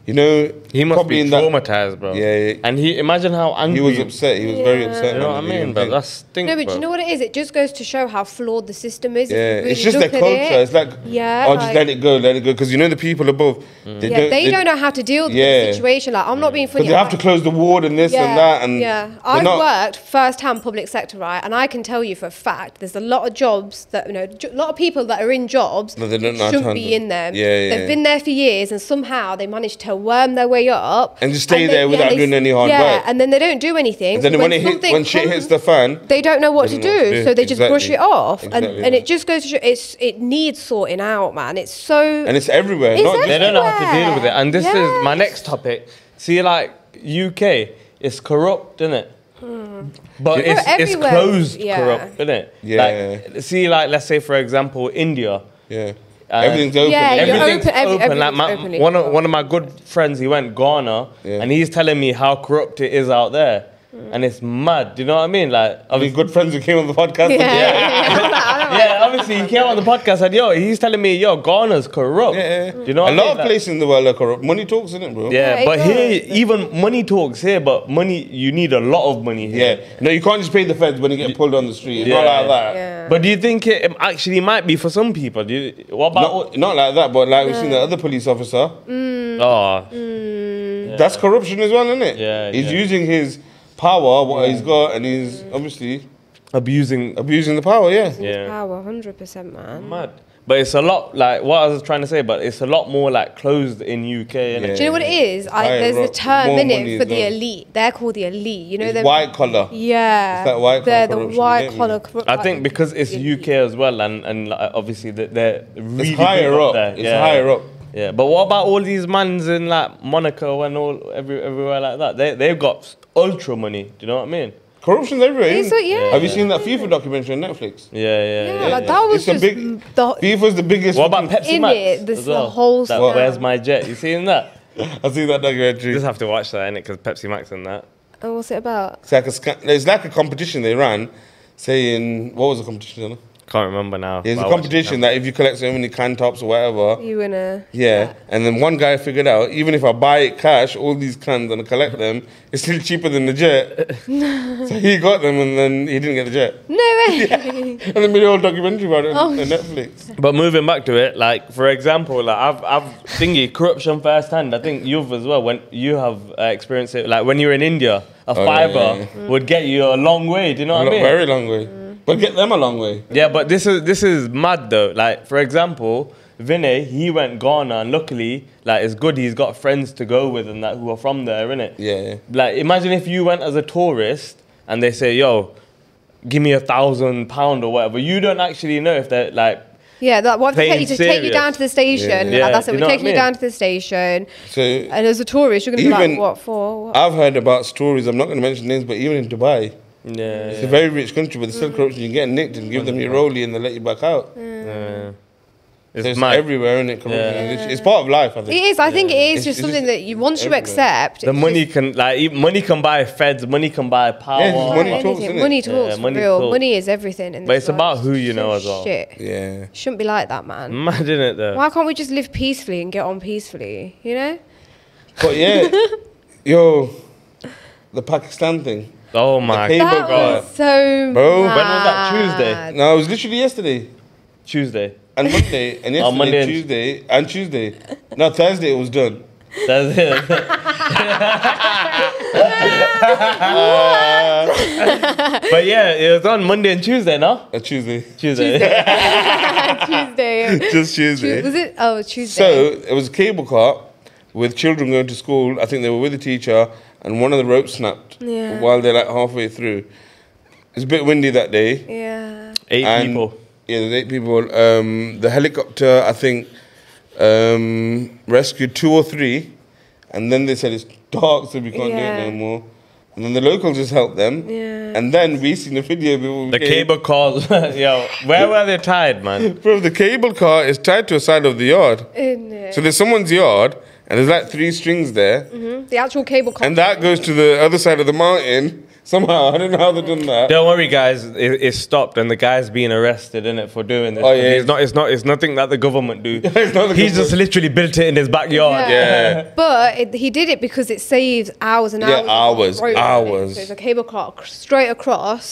[SPEAKER 1] You know,
[SPEAKER 2] He must
[SPEAKER 1] probably
[SPEAKER 2] be
[SPEAKER 1] in that-
[SPEAKER 2] traumatized, bro.
[SPEAKER 1] Yeah, yeah.
[SPEAKER 2] And he imagine how angry.
[SPEAKER 1] he was upset. He was very
[SPEAKER 3] Yeah.
[SPEAKER 1] upset.
[SPEAKER 2] You know
[SPEAKER 1] man,
[SPEAKER 2] what I
[SPEAKER 1] with the
[SPEAKER 2] mean,
[SPEAKER 1] human
[SPEAKER 2] bro?
[SPEAKER 1] thing.
[SPEAKER 2] That stink,
[SPEAKER 3] No,
[SPEAKER 2] bro.
[SPEAKER 3] but do you know what it is? It just goes to show how flawed the system is. if you
[SPEAKER 1] Yeah,
[SPEAKER 3] really
[SPEAKER 1] it's just their
[SPEAKER 3] look at
[SPEAKER 1] culture.
[SPEAKER 3] it.
[SPEAKER 1] It's like,
[SPEAKER 3] Yeah,
[SPEAKER 1] oh, just
[SPEAKER 3] like-
[SPEAKER 1] let it go, let it go, because you know the people above. They
[SPEAKER 3] yeah, they, don't know how to deal with
[SPEAKER 1] Yeah.
[SPEAKER 3] the situation. Like, I'm not being funny.
[SPEAKER 1] Because they have to
[SPEAKER 3] I-
[SPEAKER 1] close the ward and this and that, and
[SPEAKER 3] yeah,
[SPEAKER 1] they're
[SPEAKER 3] I've
[SPEAKER 1] not-
[SPEAKER 3] worked first-hand public sector, right? And I can tell you for a fact, there's a lot of jobs that you know, j- a lot of people that are in jobs
[SPEAKER 1] No, they don't know how to
[SPEAKER 3] that shouldn't
[SPEAKER 1] handle
[SPEAKER 3] be
[SPEAKER 1] it.
[SPEAKER 3] in them.
[SPEAKER 1] Yeah, yeah,
[SPEAKER 3] They've
[SPEAKER 1] yeah.
[SPEAKER 3] been there for years, and somehow they manage to worm their way up
[SPEAKER 1] And just stay there
[SPEAKER 3] and
[SPEAKER 1] without doing any hard
[SPEAKER 3] yeah,
[SPEAKER 1] work.
[SPEAKER 3] and then they don't do anything.
[SPEAKER 1] And then
[SPEAKER 3] So
[SPEAKER 1] when, it hit,
[SPEAKER 3] something
[SPEAKER 1] when shit hits
[SPEAKER 3] comes-
[SPEAKER 1] the fan,
[SPEAKER 3] they don't know what to
[SPEAKER 1] Doesn't
[SPEAKER 3] do,
[SPEAKER 1] know what to do.
[SPEAKER 3] so they just brush
[SPEAKER 1] Exactly.
[SPEAKER 3] it off, and,
[SPEAKER 1] Exactly
[SPEAKER 3] and
[SPEAKER 1] that.
[SPEAKER 3] it just goes to show it's it needs sorting out, man. It's so
[SPEAKER 1] and it's everywhere.
[SPEAKER 3] It's
[SPEAKER 1] not just-
[SPEAKER 2] they don't know how to deal with it. And this is my
[SPEAKER 3] Yes.
[SPEAKER 2] next topic. See, like UK, it's corrupt, isn't it? But
[SPEAKER 3] Yeah.
[SPEAKER 2] it's, it's
[SPEAKER 3] Hmm. Everywhere.
[SPEAKER 2] closed
[SPEAKER 3] Yeah.
[SPEAKER 2] corrupt, isn't it?
[SPEAKER 1] Yeah.
[SPEAKER 2] Like, see, like let's say for example, India.
[SPEAKER 1] yeah,
[SPEAKER 2] Uh,
[SPEAKER 1] everything's open.
[SPEAKER 3] Yeah, you're
[SPEAKER 1] everything's
[SPEAKER 2] Everything's
[SPEAKER 3] open- every-
[SPEAKER 2] open. Like my,
[SPEAKER 3] everything's openly
[SPEAKER 2] one of
[SPEAKER 3] corrupt.
[SPEAKER 2] one of my good friends, he went Ghana,
[SPEAKER 1] Yeah.
[SPEAKER 2] and he's telling me how corrupt it is out there,
[SPEAKER 3] Hmm.
[SPEAKER 2] and it's mad. Do you know what I mean? Like,
[SPEAKER 1] We've
[SPEAKER 2] obviously,
[SPEAKER 1] good friends who came on the podcast.
[SPEAKER 3] yeah, yeah, yeah. I don't know.
[SPEAKER 2] yeah, obviously he came on the podcast and yo, he's telling me yo, Ghana's corrupt.
[SPEAKER 1] Yeah,
[SPEAKER 2] Do
[SPEAKER 1] yeah.
[SPEAKER 2] you know
[SPEAKER 1] a
[SPEAKER 2] what I
[SPEAKER 1] lot
[SPEAKER 2] mean?
[SPEAKER 1] of
[SPEAKER 2] Like-
[SPEAKER 1] places in the world are corrupt. Money talks, isn't it, bro?
[SPEAKER 2] Yeah,
[SPEAKER 3] Yeah, it
[SPEAKER 2] but here
[SPEAKER 3] does.
[SPEAKER 2] even money talks here, but money you need a lot of money here.
[SPEAKER 1] Yeah. No, you can't just pay the feds when you get pulled on the street. It's Not
[SPEAKER 2] Yeah.
[SPEAKER 1] like that.
[SPEAKER 3] Yeah.
[SPEAKER 2] But do you think it um, actually might be for some people? Do you, what about?
[SPEAKER 1] Not, not like that, but like we've seen the other police officer.
[SPEAKER 2] oh,
[SPEAKER 1] That's corruption as well, isn't it?
[SPEAKER 2] Yeah,
[SPEAKER 1] He's
[SPEAKER 2] yeah.
[SPEAKER 1] using his power, what he's got, and he's obviously
[SPEAKER 2] abusing.
[SPEAKER 1] abusing the power, yeah.
[SPEAKER 2] Yeah.
[SPEAKER 3] Power, Ah, hundred percent, man.
[SPEAKER 2] Mad. But it's a lot like what I was trying to say. But it's a lot more like closed in UK. innit?
[SPEAKER 3] Do you know what it is? I,
[SPEAKER 1] Right,
[SPEAKER 3] there's a
[SPEAKER 1] right.
[SPEAKER 3] term
[SPEAKER 1] More
[SPEAKER 3] in
[SPEAKER 1] money
[SPEAKER 3] it for
[SPEAKER 1] is
[SPEAKER 3] the
[SPEAKER 1] done.
[SPEAKER 3] elite. They're called the elite. You know
[SPEAKER 1] It's
[SPEAKER 3] them.
[SPEAKER 1] white collar.
[SPEAKER 3] Yeah.
[SPEAKER 1] It's that white collar
[SPEAKER 3] They're the
[SPEAKER 1] corruption, you
[SPEAKER 3] white
[SPEAKER 1] get me?
[SPEAKER 3] collar. corrup-
[SPEAKER 2] I
[SPEAKER 3] like,
[SPEAKER 2] think because it's
[SPEAKER 3] the elite.
[SPEAKER 2] UK as well, and and like, obviously that they're really big
[SPEAKER 1] higher up.
[SPEAKER 2] there.
[SPEAKER 1] It's higher up.
[SPEAKER 2] Yeah, but what about all these mans in like Monaco and all every, everywhere like that? They they've got ultra money. Do you know what I mean?
[SPEAKER 1] Corruption's everywhere.
[SPEAKER 3] It's
[SPEAKER 1] isn't it?
[SPEAKER 3] like- yeah.
[SPEAKER 1] Have you seen that FIFA documentary on Netflix?
[SPEAKER 2] Yeah, yeah,
[SPEAKER 3] Yeah,
[SPEAKER 2] yeah.
[SPEAKER 3] like that was
[SPEAKER 1] it's a
[SPEAKER 3] just
[SPEAKER 1] big.
[SPEAKER 3] the.
[SPEAKER 1] FIFA's the biggest.
[SPEAKER 2] What about Pepsi
[SPEAKER 3] In
[SPEAKER 2] Max?
[SPEAKER 3] it, this
[SPEAKER 2] as
[SPEAKER 3] the whole
[SPEAKER 2] That
[SPEAKER 3] What?
[SPEAKER 2] Where's my jet? You seen that?
[SPEAKER 1] I see that documentary.
[SPEAKER 2] just have to watch that, innit? Because Pepsi Max and that.
[SPEAKER 3] Oh, what's it about?
[SPEAKER 1] It's like a sca- it's like a competition they ran, saying what was the competition? Donna?
[SPEAKER 2] Can't remember now.
[SPEAKER 1] It was
[SPEAKER 2] but I
[SPEAKER 1] a
[SPEAKER 2] watched it
[SPEAKER 1] competition
[SPEAKER 2] now.
[SPEAKER 1] that if you collect so many can tops or whatever,
[SPEAKER 3] You wanna?
[SPEAKER 1] yeah. And then one guy figured out even if I buy it cash, all these cans and I collect them, it's still cheaper than the jet. so he got them and then he didn't get the jet.
[SPEAKER 3] No way.
[SPEAKER 1] And they made a whole documentary about it on,
[SPEAKER 3] Oh.
[SPEAKER 1] on Netflix.
[SPEAKER 2] But moving back to it, like for example, like I've I've thingy corruption firsthand. I think you've as well when you have uh, experienced it. Like when you're in India, a
[SPEAKER 1] Oh, yeah,
[SPEAKER 2] fibre
[SPEAKER 1] yeah,
[SPEAKER 2] would get you a long way. Do you know
[SPEAKER 1] A
[SPEAKER 2] what I
[SPEAKER 1] lo-
[SPEAKER 2] mean?
[SPEAKER 1] very long way, but get them a long way.
[SPEAKER 2] Yeah, but this is this is mad though. Like for example, Vinay, he went Ghana, and luckily, like it's good he's got friends to go with and that who are from there, innit?
[SPEAKER 1] Yeah, yeah.
[SPEAKER 2] Like imagine if you went as a tourist and they say, "Yo, give me a thousand pound or whatever." You don't actually know if they're like.
[SPEAKER 3] Yeah, that what if they
[SPEAKER 2] Plain
[SPEAKER 3] take you to take you
[SPEAKER 2] serious.
[SPEAKER 3] down to the station.
[SPEAKER 1] Yeah.
[SPEAKER 3] Like,
[SPEAKER 2] Yeah,
[SPEAKER 3] that's
[SPEAKER 2] do
[SPEAKER 3] it. We're
[SPEAKER 2] you know what I
[SPEAKER 3] taking you
[SPEAKER 2] mean?
[SPEAKER 3] down to the station,
[SPEAKER 1] So
[SPEAKER 3] and as a tourist, you're gonna be
[SPEAKER 1] Even-
[SPEAKER 3] like, what for? What?
[SPEAKER 1] I've heard about stories. I'm not going to mention names, but even in Dubai,
[SPEAKER 2] Yeah. Mm.
[SPEAKER 1] it's a very rich country, but there's still
[SPEAKER 3] Mm.
[SPEAKER 1] corruption. You get nicked and give them your rollie and they let you back out.
[SPEAKER 2] yeah.
[SPEAKER 1] So
[SPEAKER 2] It's
[SPEAKER 1] it's
[SPEAKER 2] mad.
[SPEAKER 1] everywhere, isn't it? Corruption.
[SPEAKER 2] Yeah.
[SPEAKER 1] It's, it's part of life, I
[SPEAKER 3] It
[SPEAKER 1] think.
[SPEAKER 3] is. I think it is
[SPEAKER 1] It's-
[SPEAKER 3] just
[SPEAKER 1] it's
[SPEAKER 3] something
[SPEAKER 1] just
[SPEAKER 3] that you once you
[SPEAKER 1] everywhere.
[SPEAKER 3] accept.
[SPEAKER 2] the
[SPEAKER 3] it's
[SPEAKER 2] money
[SPEAKER 3] just-
[SPEAKER 2] can like even money can buy feds, money can buy power.
[SPEAKER 1] Yeah, it's money
[SPEAKER 3] Yeah,
[SPEAKER 1] talks,
[SPEAKER 3] anything.
[SPEAKER 1] innit?
[SPEAKER 3] money
[SPEAKER 2] Yeah,
[SPEAKER 3] talks. for
[SPEAKER 2] money
[SPEAKER 3] real.
[SPEAKER 2] talks.
[SPEAKER 3] Money is everything. In
[SPEAKER 2] But
[SPEAKER 3] this
[SPEAKER 2] it's about
[SPEAKER 3] world.
[SPEAKER 2] who you know
[SPEAKER 3] So
[SPEAKER 2] as well.
[SPEAKER 3] Shit,
[SPEAKER 1] Yeah.
[SPEAKER 3] shouldn't be like that, man.
[SPEAKER 2] Mad in it though.
[SPEAKER 3] Why can't we just live peacefully and get on peacefully? You know?
[SPEAKER 1] But yeah, yo, the Pakistan thing.
[SPEAKER 2] Oh my
[SPEAKER 1] cable
[SPEAKER 2] god.
[SPEAKER 3] That
[SPEAKER 1] guy.
[SPEAKER 3] was so.
[SPEAKER 1] Bro, uh, when
[SPEAKER 3] mad.
[SPEAKER 1] was
[SPEAKER 2] that? Tuesday?
[SPEAKER 1] No, it was literally yesterday
[SPEAKER 2] Tuesday.
[SPEAKER 1] and Monday and yesterday,
[SPEAKER 2] Oh, Monday and-
[SPEAKER 1] Tuesday and Tuesday. No, Thursday it was done.
[SPEAKER 2] That's it. but yeah, it was on Monday and Tuesday, no?
[SPEAKER 1] A Uh, Tuesday,
[SPEAKER 2] Tuesday.
[SPEAKER 3] Tuesday.
[SPEAKER 1] just Tuesday.
[SPEAKER 3] Tu- Was it? Oh, Tuesday.
[SPEAKER 1] So it was a cable car with children going to school. I think they were with a teacher, and one of the ropes snapped
[SPEAKER 3] Yeah.
[SPEAKER 1] while they're like halfway through. It's a bit windy that day.
[SPEAKER 3] yeah.
[SPEAKER 2] Eight
[SPEAKER 1] And-
[SPEAKER 2] people.
[SPEAKER 1] Yeah, there's eight people. Um, the helicopter, I think, um, rescued two or three, and then they said it's dark, so we can't do
[SPEAKER 3] Yeah.
[SPEAKER 1] it no more. And then the locals just helped them.
[SPEAKER 3] Yeah.
[SPEAKER 1] And then we seen the video before we
[SPEAKER 2] The
[SPEAKER 1] came.
[SPEAKER 2] cable calls. Yo, where were they tied, man?
[SPEAKER 1] Bro, the cable car is tied to a side of the yard.
[SPEAKER 3] Isn't it?
[SPEAKER 1] So there's someone's yard,
[SPEAKER 3] Mm-hmm.
[SPEAKER 1] and there's like three strings there,
[SPEAKER 3] Mhm. The actual cable.
[SPEAKER 1] and that goes to the other side of the mountain. Somehow, I don't know how they've done that.
[SPEAKER 2] Don't worry, guys. It, it's stopped, and the guy's being arrested in it for doing this.
[SPEAKER 1] Oh, yeah.
[SPEAKER 2] it's not. It's not. It's nothing that the government do. He's
[SPEAKER 1] It's not the
[SPEAKER 2] just
[SPEAKER 1] government.
[SPEAKER 2] literally built it in his backyard.
[SPEAKER 1] Yeah.
[SPEAKER 3] But it, he did it because it saves hours and
[SPEAKER 1] Yeah,
[SPEAKER 3] hours. of
[SPEAKER 1] hours,
[SPEAKER 3] road traffic.
[SPEAKER 1] hours.
[SPEAKER 3] So it's a cable car ac- straight across.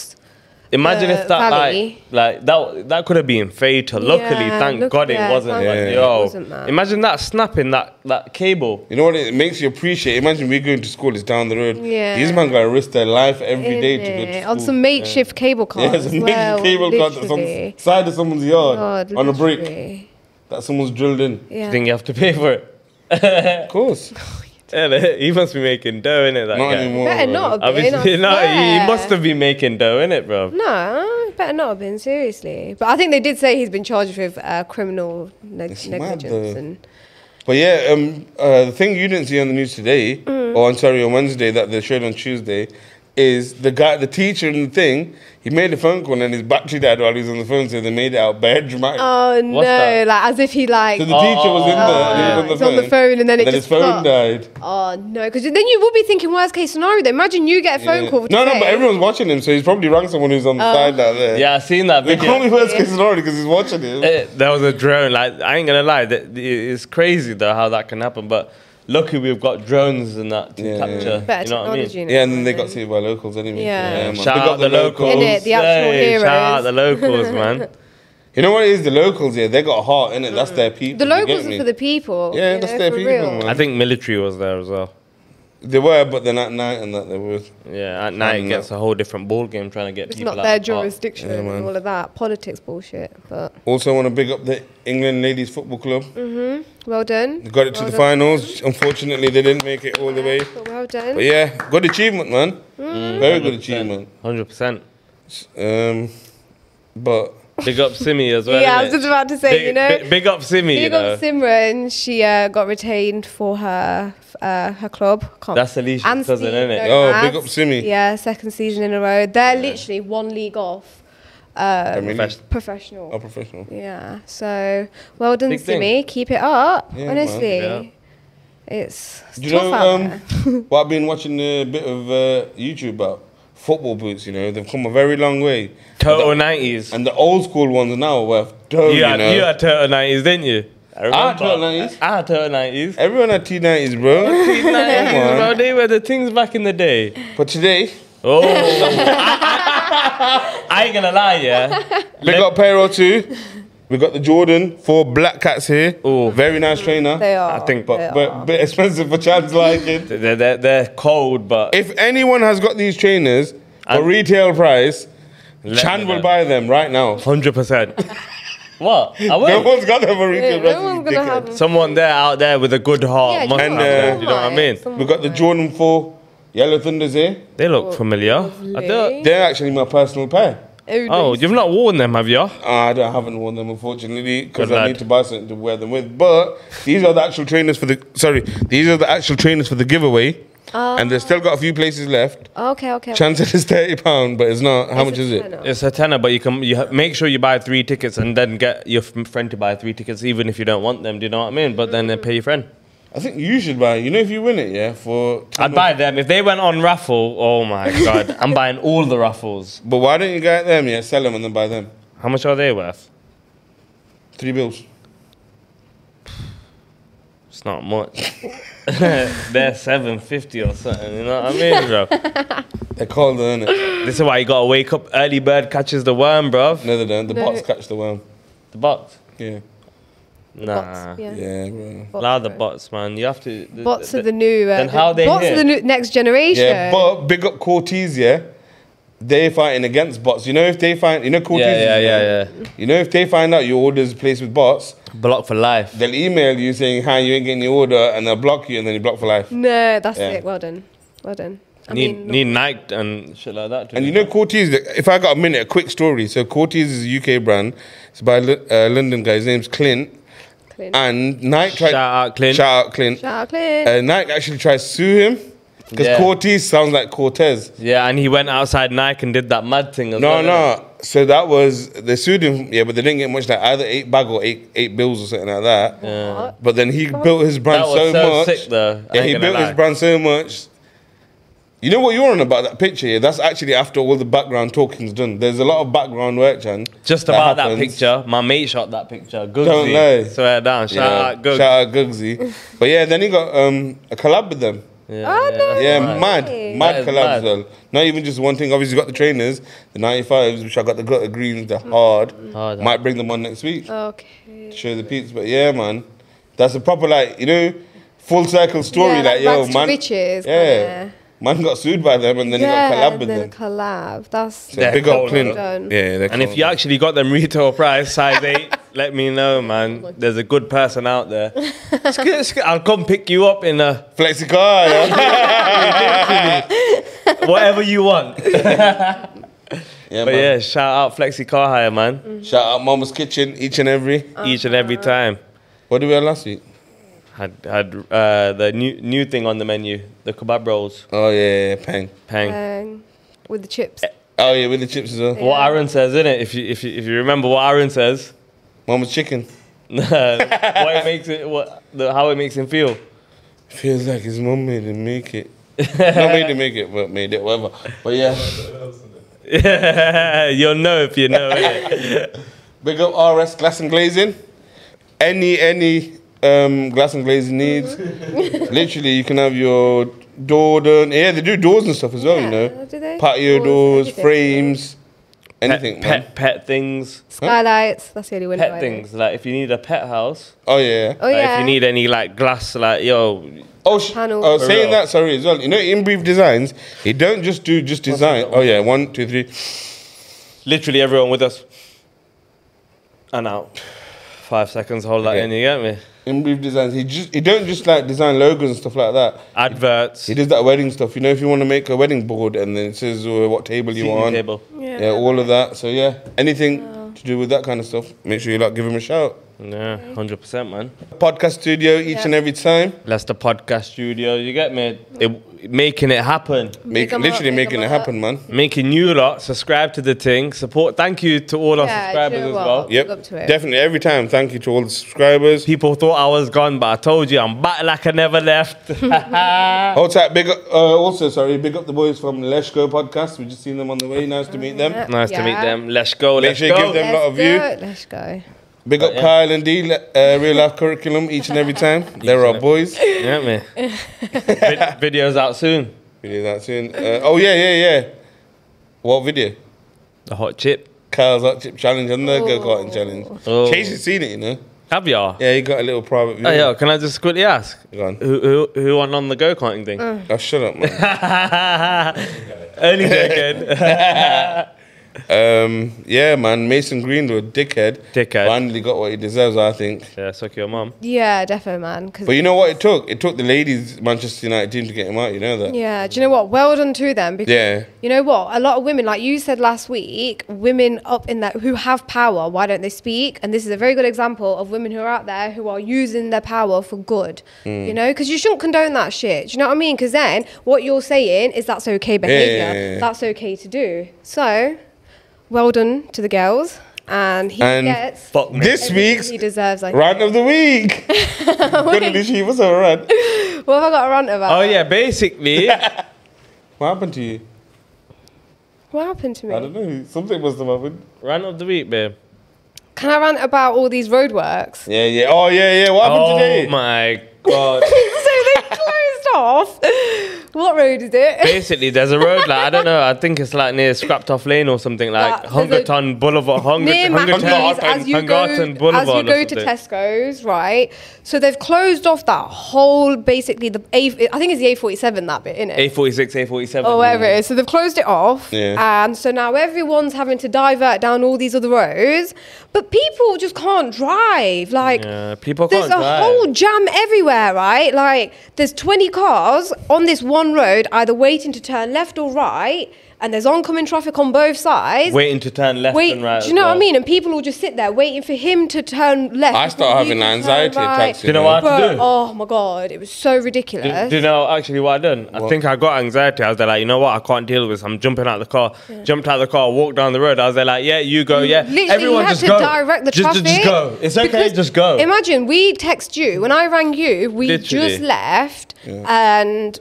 [SPEAKER 2] Imagine if
[SPEAKER 3] Uh,
[SPEAKER 2] that
[SPEAKER 3] valley.
[SPEAKER 2] like like that that could have been fatal. Luckily,
[SPEAKER 3] Yeah,
[SPEAKER 2] thank
[SPEAKER 3] look-
[SPEAKER 2] God it
[SPEAKER 3] yeah,
[SPEAKER 2] wasn't.
[SPEAKER 3] thank
[SPEAKER 2] Like,
[SPEAKER 1] God it
[SPEAKER 2] yo,
[SPEAKER 3] wasn't that.
[SPEAKER 2] imagine that snapping that that cable.
[SPEAKER 1] You know what? It makes you appreciate. Imagine we're going to school. It's down the road.
[SPEAKER 3] Yeah.
[SPEAKER 1] These men gotta risk their life every day to go to
[SPEAKER 3] innit?
[SPEAKER 1] school.
[SPEAKER 3] on some makeshift cable car.
[SPEAKER 1] yeah, it's
[SPEAKER 3] as
[SPEAKER 1] a major
[SPEAKER 3] well,
[SPEAKER 1] cable cut that's on
[SPEAKER 3] literally.
[SPEAKER 1] the side of someone's yard
[SPEAKER 3] God,
[SPEAKER 1] on a brick
[SPEAKER 3] literally.
[SPEAKER 1] that someone's drilled in.
[SPEAKER 3] Yeah.
[SPEAKER 2] You think you have to pay for it?
[SPEAKER 1] Of course,
[SPEAKER 2] Innit? he must be making dough in it. That
[SPEAKER 1] not
[SPEAKER 2] guy.
[SPEAKER 1] anymore.
[SPEAKER 3] better
[SPEAKER 1] bro.
[SPEAKER 3] not have been. I
[SPEAKER 2] Obviously, no, he, he
[SPEAKER 3] swear.
[SPEAKER 2] must have been making dough in it, bro.
[SPEAKER 3] No, better not have been seriously. But I think they did say he's been charged with uh, criminal neg-
[SPEAKER 1] It's mad,
[SPEAKER 3] negligence
[SPEAKER 1] though.
[SPEAKER 3] and
[SPEAKER 1] But yeah, um, uh, the thing you didn't see on the news today,
[SPEAKER 3] Mm.
[SPEAKER 1] or I'm sorry, on Wednesday that they showed on Tuesday, is the guy, the teacher in the thing, he made a phone call and his battery died while he was on the phone, so they made it out bad dramatic.
[SPEAKER 3] oh no,
[SPEAKER 2] that?
[SPEAKER 3] like as if he like
[SPEAKER 1] so the
[SPEAKER 2] Oh,
[SPEAKER 1] teacher was in there,
[SPEAKER 3] oh,
[SPEAKER 1] and he was
[SPEAKER 3] he's on the phone and then it
[SPEAKER 1] then his
[SPEAKER 3] just
[SPEAKER 1] phone
[SPEAKER 3] cut.
[SPEAKER 1] died.
[SPEAKER 3] oh no, because then you would be thinking worst case scenario. Though. Imagine you get a phone
[SPEAKER 1] Yeah.
[SPEAKER 3] call.
[SPEAKER 1] No, no,
[SPEAKER 3] today. Oh.
[SPEAKER 1] but everyone's watching him, so he's probably rang someone who's on the side out there.
[SPEAKER 2] Yeah, I seen that
[SPEAKER 1] They call me
[SPEAKER 2] video.
[SPEAKER 1] worst case scenario because he's watching it.
[SPEAKER 2] Eh, There was a drone. Like I ain't gonna lie, that it- it's crazy though how that can happen. But lucky we've got drones and that to
[SPEAKER 1] Yeah, yeah,
[SPEAKER 2] capture.
[SPEAKER 3] better
[SPEAKER 2] You know what I mean?
[SPEAKER 3] technology. now, eh?
[SPEAKER 1] Yeah, and then they got
[SPEAKER 3] isn't it?
[SPEAKER 1] saved by locals anyway.
[SPEAKER 3] Yeah. Yeah,
[SPEAKER 1] man.
[SPEAKER 2] Shout
[SPEAKER 1] Big
[SPEAKER 2] out
[SPEAKER 1] up
[SPEAKER 2] the locals.
[SPEAKER 3] Innit? The actual
[SPEAKER 2] Hey, Shout out
[SPEAKER 3] heroes.
[SPEAKER 2] the locals, man.
[SPEAKER 1] You know what it is? The locals, yeah, they got a heart in it. That's their people.
[SPEAKER 3] Mm. The
[SPEAKER 1] you get
[SPEAKER 3] locals
[SPEAKER 1] me?
[SPEAKER 3] are for the people.
[SPEAKER 1] Yeah,
[SPEAKER 3] you
[SPEAKER 1] that's
[SPEAKER 3] know,
[SPEAKER 1] their
[SPEAKER 3] for
[SPEAKER 1] people,
[SPEAKER 3] real.
[SPEAKER 1] man.
[SPEAKER 2] I think military was there as well.
[SPEAKER 1] They were, but then at night and that they were.
[SPEAKER 2] Yeah, at night it
[SPEAKER 1] Mm.
[SPEAKER 2] gets a whole different ball game trying to get
[SPEAKER 3] It's
[SPEAKER 2] people. oh.
[SPEAKER 3] not
[SPEAKER 2] out
[SPEAKER 3] their
[SPEAKER 2] the park.
[SPEAKER 3] jurisdiction
[SPEAKER 1] Yeah, man.
[SPEAKER 3] and all of that politics bullshit. But
[SPEAKER 1] Also, want to big up the England Ladies Football Club.
[SPEAKER 3] well done.
[SPEAKER 1] They got it to
[SPEAKER 3] Mm. Well
[SPEAKER 1] the
[SPEAKER 3] done.
[SPEAKER 1] finals. Unfortunately, they didn't make it all the way.
[SPEAKER 3] But well done.
[SPEAKER 1] But yeah, good achievement, man.
[SPEAKER 3] Mm.
[SPEAKER 1] Very good achievement.
[SPEAKER 2] Hundred percent.
[SPEAKER 1] Um, but
[SPEAKER 2] Big up Simi as well.
[SPEAKER 3] Yeah, I
[SPEAKER 2] innit?
[SPEAKER 3] was just about to say,
[SPEAKER 2] big,
[SPEAKER 3] you know,
[SPEAKER 2] big, big up Simi. you
[SPEAKER 3] Big
[SPEAKER 2] know.
[SPEAKER 3] up Simran. She uh, got retained for her f- uh, her club. Can't
[SPEAKER 2] That's Alicia's
[SPEAKER 3] and
[SPEAKER 2] cousin,
[SPEAKER 3] Steve
[SPEAKER 2] innit?
[SPEAKER 3] Nomads.
[SPEAKER 1] Oh, big up Simi.
[SPEAKER 3] Yeah, second season in a row. They're literally one league off. Uh,
[SPEAKER 1] I mean, oh.
[SPEAKER 2] Professional.
[SPEAKER 3] professional.
[SPEAKER 1] are professional.
[SPEAKER 3] Yeah. So well done,
[SPEAKER 2] Big
[SPEAKER 3] Simi.
[SPEAKER 2] thing.
[SPEAKER 3] Keep it up.
[SPEAKER 1] Yeah, man.
[SPEAKER 3] honestly,
[SPEAKER 2] Yeah.
[SPEAKER 3] it's, it's
[SPEAKER 1] Do you
[SPEAKER 3] tough
[SPEAKER 1] know
[SPEAKER 3] out
[SPEAKER 1] um,
[SPEAKER 3] there.
[SPEAKER 1] what I've been watching a bit of uh, YouTube about? Football boots, you know, they've come a very long way.
[SPEAKER 2] Total
[SPEAKER 1] And the-
[SPEAKER 2] nineties.
[SPEAKER 1] And the old school ones now are worth dough,
[SPEAKER 2] You
[SPEAKER 1] you,
[SPEAKER 2] had
[SPEAKER 1] know.
[SPEAKER 2] you had turtle nineties, didn't you? I
[SPEAKER 1] had turtle 90s.
[SPEAKER 2] I had turtle nineties.
[SPEAKER 1] Everyone had T90s, bro. on.
[SPEAKER 2] Bro, they were the things back in the day.
[SPEAKER 1] but today,
[SPEAKER 2] Oh, I ain't gonna lie, yeah.
[SPEAKER 1] Big up pair or two. We got the Jordan four black cats here.
[SPEAKER 2] Ooh.
[SPEAKER 1] very nice trainer.
[SPEAKER 3] They are.
[SPEAKER 2] I think-
[SPEAKER 3] they
[SPEAKER 1] but
[SPEAKER 3] are.
[SPEAKER 1] but, but expensive for chance liking.
[SPEAKER 2] They're, they're, they're cold, but
[SPEAKER 1] if anyone has got these trainers for
[SPEAKER 2] And-
[SPEAKER 1] retail price,
[SPEAKER 2] Let
[SPEAKER 1] Chan
[SPEAKER 2] me
[SPEAKER 1] will
[SPEAKER 2] know.
[SPEAKER 1] buy them right now.
[SPEAKER 2] hundred percent. What? I
[SPEAKER 1] No
[SPEAKER 2] will.
[SPEAKER 1] one's got them for
[SPEAKER 3] Yeah,
[SPEAKER 1] retail price.
[SPEAKER 3] no one's
[SPEAKER 1] it's
[SPEAKER 3] gonna have
[SPEAKER 1] dickhead.
[SPEAKER 3] them.
[SPEAKER 2] Someone there out there with a good heart.
[SPEAKER 3] Yeah,
[SPEAKER 2] must
[SPEAKER 1] And,
[SPEAKER 2] have
[SPEAKER 1] uh,
[SPEAKER 2] them, you know what I
[SPEAKER 3] someone
[SPEAKER 2] mean?
[SPEAKER 3] might,
[SPEAKER 1] We got the
[SPEAKER 3] someone
[SPEAKER 1] Jordan four Yellow Thunders here.
[SPEAKER 2] They look familiar. I
[SPEAKER 3] lovely.
[SPEAKER 2] don't,
[SPEAKER 1] They're actually my personal pair.
[SPEAKER 3] might.
[SPEAKER 2] oh, you've not worn them, have you?
[SPEAKER 1] I don't, haven't worn them unfortunately because
[SPEAKER 2] Good
[SPEAKER 1] I
[SPEAKER 2] lad.
[SPEAKER 1] need to buy something to wear them with. But these are the actual trainers for the sorry, these are the actual trainers for the giveaway, and they've still got a few places left.
[SPEAKER 3] Ah. Okay, okay.
[SPEAKER 1] Chance it is thirty pound, but it's not. How much is
[SPEAKER 3] I
[SPEAKER 1] it?
[SPEAKER 3] know.
[SPEAKER 2] It's a tenner, but you can you ha- make sure you buy three tickets and then get your f- friend to buy three tickets, even if you don't want them. Do you know what I mean? But then they pay your friend.
[SPEAKER 1] I think you should buy. it. You know, if you win it, yeah, for
[SPEAKER 2] I'd buy them if they went on raffle. Oh my god, I'm buying all the raffles.
[SPEAKER 1] But why don't you get them? Yeah, sell them and then buy them.
[SPEAKER 2] How much are they worth?
[SPEAKER 1] Three bills.
[SPEAKER 2] It's not much. They're seven fifty or something. You know what I mean, bro?
[SPEAKER 1] They're called, aren't it?
[SPEAKER 2] this is why you gotta wake up. Early bird catches the worm, bro.
[SPEAKER 1] No, they don't. The
[SPEAKER 3] No.
[SPEAKER 1] bots catch the worm.
[SPEAKER 2] The bots.
[SPEAKER 1] Yeah,
[SPEAKER 2] Nah.
[SPEAKER 3] Bots, yeah.
[SPEAKER 1] yeah, bro.
[SPEAKER 3] Bots,
[SPEAKER 2] Allow the
[SPEAKER 3] bro.
[SPEAKER 2] bots, man. You have to. The,
[SPEAKER 3] Bots are the new. Uh,
[SPEAKER 2] Then how they
[SPEAKER 3] bots are
[SPEAKER 2] hit?
[SPEAKER 3] the new next generation.
[SPEAKER 1] Yeah, but big up Cortez. Yeah, they fighting against bots. You know, if they find, you know, Cortez.
[SPEAKER 2] Yeah, yeah, yeah, yeah.
[SPEAKER 1] You know, if they find out your order's placed with bots,
[SPEAKER 2] Block for life.
[SPEAKER 1] they'll email you saying, "Hi, you ain't getting your order," and they'll block you, and then you block for life.
[SPEAKER 3] No, that's
[SPEAKER 1] Yeah.
[SPEAKER 3] it. Well done. Well done. I
[SPEAKER 2] need
[SPEAKER 3] mean,
[SPEAKER 2] need Nike and shit like that. to
[SPEAKER 1] And
[SPEAKER 2] do
[SPEAKER 1] you know,
[SPEAKER 2] that.
[SPEAKER 1] Cortez, if I got a minute, a quick story. So, Cortez is a UK brand. It's by L- uh, London guy. His name's Clint.
[SPEAKER 3] Clint.
[SPEAKER 1] And Nike tried.
[SPEAKER 2] Shout out, Clint.
[SPEAKER 1] Shout out, Clint.
[SPEAKER 3] Shout out Clint.
[SPEAKER 1] Ah. Uh, Nike actually tried to sue him because
[SPEAKER 2] Yeah.
[SPEAKER 1] Cortez sounds like Cortez.
[SPEAKER 2] yeah, and he went outside Nike and did that mad thing. As
[SPEAKER 1] No,
[SPEAKER 2] well, innit?
[SPEAKER 1] no. So that was they sued him, yeah, but they didn't get much. Like either eight bag or eight eight bills or something like that.
[SPEAKER 3] What?
[SPEAKER 1] But then he built his brand
[SPEAKER 2] That was
[SPEAKER 1] so,
[SPEAKER 2] so
[SPEAKER 1] much.
[SPEAKER 2] sick, though. I
[SPEAKER 1] Yeah,
[SPEAKER 2] ain't
[SPEAKER 1] he
[SPEAKER 2] gonna
[SPEAKER 1] built
[SPEAKER 2] lie.
[SPEAKER 1] his brand so much. You know what you're on about that picture here? That's actually after all the background talking's done. There's a lot of background work, Chan.
[SPEAKER 2] Just about that,
[SPEAKER 1] happens.
[SPEAKER 2] picture, my mate shot that picture. Googsy.
[SPEAKER 1] Don't lie.
[SPEAKER 2] Swear down. Shout
[SPEAKER 1] Yeah.
[SPEAKER 2] out Googs.
[SPEAKER 1] Shout out Googsy. but yeah, then he got um, a collab with them.
[SPEAKER 2] Yeah,
[SPEAKER 3] Oh,
[SPEAKER 2] yeah,
[SPEAKER 3] no.
[SPEAKER 2] that's
[SPEAKER 1] Yeah,
[SPEAKER 2] right.
[SPEAKER 1] mad,
[SPEAKER 3] Right.
[SPEAKER 1] mad
[SPEAKER 2] That is
[SPEAKER 1] collabs.
[SPEAKER 2] mad.
[SPEAKER 1] Well, not even just one thing. Obviously, you got the trainers, the 95s, which I got the gutter greens, the hard.
[SPEAKER 2] Hard.
[SPEAKER 1] Might bring them on next week.
[SPEAKER 3] Okay.
[SPEAKER 1] Show the peeps, but yeah, man, that's a proper like you know, full circle story.
[SPEAKER 3] Yeah,
[SPEAKER 1] like
[SPEAKER 3] like
[SPEAKER 1] yo,
[SPEAKER 3] rags to
[SPEAKER 1] man,
[SPEAKER 3] riches,
[SPEAKER 1] yeah,
[SPEAKER 3] kinda.
[SPEAKER 1] man got sued by them and then he got collab
[SPEAKER 3] and
[SPEAKER 1] with
[SPEAKER 3] then
[SPEAKER 1] them.
[SPEAKER 3] a collab. That's
[SPEAKER 1] So
[SPEAKER 2] They're
[SPEAKER 1] big up
[SPEAKER 2] cold,
[SPEAKER 1] Clint. Yeah,
[SPEAKER 3] done.
[SPEAKER 1] they're
[SPEAKER 2] And if
[SPEAKER 1] cold.
[SPEAKER 2] you actually got them retail price size eight, let me know,
[SPEAKER 1] Oh
[SPEAKER 2] man. There's a good person out there. Sk- sk- I'll come pick you up in uh, a
[SPEAKER 1] flexi car, yeah.
[SPEAKER 2] whatever you want.
[SPEAKER 1] yeah,
[SPEAKER 2] But
[SPEAKER 1] man.
[SPEAKER 2] yeah, shout out Flexi Car Hire, man.
[SPEAKER 1] Shout out Mama's Kitchen each and every.
[SPEAKER 2] Each and
[SPEAKER 1] Uh-huh.
[SPEAKER 2] every time.
[SPEAKER 1] What did we have last week?
[SPEAKER 2] Had had uh, the new new thing on the menu, the kebab rolls.
[SPEAKER 1] Oh yeah, yeah, pang.
[SPEAKER 2] Pang.
[SPEAKER 3] um, with the chips.
[SPEAKER 1] Oh yeah, with the chips as well.
[SPEAKER 2] What Aaron says, innit? If you if you, if you remember what Aaron says,
[SPEAKER 1] Mama's chicken.
[SPEAKER 2] what it makes it, what the, how it makes him feel.
[SPEAKER 1] Feels like his mum made him make it. Not made him make it, but made it, whatever. But yeah,
[SPEAKER 2] You'll know if you know. innit?
[SPEAKER 1] big up RS Glass and Glazing. Any, any um, glass and glazing needs. Literally, you can have your door done. Yeah, they do doors and stuff as well, you
[SPEAKER 3] Yeah,
[SPEAKER 1] know.
[SPEAKER 3] do they?
[SPEAKER 1] Patio
[SPEAKER 3] Doors,
[SPEAKER 1] doors,
[SPEAKER 3] everything.
[SPEAKER 1] frames, anything,
[SPEAKER 2] pet,
[SPEAKER 1] man.
[SPEAKER 2] pet pet things,
[SPEAKER 3] Skylights. That's the only window.
[SPEAKER 2] pet
[SPEAKER 3] I know.
[SPEAKER 2] things. Like if you need a pet house,
[SPEAKER 1] Oh, yeah.
[SPEAKER 3] Oh
[SPEAKER 2] like,
[SPEAKER 3] yeah.
[SPEAKER 2] if you need any like glass, like yo,
[SPEAKER 1] Oh, sh-
[SPEAKER 3] Panel.
[SPEAKER 1] oh saying
[SPEAKER 2] Real.
[SPEAKER 1] that, sorry, as well. You know, in brief designs, you don't just do just design. Oh, yeah, one, two, three.
[SPEAKER 2] literally everyone with us, and out. Five seconds, hold that
[SPEAKER 1] Okay.
[SPEAKER 2] in. You get me?
[SPEAKER 1] In brief designs, he just he don't just like design logos and stuff like that.
[SPEAKER 2] Adverts.
[SPEAKER 1] He does that wedding stuff. You know, if you want to make a wedding board and then it says uh, what table you
[SPEAKER 2] seating
[SPEAKER 1] want.
[SPEAKER 2] Table.
[SPEAKER 1] Yeah, all of that. So, yeah, anything
[SPEAKER 3] Oh.
[SPEAKER 1] to do with that kind of stuff, make sure you like give him a shout.
[SPEAKER 2] Yeah, hundred percent, man.
[SPEAKER 1] Podcast studio each
[SPEAKER 3] Yeah.
[SPEAKER 1] and every time.
[SPEAKER 2] That's the podcast studio. You get me? It, making it happen.
[SPEAKER 1] Make,
[SPEAKER 3] Big 'em up,
[SPEAKER 1] literally
[SPEAKER 3] big
[SPEAKER 1] making
[SPEAKER 3] 'em
[SPEAKER 1] it
[SPEAKER 3] up.
[SPEAKER 1] happen, man.
[SPEAKER 2] Making you lot subscribe to the thing. Support. Thank you to all our
[SPEAKER 3] Yeah, do you
[SPEAKER 2] subscribers
[SPEAKER 3] know
[SPEAKER 2] as
[SPEAKER 3] what?
[SPEAKER 2] well.
[SPEAKER 1] Yep.
[SPEAKER 3] up to it.
[SPEAKER 1] Definitely every time. Thank you to all the subscribers.
[SPEAKER 2] People thought I was gone, but I told you I'm back like I never left.
[SPEAKER 1] Hold tight. Big up, uh, also, sorry, big up the boys from Let's Go podcast. We just seen them on the way. Nice to meet them.
[SPEAKER 2] nice to meet
[SPEAKER 3] Yeah.
[SPEAKER 2] them. Let's go.
[SPEAKER 1] Make
[SPEAKER 2] let's
[SPEAKER 1] sure you
[SPEAKER 2] go.
[SPEAKER 1] give them- a lot of you.
[SPEAKER 3] go. Let's go.
[SPEAKER 1] Big up
[SPEAKER 2] yeah.
[SPEAKER 1] Kyle and D, le- uh, real life curriculum each and every time. They're our boys.
[SPEAKER 2] You get me? Vid- videos out soon.
[SPEAKER 1] We do that soon. Uh, oh yeah, yeah, yeah. What video?
[SPEAKER 2] The hot chip.
[SPEAKER 1] Kyle's hot chip challenge and the go karting challenge.
[SPEAKER 2] Oh.
[SPEAKER 1] Chase has seen it, you know.
[SPEAKER 2] Have y'all?
[SPEAKER 1] Yeah, he got a little private view.
[SPEAKER 2] Hey, yo, can I just quickly ask?
[SPEAKER 1] Go on.
[SPEAKER 2] Who, who, who won on the go karting thing?
[SPEAKER 3] Mm.
[SPEAKER 1] Oh, shut up, man.
[SPEAKER 2] Only joking.
[SPEAKER 1] um, yeah, man. Mason Greenwood, dickhead.
[SPEAKER 2] Dickhead.
[SPEAKER 1] Finally got what he deserves, I think.
[SPEAKER 2] yeah, suck your mum.
[SPEAKER 3] Yeah, definitely, man. 'cause-
[SPEAKER 1] But you know what it took? It took the ladies Manchester United team to get him out. You know that?
[SPEAKER 3] yeah, do you know what? Well done to them because
[SPEAKER 1] Yeah.
[SPEAKER 3] you know what? A lot of women, like you said last week, women up in that who have power, why don't they speak? And this is a very good example of women who are out there who are using their power for good.
[SPEAKER 1] Mm.
[SPEAKER 3] You know, because you shouldn't condone that shit. Do you know what I mean? Because then what you're saying is that's okay behavior.
[SPEAKER 1] yeah.
[SPEAKER 3] That's okay to do. So, well done to the girls, and he
[SPEAKER 1] And
[SPEAKER 3] gets
[SPEAKER 2] Fuck me.
[SPEAKER 1] This week's
[SPEAKER 3] he deserves. Like,
[SPEAKER 1] rant of the week. Gonna do she was a rant.
[SPEAKER 3] what have I got a rant about?
[SPEAKER 2] Oh yeah, basically.
[SPEAKER 1] What happened to you?
[SPEAKER 3] what happened to me?
[SPEAKER 1] I don't know. Something must have happened.
[SPEAKER 2] Run of the week, babe.
[SPEAKER 3] Can I rant about all these roadworks?
[SPEAKER 1] Yeah, yeah. Oh, yeah, yeah. What happened
[SPEAKER 2] oh
[SPEAKER 1] today?
[SPEAKER 2] my god.
[SPEAKER 3] so they closed off. What road is it?
[SPEAKER 2] Basically, there's a road like I don't know. I think it's like near Scrapped Off Lane or something like
[SPEAKER 3] That- there's a-
[SPEAKER 2] Hungerton Boulevard. Hunger,
[SPEAKER 3] Near
[SPEAKER 2] Hungerton,
[SPEAKER 3] Mackey's, as you go, as
[SPEAKER 2] Hungerton
[SPEAKER 3] you
[SPEAKER 2] Boulevard or
[SPEAKER 3] go to
[SPEAKER 2] something.
[SPEAKER 3] Tesco's, right? So they've closed off that whole, basically the A. I think it's the A47 that bit, innit?
[SPEAKER 2] A46, A47.
[SPEAKER 3] or whatever it is. So they've closed it off,
[SPEAKER 1] Yeah.
[SPEAKER 3] and so now everyone's having to divert down all these other roads. But people just can't drive. Like
[SPEAKER 2] Yeah, people
[SPEAKER 3] there's
[SPEAKER 2] can't
[SPEAKER 3] a
[SPEAKER 2] drive.
[SPEAKER 3] whole jam everywhere, right? Like there's 20 cars on this one road, either waiting to turn left or right, and there's oncoming traffic on both sides.
[SPEAKER 2] Waiting to turn left
[SPEAKER 3] Wait,
[SPEAKER 2] and right.
[SPEAKER 3] do
[SPEAKER 2] as
[SPEAKER 3] you know
[SPEAKER 2] well.
[SPEAKER 3] what I mean? And people will just sit there waiting for him to turn left.
[SPEAKER 1] I
[SPEAKER 3] before
[SPEAKER 1] start
[SPEAKER 3] you
[SPEAKER 1] having
[SPEAKER 3] can turn
[SPEAKER 1] anxiety attacks.
[SPEAKER 2] Do you know what?
[SPEAKER 3] Bro,
[SPEAKER 2] To do.
[SPEAKER 3] oh my god, it was so ridiculous.
[SPEAKER 2] Do, do you know actually what I done? I think I got anxiety. I was there like, you know what? I can't deal with this. I'm jumping out the car. Jumped out the car, walked down the road. I was there like, yeah, you go, yeah.
[SPEAKER 3] Literally,
[SPEAKER 2] Everyone
[SPEAKER 3] you had
[SPEAKER 2] just
[SPEAKER 3] to
[SPEAKER 2] go.
[SPEAKER 3] direct the
[SPEAKER 2] just,
[SPEAKER 3] traffic.
[SPEAKER 2] just, just go. It's okay,
[SPEAKER 3] Because
[SPEAKER 2] just go.
[SPEAKER 3] Imagine we text you when I rang you. We
[SPEAKER 2] Literally.
[SPEAKER 3] just left, and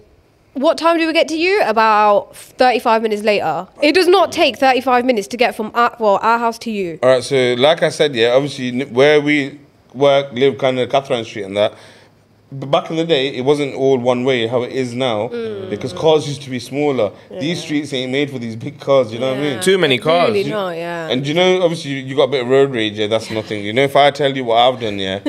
[SPEAKER 3] what time do we get to you? About 35 minutes later. It does not take 35 minutes to get from our, well, our house to you.
[SPEAKER 1] All right, so like I said, yeah, obviously n- where we work, live, kind of Catherine Street and that. But back in the day, it wasn't all one way how it is now because cars used to be smaller. These streets ain't made for these big cars. You know what I mean?
[SPEAKER 2] Too many cars.
[SPEAKER 3] Really not, yeah.
[SPEAKER 1] And you know, obviously, you, you got a bit of road rage. Yeah, that's nothing. You know, if I tell you what I've done, yeah,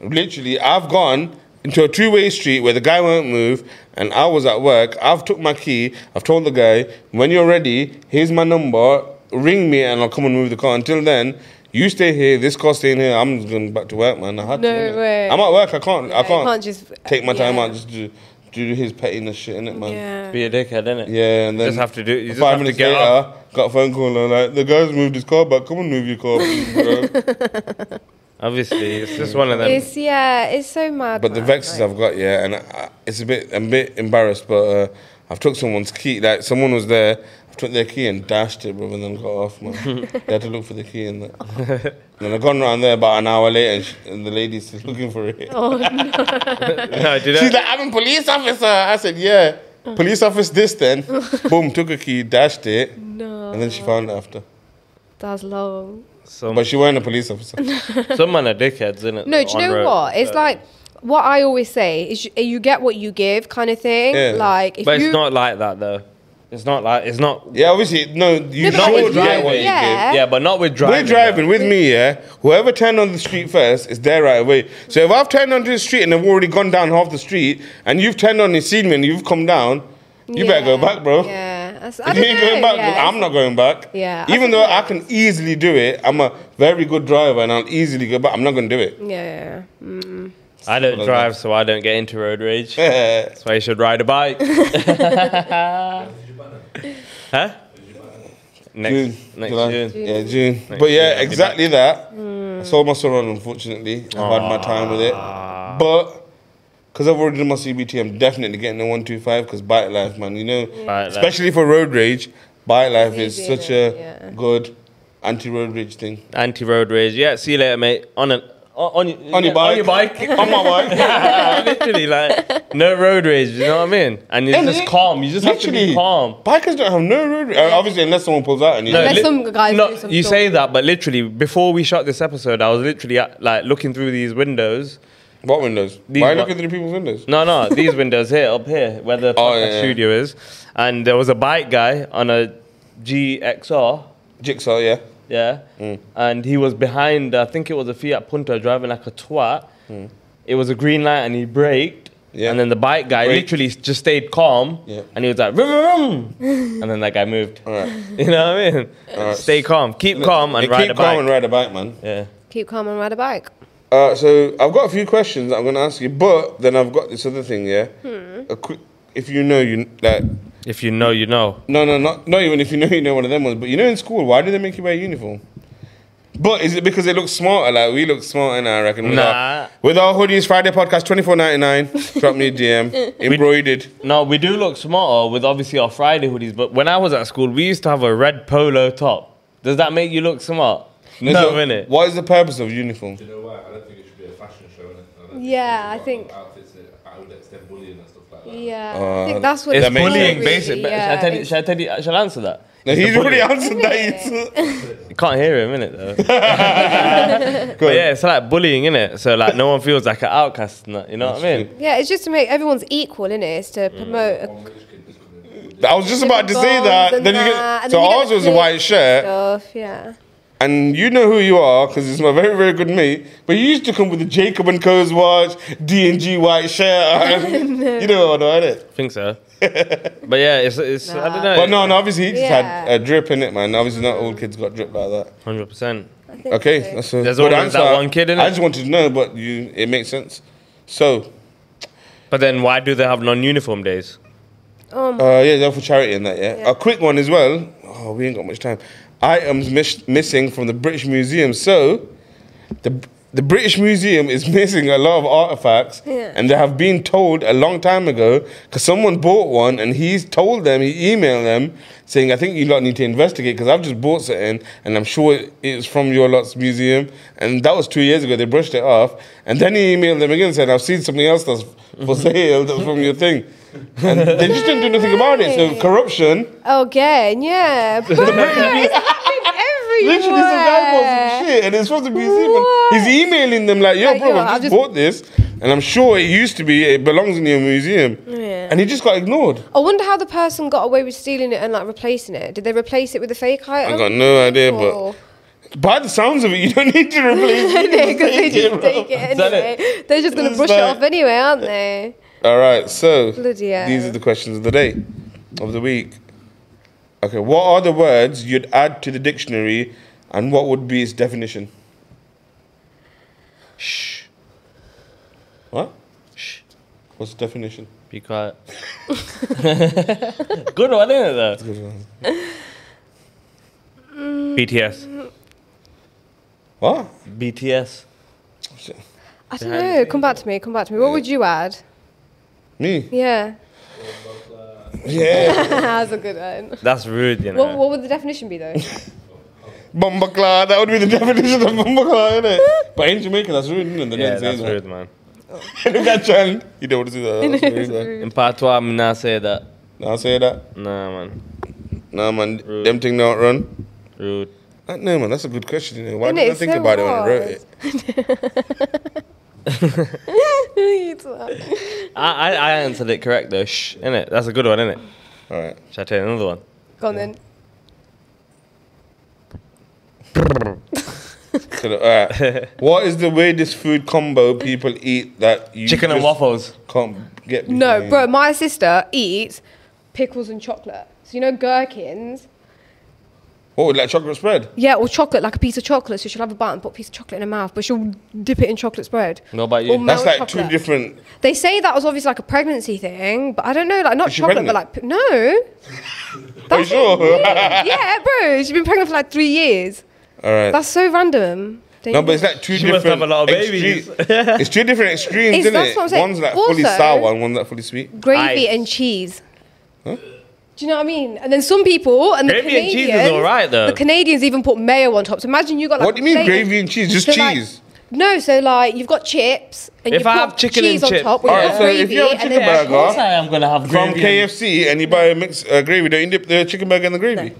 [SPEAKER 1] literally, I've gone into a two-way street where the guy won't move, and I was at work. I've took my key. I've told the guy, when you're ready, here's my number. Ring me, and I'll come and move the car. Until then. You stay here. This car's staying here. I'm just going back to work, man. I had
[SPEAKER 3] No
[SPEAKER 1] to. innit?
[SPEAKER 3] way.
[SPEAKER 1] I'm at work. I can't. I
[SPEAKER 3] you
[SPEAKER 1] can't,
[SPEAKER 3] can't just-
[SPEAKER 1] take my time
[SPEAKER 3] yeah.
[SPEAKER 1] out. Just do, do his pettiness shit in it, man.
[SPEAKER 3] yeah.
[SPEAKER 2] Be a dickhead, innit?
[SPEAKER 1] Yeah, and then
[SPEAKER 2] Just have to do- you just
[SPEAKER 1] five
[SPEAKER 2] have to
[SPEAKER 1] minutes
[SPEAKER 2] get
[SPEAKER 1] later, got a phone call and like the guys moved his car back. Come and move your car, please, bro.
[SPEAKER 2] Obviously, it's just one of them.
[SPEAKER 3] It's yeah, it's so mad.
[SPEAKER 1] but the
[SPEAKER 3] man,
[SPEAKER 1] vexes
[SPEAKER 3] like-
[SPEAKER 1] I've got, yeah, and I, it's a bit, I'm a bit embarrassed. But uh, I've took someone's key. Like someone was there, I took their key and dashed it, bro, and then got off. Man, they had to look for the key and that. then I gone round there about an hour later, and, sh and the lady's still looking for it.
[SPEAKER 2] no, did
[SPEAKER 1] She's
[SPEAKER 2] I?
[SPEAKER 1] like, I'm a police officer. I said, yeah. Police officer this then. Boom, took a key, dashed it,
[SPEAKER 3] No,
[SPEAKER 1] and then she found it after.
[SPEAKER 3] that's long.
[SPEAKER 2] Some,
[SPEAKER 1] But she weren't a police officer.
[SPEAKER 2] some men are dickheads, innit?
[SPEAKER 3] No, do you
[SPEAKER 2] on
[SPEAKER 3] know
[SPEAKER 2] road,
[SPEAKER 3] what? It's
[SPEAKER 2] so-
[SPEAKER 3] like what I always say is you, you get what you give, kind of thing.
[SPEAKER 1] Yeah.
[SPEAKER 3] Like if
[SPEAKER 2] But
[SPEAKER 3] you
[SPEAKER 2] it's not like that, though. It's not like. It's not.
[SPEAKER 1] Yeah, obviously, no, you
[SPEAKER 3] No, but like
[SPEAKER 1] should
[SPEAKER 3] if
[SPEAKER 1] get
[SPEAKER 2] you-
[SPEAKER 1] what you
[SPEAKER 3] yeah.
[SPEAKER 1] give.
[SPEAKER 2] Yeah, but not with driving.
[SPEAKER 1] We're driving with me, yeah. Whoever turned on the street first is there right away. So if I've turned onto the street and I've already gone down half the street, and you've turned on and seen me and you've come down, you better go
[SPEAKER 3] Yeah,
[SPEAKER 1] back, bro.
[SPEAKER 3] Yeah, That's- I
[SPEAKER 1] If
[SPEAKER 3] don't
[SPEAKER 1] you ain't
[SPEAKER 3] know,
[SPEAKER 1] going back,
[SPEAKER 3] yeah.
[SPEAKER 1] I'm not going back.
[SPEAKER 3] Yeah, I
[SPEAKER 1] Even
[SPEAKER 3] think
[SPEAKER 1] though I can easily do it, I'm a very good driver and I'll easily go back. I'm not going to do it.
[SPEAKER 3] Yeah, yeah, yeah. Mm.
[SPEAKER 2] I don't drive, so I don't get into road rage. That's why you should ride a bike. huh? Next,
[SPEAKER 1] June,
[SPEAKER 2] next
[SPEAKER 1] July.
[SPEAKER 2] June. Hmm.
[SPEAKER 1] Yeah, June.
[SPEAKER 2] Next
[SPEAKER 1] but yeah,
[SPEAKER 2] June, I'll be
[SPEAKER 1] exactly that. I sold my Soran, unfortunately. I've had my time with it.
[SPEAKER 2] Ah.
[SPEAKER 1] But because I've already done my CBT, I'm definitely getting the 125 because bike life, man. You know,
[SPEAKER 2] Bike life.
[SPEAKER 1] especially for road rage, bike life is
[SPEAKER 3] easy,
[SPEAKER 1] such
[SPEAKER 3] innit?
[SPEAKER 1] a
[SPEAKER 3] Yeah.
[SPEAKER 1] good anti road rage thing.
[SPEAKER 2] Anti road rage. Yeah, see you later, mate. On an on, on,
[SPEAKER 1] On your bike.
[SPEAKER 2] On your bike. Ah,
[SPEAKER 1] On my bike.
[SPEAKER 2] Literally, like no road rage. You know what I mean? And it's
[SPEAKER 1] And
[SPEAKER 2] just
[SPEAKER 1] it-
[SPEAKER 2] calm. You just have to be calm.
[SPEAKER 1] Bikers don't have no road rage. Obviously, unless someone pulls out and you.
[SPEAKER 2] No,
[SPEAKER 3] Unless some guys
[SPEAKER 2] no,
[SPEAKER 3] do some
[SPEAKER 2] you
[SPEAKER 3] sort
[SPEAKER 2] say that, but literally, before we shot this episode, I was literally uh, like looking through these windows.
[SPEAKER 1] what windows?
[SPEAKER 2] These
[SPEAKER 1] Why are you
[SPEAKER 2] wi-
[SPEAKER 1] looking through people's windows?
[SPEAKER 2] No, no, these windows here, up here, where the
[SPEAKER 1] Oh,
[SPEAKER 2] podcast
[SPEAKER 1] yeah, yeah.
[SPEAKER 2] studio is, and there was a bike guy on a GXR,
[SPEAKER 1] Jigsaw, yeah.
[SPEAKER 2] yeah,
[SPEAKER 1] Mm.
[SPEAKER 2] and he was behind. I think it was a Fiat Punto driving like a twat. It was a green light, and he braked.
[SPEAKER 1] Mm. Yeah.
[SPEAKER 2] And then the bike guy
[SPEAKER 1] Brake.
[SPEAKER 2] literally just stayed calm,
[SPEAKER 1] Yeah.
[SPEAKER 2] and he was like, vroom, vroom. and then that guy moved.
[SPEAKER 1] All right.
[SPEAKER 2] You know what I mean? Stay calm, keep calm, and
[SPEAKER 1] Yeah,
[SPEAKER 2] ride
[SPEAKER 1] keep
[SPEAKER 2] a
[SPEAKER 1] calm
[SPEAKER 2] bike.
[SPEAKER 1] and ride a bike, man.
[SPEAKER 2] yeah.
[SPEAKER 3] Keep calm and ride a bike.
[SPEAKER 1] Uh, so I've got a few questions that I'm going to ask you, but then I've got this other thing, yeah.
[SPEAKER 3] Hmm.
[SPEAKER 1] A quick, if you know, you like,
[SPEAKER 2] If you know, you know.
[SPEAKER 1] no, no, not not even if you know, you know one of them ones. But you know, in school, why do they make you wear a uniform? But is it because it looks smarter? Like we look smarter, now, I reckon. With
[SPEAKER 2] Nah.
[SPEAKER 1] our, with our hoodies, Friday podcast, twenty four ninety nine. Drop me a DM, embroidered.
[SPEAKER 2] No, we do look smarter with obviously our Friday hoodies, but when I was at school, we used to have a red polo top. Does that make you look smart? No,
[SPEAKER 1] So,
[SPEAKER 2] innit?
[SPEAKER 1] What is the purpose of uniform?
[SPEAKER 4] Do you know what? I don't think it should be a fashion show. innit? I don't think
[SPEAKER 3] Yeah,
[SPEAKER 4] it
[SPEAKER 3] I
[SPEAKER 4] should be
[SPEAKER 3] think-
[SPEAKER 4] about outfits that outlets them bullying and stuff like that.
[SPEAKER 3] Yeah,
[SPEAKER 1] Uh,
[SPEAKER 3] I think that's what
[SPEAKER 2] It's
[SPEAKER 1] That makes
[SPEAKER 2] bullying,
[SPEAKER 1] sense.
[SPEAKER 2] basically. But Shall I tell you? Shall I tell you? Shall I answer that?
[SPEAKER 1] No,
[SPEAKER 2] It's
[SPEAKER 1] he's
[SPEAKER 2] the
[SPEAKER 1] already
[SPEAKER 2] bullying.
[SPEAKER 1] answered that.
[SPEAKER 2] You can't hear him, innit? Though.
[SPEAKER 1] Go
[SPEAKER 2] but
[SPEAKER 1] on.
[SPEAKER 2] yeah, it's like bullying, innit? So like, no one feels like an outcast. and that, You know what I mean?
[SPEAKER 3] yeah, it's just to make everyone's equal, innit? It's to
[SPEAKER 1] Mm.
[SPEAKER 3] promote. a-
[SPEAKER 4] One rich kid just coming in.
[SPEAKER 1] I was just about to say
[SPEAKER 3] Bombs
[SPEAKER 1] that.
[SPEAKER 3] and
[SPEAKER 1] Then you
[SPEAKER 3] that,
[SPEAKER 1] get,
[SPEAKER 3] and
[SPEAKER 1] so
[SPEAKER 3] then you get
[SPEAKER 1] ours
[SPEAKER 3] the
[SPEAKER 1] was a
[SPEAKER 3] blue-
[SPEAKER 1] white shirt.
[SPEAKER 3] stuff. Yeah.
[SPEAKER 1] And you know who you are because it's my very, very good mate. But you used to come with the Jacob and Co's watch, D and G white shirt. You know what I mean?
[SPEAKER 2] I think so. but yeah, it's it's. I don't know.
[SPEAKER 1] But no, no. Obviously, he just had
[SPEAKER 3] Yeah.
[SPEAKER 1] a drip in it, man. Obviously, not all kids got drip like that.
[SPEAKER 2] Hundred percent.
[SPEAKER 3] I think
[SPEAKER 1] Okay,
[SPEAKER 3] so.
[SPEAKER 1] that's a
[SPEAKER 2] There's
[SPEAKER 1] good
[SPEAKER 2] always
[SPEAKER 1] answer.
[SPEAKER 2] that one kid, innit?
[SPEAKER 1] I just wanted to know, but you, it makes sense. So,
[SPEAKER 2] But then why do they have non-uniform days?
[SPEAKER 1] uh, yeah, they're for charity and that. Yeah?
[SPEAKER 3] Um, Yeah.
[SPEAKER 1] a quick one as well. Oh, we ain't got much time. Items mis- missing from the British Museum. So, the the British Museum is missing a lot of artifacts,
[SPEAKER 3] Yeah.
[SPEAKER 1] and they have been told a long time ago because someone bought one and he's told them, he emailed them saying, I think you lot need to investigate because I've just bought something and I'm sure it's from your lot's museum. And that was two years ago, they brushed it off. And then he emailed them again and said, I've seen something else that's for sale that's from your thing. And they just didn't do nothing about it. So corruption.
[SPEAKER 3] Oh, Again, yeah. But it's happening everywhere.
[SPEAKER 1] Literally, some guy bought some shit, and it's from the museum.
[SPEAKER 3] What?
[SPEAKER 1] And he's emailing them like, "Yo,
[SPEAKER 3] Like,
[SPEAKER 1] bro,
[SPEAKER 3] yo,
[SPEAKER 1] I've just,
[SPEAKER 3] I've just-
[SPEAKER 1] bought this, and I'm sure it used to be it belongs in your museum."
[SPEAKER 3] Yeah.
[SPEAKER 1] And he just got ignored.
[SPEAKER 3] I wonder how the person got away with stealing it and like replacing it. Did they replace it with a fake item?
[SPEAKER 1] I got no idea,
[SPEAKER 3] Or-
[SPEAKER 1] but by the sounds of it, you don't need to replace it.
[SPEAKER 3] No, 'cause they
[SPEAKER 1] Take it,
[SPEAKER 3] just
[SPEAKER 1] bro.
[SPEAKER 3] take it
[SPEAKER 2] Done it.
[SPEAKER 3] anyway. They're just gonna
[SPEAKER 1] It's
[SPEAKER 3] brush it
[SPEAKER 1] like-
[SPEAKER 3] off anyway, aren't they?
[SPEAKER 1] All right, so
[SPEAKER 3] Bloody hell.
[SPEAKER 1] these are the questions of the day, of the week. Okay, what are the words you'd add to the dictionary, and what would be its definition?
[SPEAKER 2] Shh.
[SPEAKER 1] What?
[SPEAKER 2] Shh.
[SPEAKER 1] What's the definition?
[SPEAKER 2] Be quiet. Good one, isn't it, though? BTS.
[SPEAKER 1] What?
[SPEAKER 2] BTS.
[SPEAKER 3] I don't know. Come back to me. Come back to me. What would you add?
[SPEAKER 1] Me?
[SPEAKER 3] Yeah,
[SPEAKER 1] Yeah.
[SPEAKER 3] that's a good one.
[SPEAKER 2] That's rude, you know.
[SPEAKER 3] What, what would the definition be though?
[SPEAKER 1] Bumbaclaw, that would be the definition of bumbaclaw, innit? But in Jamaica, that's rude, innit? They
[SPEAKER 2] yeah,
[SPEAKER 1] don't say
[SPEAKER 2] that's
[SPEAKER 1] that.
[SPEAKER 2] rude, man.
[SPEAKER 1] Look at Chan. You don't want to see that. That's rude, man.
[SPEAKER 2] In patois, I'm not say that.
[SPEAKER 1] Nah, say that.
[SPEAKER 2] Nah, man.
[SPEAKER 1] Nah, man,
[SPEAKER 2] Rude.
[SPEAKER 1] them thing not run.
[SPEAKER 2] Rude.
[SPEAKER 1] Uh, No, man, that's a good question, you know. Why
[SPEAKER 3] Innit?
[SPEAKER 1] didn't I
[SPEAKER 3] It's
[SPEAKER 1] think
[SPEAKER 3] so
[SPEAKER 1] about it when I wrote
[SPEAKER 3] hard.
[SPEAKER 1] it?
[SPEAKER 3] It's like-
[SPEAKER 2] I, I, I answered it correct, though. Shh. Innit? That's a good one, innit?
[SPEAKER 1] All right.
[SPEAKER 2] Shall I take another one?
[SPEAKER 3] Go on then.
[SPEAKER 1] So, all right. what is the weirdest food combo people eat that you
[SPEAKER 2] Chicken and
[SPEAKER 1] just
[SPEAKER 2] waffles.
[SPEAKER 1] can't get?
[SPEAKER 3] No,
[SPEAKER 1] between?
[SPEAKER 3] bro, my sister eats pickles and chocolate. So you know gherkins?
[SPEAKER 1] Oh, like chocolate spread.
[SPEAKER 3] Yeah, or chocolate, like a piece of chocolate. So she'll have a bite and put a piece of chocolate in her mouth, but she'll dip it in chocolate spread.
[SPEAKER 2] What about you?
[SPEAKER 3] Or
[SPEAKER 1] That's
[SPEAKER 3] melt
[SPEAKER 1] like two
[SPEAKER 3] chocolate.
[SPEAKER 1] different.
[SPEAKER 3] They say that was obviously like a pregnancy thing, but I don't know, like not
[SPEAKER 1] Is she
[SPEAKER 3] chocolate,
[SPEAKER 1] pregnant?
[SPEAKER 3] but like p- no.
[SPEAKER 1] Are you
[SPEAKER 3] That's
[SPEAKER 1] sure?
[SPEAKER 3] weird. yeah, bro, she's been pregnant for like three years.
[SPEAKER 1] All right.
[SPEAKER 3] That's so random. Don't
[SPEAKER 1] No,
[SPEAKER 3] you
[SPEAKER 1] but it's
[SPEAKER 3] think?
[SPEAKER 1] like two
[SPEAKER 2] She
[SPEAKER 1] different.
[SPEAKER 2] must have a lot of babies.
[SPEAKER 1] extreme- it's two different extremes,
[SPEAKER 3] It's-
[SPEAKER 1] isn't
[SPEAKER 3] that's
[SPEAKER 1] it?
[SPEAKER 3] what I'm saying.
[SPEAKER 1] One's like fully
[SPEAKER 3] Also-
[SPEAKER 1] sour and one's like fully sweet.
[SPEAKER 3] gravy
[SPEAKER 2] Ice.
[SPEAKER 3] and cheese. Do you know what I mean? And then some people and the
[SPEAKER 2] Gravy and
[SPEAKER 3] Canadians,
[SPEAKER 2] cheese is alright, though.
[SPEAKER 3] The Canadians even put mayo on top. So imagine you got like
[SPEAKER 1] What do you mean
[SPEAKER 3] a plate of-
[SPEAKER 1] gravy and cheese? Just
[SPEAKER 3] so, like,
[SPEAKER 1] cheese.
[SPEAKER 3] no, so like you've got chips and
[SPEAKER 2] If
[SPEAKER 3] you
[SPEAKER 2] I
[SPEAKER 3] put
[SPEAKER 2] have chicken and
[SPEAKER 3] cheese on
[SPEAKER 2] chips-
[SPEAKER 3] top with
[SPEAKER 1] Alright,
[SPEAKER 3] the
[SPEAKER 1] so if
[SPEAKER 3] gravy
[SPEAKER 1] you have
[SPEAKER 3] and
[SPEAKER 1] chicken
[SPEAKER 3] then
[SPEAKER 1] burger,
[SPEAKER 2] Of course I am going to have
[SPEAKER 1] From
[SPEAKER 2] gravy and-
[SPEAKER 1] KFC and you buy a mix uh, gravy, don't you dip the chicken burger in the gravy?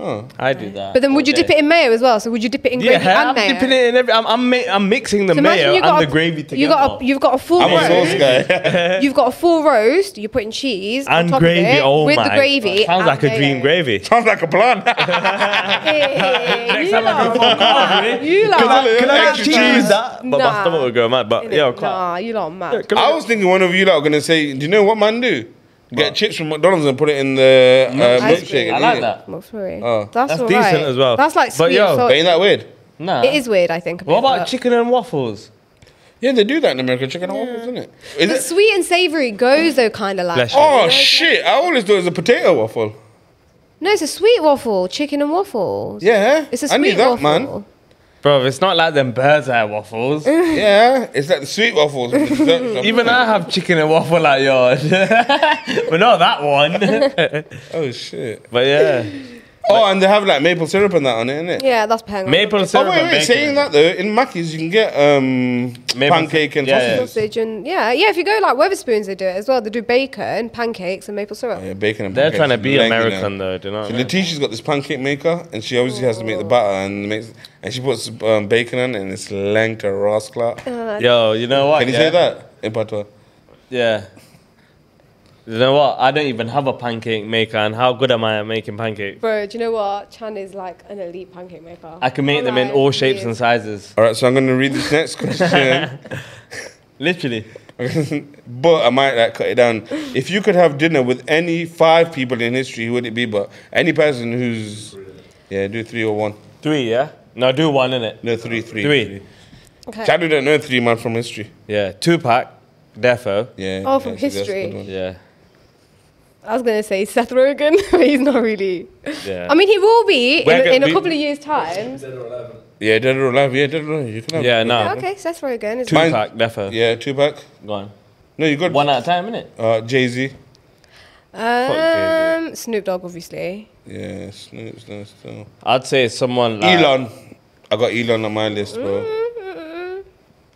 [SPEAKER 1] Oh.
[SPEAKER 2] I do that.
[SPEAKER 3] But then would you dip it in mayo as well? So would you dip it in
[SPEAKER 2] Yeah,
[SPEAKER 3] gravy and
[SPEAKER 2] I'm
[SPEAKER 3] mayo?
[SPEAKER 2] dipping it in every. I'm, I'm, ma- I'm mixing the
[SPEAKER 3] So imagine
[SPEAKER 2] mayo
[SPEAKER 3] you got
[SPEAKER 2] and
[SPEAKER 3] a-
[SPEAKER 2] the gravy together.
[SPEAKER 3] You got a, you've got a full
[SPEAKER 1] I'm a
[SPEAKER 3] roast.
[SPEAKER 1] sauce guy.
[SPEAKER 3] You've got a full roast. You're putting cheese on
[SPEAKER 2] and
[SPEAKER 3] top of
[SPEAKER 2] gravy.
[SPEAKER 3] it
[SPEAKER 2] oh
[SPEAKER 3] with
[SPEAKER 2] my!
[SPEAKER 3] the gravy.
[SPEAKER 2] Sounds
[SPEAKER 3] and
[SPEAKER 2] like a dream
[SPEAKER 3] mayo.
[SPEAKER 2] gravy.
[SPEAKER 1] Sounds like a plan.
[SPEAKER 3] Hey, you
[SPEAKER 2] Next time I go
[SPEAKER 3] lot-
[SPEAKER 2] for a carvery,
[SPEAKER 3] you lot
[SPEAKER 1] I-
[SPEAKER 3] are
[SPEAKER 1] can I
[SPEAKER 3] mad.
[SPEAKER 1] actually choose
[SPEAKER 2] that? But my
[SPEAKER 3] Nah.
[SPEAKER 2] stomach will go mad. But yeah, I can't.
[SPEAKER 3] Nah, you lot are
[SPEAKER 2] Yeah,
[SPEAKER 3] mad.
[SPEAKER 2] come
[SPEAKER 1] I
[SPEAKER 2] on.
[SPEAKER 1] was thinking one of you lot are going to say, do you know what man do? Get chips from McDonald's and put it in the uh,
[SPEAKER 3] Ice
[SPEAKER 1] milkshake.
[SPEAKER 3] cream.
[SPEAKER 1] and
[SPEAKER 2] I
[SPEAKER 1] eat
[SPEAKER 2] like
[SPEAKER 1] it.
[SPEAKER 2] that.
[SPEAKER 3] Well, sorry.
[SPEAKER 1] Oh.
[SPEAKER 3] that's
[SPEAKER 2] That's
[SPEAKER 3] all
[SPEAKER 2] decent
[SPEAKER 3] right.
[SPEAKER 2] as well.
[SPEAKER 3] That's like
[SPEAKER 2] But
[SPEAKER 3] sweet.
[SPEAKER 2] yo-
[SPEAKER 3] so
[SPEAKER 1] But ain't that weird?
[SPEAKER 2] Nah.
[SPEAKER 3] it is weird, I think. a bit,
[SPEAKER 2] What about
[SPEAKER 3] but-
[SPEAKER 2] chicken and waffles?
[SPEAKER 1] Yeah, they do that in America. Chicken and waffles, isn't it? Is
[SPEAKER 3] The
[SPEAKER 1] it?
[SPEAKER 3] sweet and savoury goes though, kind of like.
[SPEAKER 2] Bless you.
[SPEAKER 1] Oh shit! I always thought it was a potato waffle.
[SPEAKER 3] No, it's a sweet waffle, chicken and waffles.
[SPEAKER 1] Yeah,
[SPEAKER 3] It's a
[SPEAKER 1] I
[SPEAKER 3] sweet
[SPEAKER 1] need that,
[SPEAKER 3] waffle.
[SPEAKER 1] man.
[SPEAKER 2] Bro, it's not like them bird's eye waffles.
[SPEAKER 1] Yeah, it's like the sweet waffles. with the dessert.
[SPEAKER 2] Even I have chicken and waffle like yours. but not that one.
[SPEAKER 1] oh shit!
[SPEAKER 2] but yeah.
[SPEAKER 1] Oh, and they have like maple syrup and that on it, innit?
[SPEAKER 3] Yeah, that's penguin.
[SPEAKER 2] Maple
[SPEAKER 1] Oh
[SPEAKER 2] syrup.
[SPEAKER 1] wait,
[SPEAKER 2] and
[SPEAKER 1] wait.
[SPEAKER 2] bacon.
[SPEAKER 1] Saying that though, in Mackey's you can get um,
[SPEAKER 2] Maple
[SPEAKER 1] pancake and
[SPEAKER 2] syrup, yeah,
[SPEAKER 1] sausages.
[SPEAKER 3] sausage and yeah, yeah. If you go like Weatherspoons, they do it as well. They do bacon, pancakes, and maple syrup.
[SPEAKER 1] Yeah, bacon and
[SPEAKER 2] They're
[SPEAKER 1] pancakes
[SPEAKER 2] trying to
[SPEAKER 1] is
[SPEAKER 2] be
[SPEAKER 1] blank, you know.
[SPEAKER 2] American though, do you know? what I
[SPEAKER 1] So
[SPEAKER 2] mean?
[SPEAKER 1] Letitia's got this pancake maker, and she obviously has to make the batter, and makes and she puts um, bacon on, it and it's lanked a rascal. Can
[SPEAKER 2] Yo, you know what?
[SPEAKER 1] you
[SPEAKER 2] yeah?
[SPEAKER 1] say that in patois?
[SPEAKER 2] Yeah. You know what? I don't even have a pancake maker, and how good am I at making pancakes?
[SPEAKER 3] Bro, do you know what? Chan is like an elite pancake maker.
[SPEAKER 2] I can make them in all shapes and sizes.
[SPEAKER 1] All right, so I'm going to read this next question,
[SPEAKER 2] Literally.
[SPEAKER 1] but I might like cut it down. If you could have dinner with any five people in history, who would it be? But any person who's yeah, do three or one.
[SPEAKER 2] Three, yeah? No, do one, innit?
[SPEAKER 1] No, three, three,
[SPEAKER 2] Three.
[SPEAKER 3] Okay.
[SPEAKER 1] Shadow don't know three man from history.
[SPEAKER 2] Yeah. Two pack, defo.
[SPEAKER 1] Yeah.
[SPEAKER 3] Oh, from
[SPEAKER 1] actually, that's a good
[SPEAKER 3] history.
[SPEAKER 1] one.
[SPEAKER 2] Yeah.
[SPEAKER 3] I was gonna say Seth Rogen, but he's not really.
[SPEAKER 2] Yeah.
[SPEAKER 3] I mean, he will be
[SPEAKER 1] We're
[SPEAKER 3] in,
[SPEAKER 1] gonna
[SPEAKER 3] in a
[SPEAKER 1] be-
[SPEAKER 3] couple of years' time.
[SPEAKER 4] Dead or Alive.
[SPEAKER 1] Yeah, dead or alive. Yeah, dead or alive. You can have
[SPEAKER 2] yeah, no.
[SPEAKER 3] Okay, Seth Rogen is.
[SPEAKER 1] Two- Mine-
[SPEAKER 2] Tupac, Defo.
[SPEAKER 1] Yeah, two pack.
[SPEAKER 2] Go on.
[SPEAKER 1] No, you got
[SPEAKER 2] One at a time, innit?
[SPEAKER 1] Uh, Jay Z.
[SPEAKER 3] Um, Snoop Dogg, obviously.
[SPEAKER 1] Yeah, Snoop's there still.
[SPEAKER 2] I'd say someone like
[SPEAKER 1] Elon. I got Elon on my list, bro.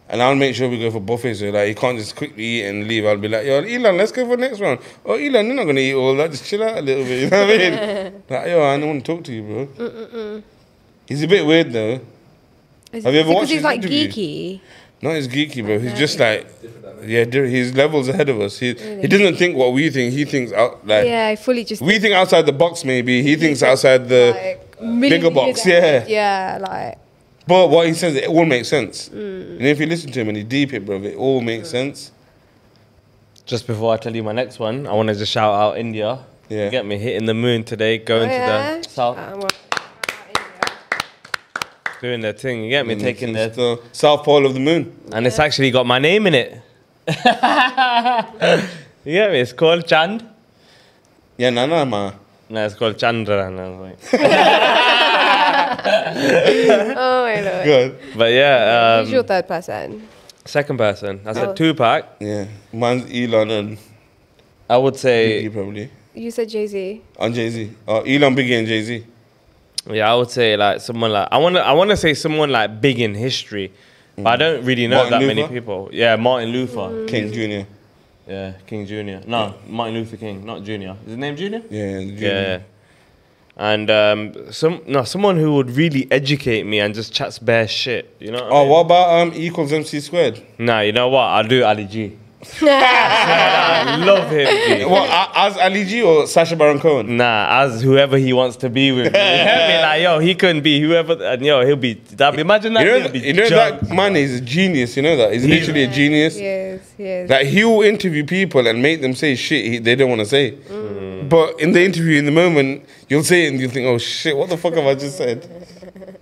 [SPEAKER 1] And I'll make sure we go for buffet so that he can't just quickly eat and leave. I'll be like, yo, Elon, let's go for next round. Oh, Elon, you're not going to eat all that. Just chill out a little bit. You know what I mean? Like, yo, I don't want to talk to you, bro. He's a bit weird, though.
[SPEAKER 3] Is-
[SPEAKER 1] Have you
[SPEAKER 3] is
[SPEAKER 1] ever
[SPEAKER 3] it 'cause
[SPEAKER 1] watched
[SPEAKER 3] he's
[SPEAKER 1] his
[SPEAKER 3] like
[SPEAKER 1] interview?
[SPEAKER 3] geeky.
[SPEAKER 1] Not as geeky, bro. He's just like, yeah, dude, he's levels ahead of us. He, he doesn't think what we think. He thinks out, like,
[SPEAKER 3] Yeah, he fully just.
[SPEAKER 1] we think outside the box, maybe. He thinks outside the.
[SPEAKER 3] like, million
[SPEAKER 1] bigger box,
[SPEAKER 3] years ahead. Yeah, like.
[SPEAKER 1] But what he says, it all makes sense. And if you listen to him and you deep it, bro, it all makes sense.
[SPEAKER 2] just before I tell you my next one, I want to just shout out India.
[SPEAKER 1] Yeah.
[SPEAKER 2] You get me hitting the moon today, going
[SPEAKER 3] oh, yeah.
[SPEAKER 2] to the south,
[SPEAKER 3] Ah, well,
[SPEAKER 2] doing their thing. You get me taking
[SPEAKER 1] It's
[SPEAKER 2] their
[SPEAKER 1] the South Pole of the Moon.
[SPEAKER 2] and it's actually got my name in it. you get me? It's called Chand.
[SPEAKER 1] Yeah, nah, nah, ma.
[SPEAKER 2] No, it's called Chandra. And I was like,
[SPEAKER 3] oh my lord.
[SPEAKER 1] Good.
[SPEAKER 2] but yeah,
[SPEAKER 3] Who's your
[SPEAKER 2] um,
[SPEAKER 3] third person?
[SPEAKER 2] second person. I said
[SPEAKER 3] Oh.
[SPEAKER 2] Tupac.
[SPEAKER 1] Yeah. Mine's Elon and
[SPEAKER 2] I would say
[SPEAKER 1] Biggie, probably.
[SPEAKER 3] You said Jay Z.
[SPEAKER 1] And Jay Z. Oh, Elon, Biggie, and Jay Z.
[SPEAKER 2] Yeah, I would say like someone like I want to I want to say someone like big in history, but I don't really know
[SPEAKER 1] Martin
[SPEAKER 2] that many
[SPEAKER 1] Luther?
[SPEAKER 2] people. Yeah, Martin Luther,
[SPEAKER 1] King Jr.
[SPEAKER 2] yeah, King Junior. No, Martin Luther King, not Junior. Is his name Junior?
[SPEAKER 1] Yeah, Jr.
[SPEAKER 2] Yeah. And um, some no someone who would really educate me and just chats bare shit. You know? What I
[SPEAKER 1] Oh,
[SPEAKER 2] mean?
[SPEAKER 1] what about um, E equals MC squared?
[SPEAKER 2] Nah, you know what? I'll do Ali G. I love him. G.
[SPEAKER 1] What, a- as Ali G or Sasha Baron
[SPEAKER 2] Mm.
[SPEAKER 1] Cohen?
[SPEAKER 2] Nah, as whoever he wants to be with. You hear me? Like, yo, he couldn't be whoever, and yo, he'll be. That'd be, imagine that.
[SPEAKER 1] You know,
[SPEAKER 2] he'll be
[SPEAKER 1] you know
[SPEAKER 2] judged.
[SPEAKER 1] that man is a genius. You know that? He's literally a genius.
[SPEAKER 3] Yes, yes.
[SPEAKER 1] Like he will interview people and make them say shit he, they don't want to say.
[SPEAKER 3] Mm.
[SPEAKER 1] But in the interview, in the moment, you'll say it and you'll think, "Oh shit, what the fuck have I just said?"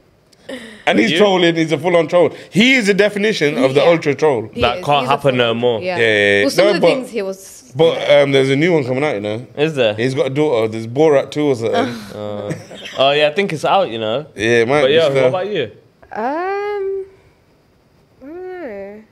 [SPEAKER 1] And he's
[SPEAKER 2] You-
[SPEAKER 1] trolling. He's a full-on troll. He is the definition of the
[SPEAKER 3] Yeah.
[SPEAKER 1] ultra troll.
[SPEAKER 3] He
[SPEAKER 2] that
[SPEAKER 3] is.
[SPEAKER 2] can't
[SPEAKER 3] He's a
[SPEAKER 2] happen no
[SPEAKER 3] fucking-
[SPEAKER 2] more.
[SPEAKER 3] Yeah.
[SPEAKER 1] Yeah, yeah, yeah.
[SPEAKER 3] Well, some
[SPEAKER 1] No,
[SPEAKER 3] of the
[SPEAKER 1] but-
[SPEAKER 3] things he was.
[SPEAKER 1] But um, there's a new one coming out. You know,
[SPEAKER 2] Is there?
[SPEAKER 1] he's got a daughter. There's Borat too or something.
[SPEAKER 3] Uh.
[SPEAKER 2] Oh yeah, I think it's out, you know.
[SPEAKER 1] yeah, man.
[SPEAKER 2] But yeah, what about you?
[SPEAKER 3] Um, I don't know.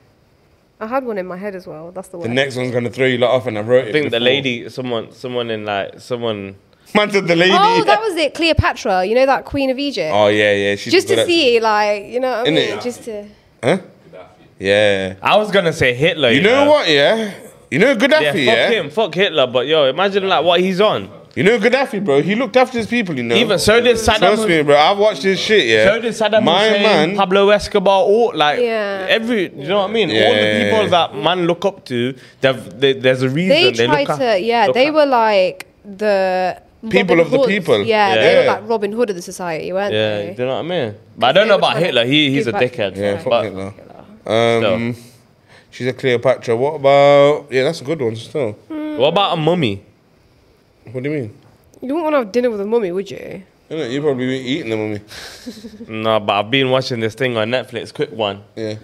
[SPEAKER 3] I had one in my head as well. That's the
[SPEAKER 1] the
[SPEAKER 3] one.
[SPEAKER 1] next one's gonna throw you lot off, and I wrote
[SPEAKER 2] I
[SPEAKER 1] it.
[SPEAKER 2] think the
[SPEAKER 1] before.
[SPEAKER 2] lady, someone, someone in like someone.
[SPEAKER 1] Man said the lady.
[SPEAKER 3] oh, that was it. Cleopatra. You know that Queen of Egypt.
[SPEAKER 1] Oh, yeah, yeah. She's
[SPEAKER 3] just to
[SPEAKER 1] good at-
[SPEAKER 3] see, like, you know what I
[SPEAKER 1] Innit?
[SPEAKER 3] mean? Just to.
[SPEAKER 1] Huh?
[SPEAKER 4] Gaddafi.
[SPEAKER 1] Yeah.
[SPEAKER 2] I was gonna say Hitler. You,
[SPEAKER 1] You know what? Yeah. You know Gaddafi.
[SPEAKER 2] Yeah, fuck
[SPEAKER 1] yeah?
[SPEAKER 2] him, fuck Hitler. But yo, imagine like what he's on.
[SPEAKER 1] You know Gaddafi, bro. He looked after his people. You know.
[SPEAKER 2] Even so did Saddam.
[SPEAKER 1] Trust me,
[SPEAKER 2] Hussein.
[SPEAKER 1] bro. I've watched this shit. Yeah.
[SPEAKER 2] So did Saddam
[SPEAKER 1] My
[SPEAKER 2] Hussein,
[SPEAKER 1] man.
[SPEAKER 2] Pablo Escobar, all like
[SPEAKER 3] Yeah.
[SPEAKER 2] every. You know what I mean? All the
[SPEAKER 1] Yeah.
[SPEAKER 2] people that man look up to, they've, they, there's a reason
[SPEAKER 3] They
[SPEAKER 2] they,
[SPEAKER 3] tried
[SPEAKER 2] look up.
[SPEAKER 3] to. Yeah,
[SPEAKER 2] look
[SPEAKER 3] they
[SPEAKER 2] up.
[SPEAKER 3] were like the.
[SPEAKER 1] People
[SPEAKER 3] Robin
[SPEAKER 1] of the
[SPEAKER 3] Hoods.
[SPEAKER 1] people.
[SPEAKER 3] Yeah, they were
[SPEAKER 1] Yeah.
[SPEAKER 3] like Robin Hood of the society, weren't
[SPEAKER 2] Yeah,
[SPEAKER 3] they?
[SPEAKER 2] do you know what I mean? But I don't
[SPEAKER 3] They
[SPEAKER 2] know
[SPEAKER 3] were
[SPEAKER 2] about
[SPEAKER 3] trying to
[SPEAKER 2] Hitler. He, he's a
[SPEAKER 3] give back-
[SPEAKER 2] dickhead.
[SPEAKER 1] yeah,
[SPEAKER 3] Right.
[SPEAKER 1] fuck
[SPEAKER 2] but
[SPEAKER 1] Hitler. Um, she's a Cleopatra. What about? Yeah, that's a good one. Still.
[SPEAKER 2] what about a mummy?
[SPEAKER 1] What do you mean?
[SPEAKER 3] You wouldn't want to have dinner with a mummy, would you?
[SPEAKER 1] Innit, You probably been eating them on me.
[SPEAKER 2] No, but I've been watching this thing on Netflix. Quick one.
[SPEAKER 1] Yeah.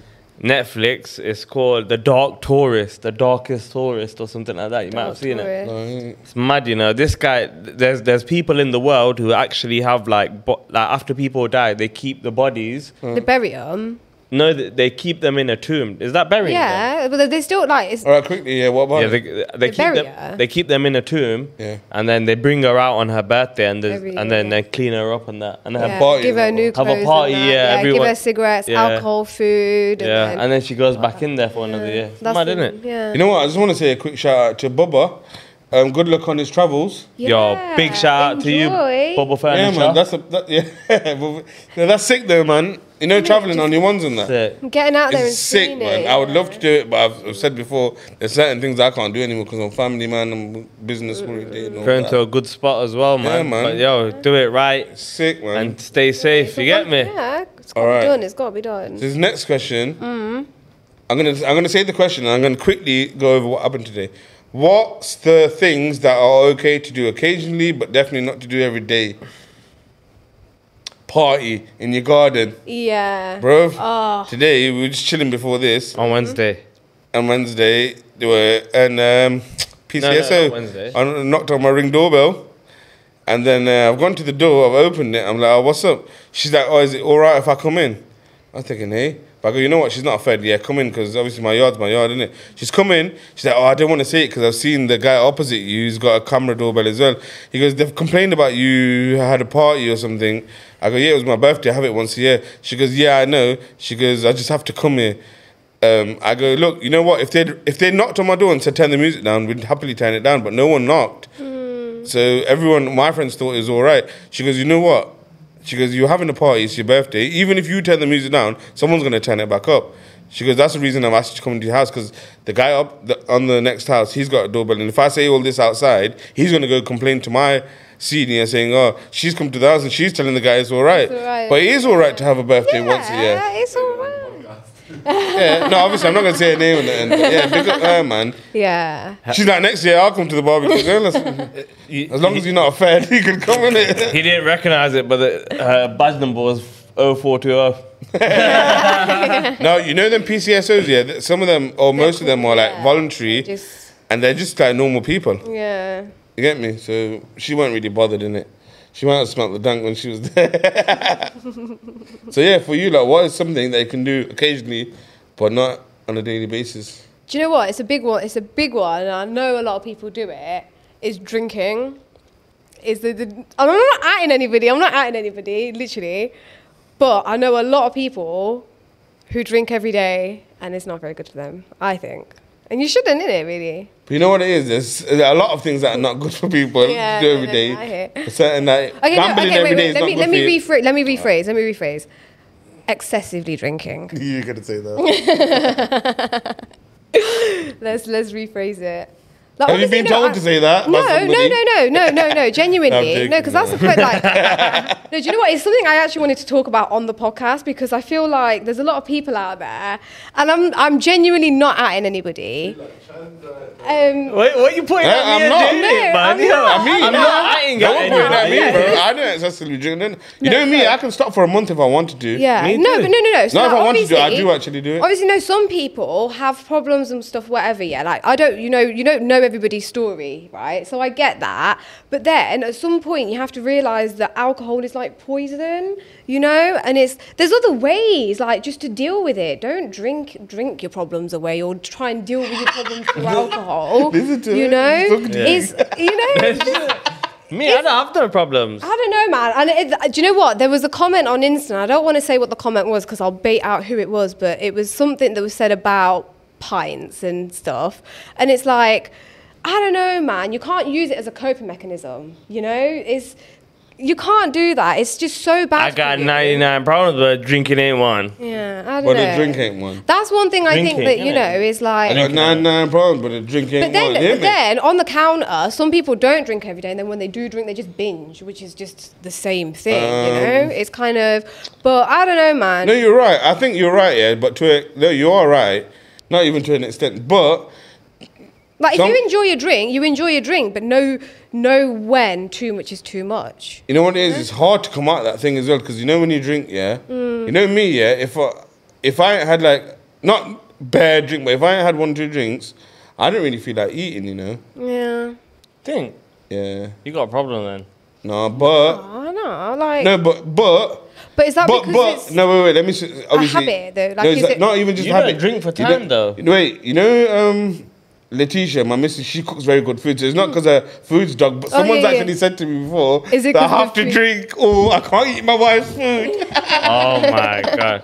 [SPEAKER 2] Netflix. It's called The Dark Tourist, The Darkest Tourist, or something like that. You might have seen it.
[SPEAKER 1] No, I ain't.
[SPEAKER 2] It's mad, you know. This guy. There's there's people in the world who actually have like bo- like after people die, they keep the bodies.
[SPEAKER 3] They bury 'em.
[SPEAKER 2] No, th- they keep them in a tomb. Is that burying? them?
[SPEAKER 3] Yeah, but they still like it's
[SPEAKER 1] All right, quickly. Yeah. What about?
[SPEAKER 2] Yeah,
[SPEAKER 1] Yeah.
[SPEAKER 2] they, they keep
[SPEAKER 3] bury
[SPEAKER 2] them,
[SPEAKER 3] her.
[SPEAKER 2] they keep them in a tomb,
[SPEAKER 1] Yeah.
[SPEAKER 2] and then they bring her out on her birthday, and there's-
[SPEAKER 3] Every
[SPEAKER 2] and then
[SPEAKER 3] year.
[SPEAKER 2] they clean her up and that, and her
[SPEAKER 3] yeah,
[SPEAKER 2] bo-
[SPEAKER 1] party
[SPEAKER 3] give
[SPEAKER 1] as
[SPEAKER 3] her
[SPEAKER 1] well.
[SPEAKER 3] new
[SPEAKER 2] Have a
[SPEAKER 3] clothes, and
[SPEAKER 2] party,
[SPEAKER 3] that,
[SPEAKER 2] yeah,
[SPEAKER 3] give
[SPEAKER 2] everyone-
[SPEAKER 3] her cigarettes,
[SPEAKER 2] Yeah.
[SPEAKER 3] alcohol, food, and
[SPEAKER 2] yeah,
[SPEAKER 3] then
[SPEAKER 2] and then she goes back in there for another year. It's mad,
[SPEAKER 3] the-
[SPEAKER 2] isn't it?
[SPEAKER 3] Yeah.
[SPEAKER 1] You know what? I just want to say a quick shout out to Bubba. Um, good luck on his travels.
[SPEAKER 2] Yo, big shout out to you,
[SPEAKER 3] Enjoy.
[SPEAKER 2] Bubble
[SPEAKER 1] Yeah,
[SPEAKER 2] Furniture.
[SPEAKER 1] man. That's a that, yeah. Bubba. no, that's sick though, man. You know, traveling on your ones and that.
[SPEAKER 2] it.
[SPEAKER 3] Getting out there and
[SPEAKER 1] It's sick,
[SPEAKER 3] seeing
[SPEAKER 1] man.
[SPEAKER 3] it.
[SPEAKER 1] I would love to do it, but I've, I've said before, there's certain things I can't do anymore because I'm family man, I'm business oriented. and all
[SPEAKER 2] Going
[SPEAKER 1] that.
[SPEAKER 2] to a good spot as well, man.
[SPEAKER 1] man.
[SPEAKER 2] But yo, do it right
[SPEAKER 1] Sick, man.
[SPEAKER 2] and stay safe. You get me?
[SPEAKER 3] Yeah, it's got to
[SPEAKER 1] Alright.
[SPEAKER 3] be done. It's got to be done.
[SPEAKER 1] this next question, I'm gonna I'm gonna say the question, and I'm gonna quickly go over what happened today. What's the things that are okay to do occasionally, but definitely not to do every day? Party in your garden,
[SPEAKER 3] yeah.
[SPEAKER 1] bro.
[SPEAKER 3] Oh.
[SPEAKER 1] Today we were just chilling before this,
[SPEAKER 2] On Wednesday.
[SPEAKER 1] and Wednesday they were and um, PCSO.
[SPEAKER 2] Wednesday.
[SPEAKER 1] I knocked on my ring doorbell, and then uh, I've gone to the door. I've opened it. I'm like, oh, "What's up?" She's like, "Oh, is it all right if I come in?" I'm thinking, "Hey." But I go, you know what? She's not a fed. Yeah, come in because obviously my yard's my yard, isn't it? She's come in. She's like, oh, I don't want to see it because I've seen the guy opposite you. He's got a camera doorbell as well. He goes, they've complained about you had a party or something. I go, yeah, it was my birthday. I have it once a year. She goes, yeah, I know. She goes, I just have to come here um, I go, look, you know what? If they if they knocked on my door and said turn the music down, we'd happily turn it down. But no one knocked, so everyone, my friends thought it was all right. She goes, you know what? She goes, you're having a party. It's your birthday. Even if you turn the music down, someone's gonna turn it back up. She goes, that's the reason I'm asked you to come to your house because the guy up the, on the next house, he's got a doorbell, and if I say all this outside, he's gonna go complain to my senior saying, oh, she's come to the house and she's telling the guy it's all right.
[SPEAKER 3] all right.
[SPEAKER 1] But it is all right to have a birthday once a year.
[SPEAKER 3] it's all right.
[SPEAKER 1] Yeah, no, obviously I'm not gonna say her name. And, and yeah, big up her, man.
[SPEAKER 3] Yeah.
[SPEAKER 1] She's like next year I'll come to the barbecue. Girl. As, as long as you're not a fan, you can come in it.
[SPEAKER 2] He didn't recognize it, but the uh, badge number was 0420.
[SPEAKER 1] No, you know them PCSOs. Yeah, th- some of them or most of them are like
[SPEAKER 3] yeah.
[SPEAKER 1] voluntary,
[SPEAKER 3] Just
[SPEAKER 1] and they're just like normal people.
[SPEAKER 3] yeah.
[SPEAKER 1] You get me? So she weren't really bothered in it. She might have smelt the dank when she was there. so yeah, for you, like, what is something that you can do occasionally, but not on a daily basis?
[SPEAKER 3] Do you know what? It's a big one. It's a big one, and I know a lot of people do it. Is drinking. Is the, the I'm not outing anybody. I'm not outing anybody, literally. But I know a lot of people who drink every day, and it's not very good for them. I think, and you shouldn't, in it really.
[SPEAKER 1] But you know what it is? There's, there are a lot of things that are not good for people
[SPEAKER 3] Yeah,
[SPEAKER 1] to do every
[SPEAKER 3] no, no,
[SPEAKER 1] day.
[SPEAKER 3] I hear.
[SPEAKER 1] Certain that
[SPEAKER 3] Okay, no,
[SPEAKER 1] gambling
[SPEAKER 3] okay,
[SPEAKER 1] every
[SPEAKER 3] wait,
[SPEAKER 1] day
[SPEAKER 3] wait.
[SPEAKER 1] is
[SPEAKER 3] Let
[SPEAKER 1] not
[SPEAKER 3] me
[SPEAKER 1] good
[SPEAKER 3] let
[SPEAKER 1] for
[SPEAKER 3] me
[SPEAKER 1] you.
[SPEAKER 3] rephrase. Let me rephrase. Let me rephrase. Excessively drinking.
[SPEAKER 1] You're gonna say that.
[SPEAKER 3] Let's let's rephrase it. Like,
[SPEAKER 1] Have you
[SPEAKER 3] honestly,
[SPEAKER 1] been
[SPEAKER 3] no,
[SPEAKER 1] told
[SPEAKER 3] I-
[SPEAKER 1] to say that? by
[SPEAKER 3] No, no,
[SPEAKER 1] somebody?
[SPEAKER 3] no, no, no, no, no, genuinely.
[SPEAKER 1] joking,
[SPEAKER 3] no, because that's the point. Like, no, do you know what? It's something I actually wanted to talk about on the podcast because I feel like there's a lot of people out there, and I'm I'm genuinely not outing anybody. Um,
[SPEAKER 2] Wait, what are you pointing
[SPEAKER 1] Eh,
[SPEAKER 2] at me
[SPEAKER 1] I'm
[SPEAKER 2] and
[SPEAKER 1] not.
[SPEAKER 2] doing
[SPEAKER 3] No,
[SPEAKER 2] it, man?
[SPEAKER 3] I'm not.
[SPEAKER 2] I'm,
[SPEAKER 1] I'm
[SPEAKER 2] not
[SPEAKER 1] not.
[SPEAKER 2] acting
[SPEAKER 1] No
[SPEAKER 2] at
[SPEAKER 1] one
[SPEAKER 2] anyone.
[SPEAKER 1] pointed at me,
[SPEAKER 3] Yeah.
[SPEAKER 1] bro. I don't excessively drink. don't- You know me. I can stop for a month if I want to do.
[SPEAKER 3] yeah.
[SPEAKER 2] Me
[SPEAKER 3] No,
[SPEAKER 2] too.
[SPEAKER 3] but no, no, no. So
[SPEAKER 1] Not if
[SPEAKER 3] like,
[SPEAKER 1] I want to do. it, I
[SPEAKER 3] obviously-
[SPEAKER 1] do actually do it.
[SPEAKER 3] Obviously, no. Some people have problems and stuff, whatever. Yeah, like I don't, you know, you don't know everybody's story, right? So I get that. But then at some point, you have to realize that alcohol is like poison, you know. And it's there's other ways, like just to deal with it. Don't drink drink your problems away, or try and deal with your problems through alcohol.
[SPEAKER 1] Listen to
[SPEAKER 3] you
[SPEAKER 1] her.
[SPEAKER 3] know,
[SPEAKER 1] Talk to
[SPEAKER 3] is you know.
[SPEAKER 2] me, I don't have no problems.
[SPEAKER 3] I don't know, man. And it, do you know what? There was a comment on Insta. I don't want to say what the comment was because I'll bait out who it was, but it was something that was said about pints and stuff. And it's like, I don't know, man. You can't use it as a coping mechanism. You know, it's you can't do that. It's just so bad.
[SPEAKER 2] I got
[SPEAKER 3] for you.
[SPEAKER 2] 99 problems, but drinking ain't one.
[SPEAKER 3] Yeah, I don't
[SPEAKER 1] But
[SPEAKER 3] know.
[SPEAKER 1] a drink ain't one.
[SPEAKER 3] That's one thing I think
[SPEAKER 2] Drinking,
[SPEAKER 3] that you
[SPEAKER 2] innit?
[SPEAKER 3] know is like.
[SPEAKER 1] I got nine nine problems, but a drink ain't
[SPEAKER 3] But then,
[SPEAKER 1] one. Hear
[SPEAKER 3] but
[SPEAKER 1] me?
[SPEAKER 3] then on the counter, some people don't drink every day, and then when they do drink, they just binge, which is just the same thing, you know. It's kind of, but I don't know, man.
[SPEAKER 1] Um, No, you're right. I think you're right. Yeah, but to a, no, you are right. Not even to an extent, but
[SPEAKER 3] like if
[SPEAKER 1] some-
[SPEAKER 3] you enjoy your drink, you enjoy your drink, but no, know when too much is too much.
[SPEAKER 1] You know what
[SPEAKER 3] Mm-hmm.
[SPEAKER 1] it is? It's hard to come out of that thing as well because you know when you drink, yeah.
[SPEAKER 3] Mm.
[SPEAKER 1] You know me, yeah. If I if I ain't had like not bad drink, but if I ain't had one two drinks, I don't really feel like eating. You know.
[SPEAKER 3] Yeah,
[SPEAKER 2] Think
[SPEAKER 1] Yeah.
[SPEAKER 2] you got a problem then?
[SPEAKER 1] No, but
[SPEAKER 3] I don't know. Like,
[SPEAKER 1] no, but but.
[SPEAKER 3] but is that
[SPEAKER 1] But
[SPEAKER 3] because
[SPEAKER 1] but
[SPEAKER 3] it's
[SPEAKER 1] no wait wait let me s- obviously
[SPEAKER 3] habit, though? Like,
[SPEAKER 1] no, it's
[SPEAKER 3] is
[SPEAKER 1] like-
[SPEAKER 3] it-
[SPEAKER 1] not even just
[SPEAKER 2] You don't
[SPEAKER 1] habit
[SPEAKER 2] drink for
[SPEAKER 1] You
[SPEAKER 2] time,
[SPEAKER 1] don't-
[SPEAKER 2] though.
[SPEAKER 1] wait you know um Letitia my missus she cooks very good food so it's not because her food's dog but
[SPEAKER 3] Mm. Oh,
[SPEAKER 1] someone's
[SPEAKER 3] yeah, yeah.
[SPEAKER 1] actually said to me before
[SPEAKER 3] Is it
[SPEAKER 1] that I
[SPEAKER 3] 'cause of
[SPEAKER 1] have
[SPEAKER 3] the
[SPEAKER 1] to drink oh I can't eat my wife's food
[SPEAKER 2] Oh my god.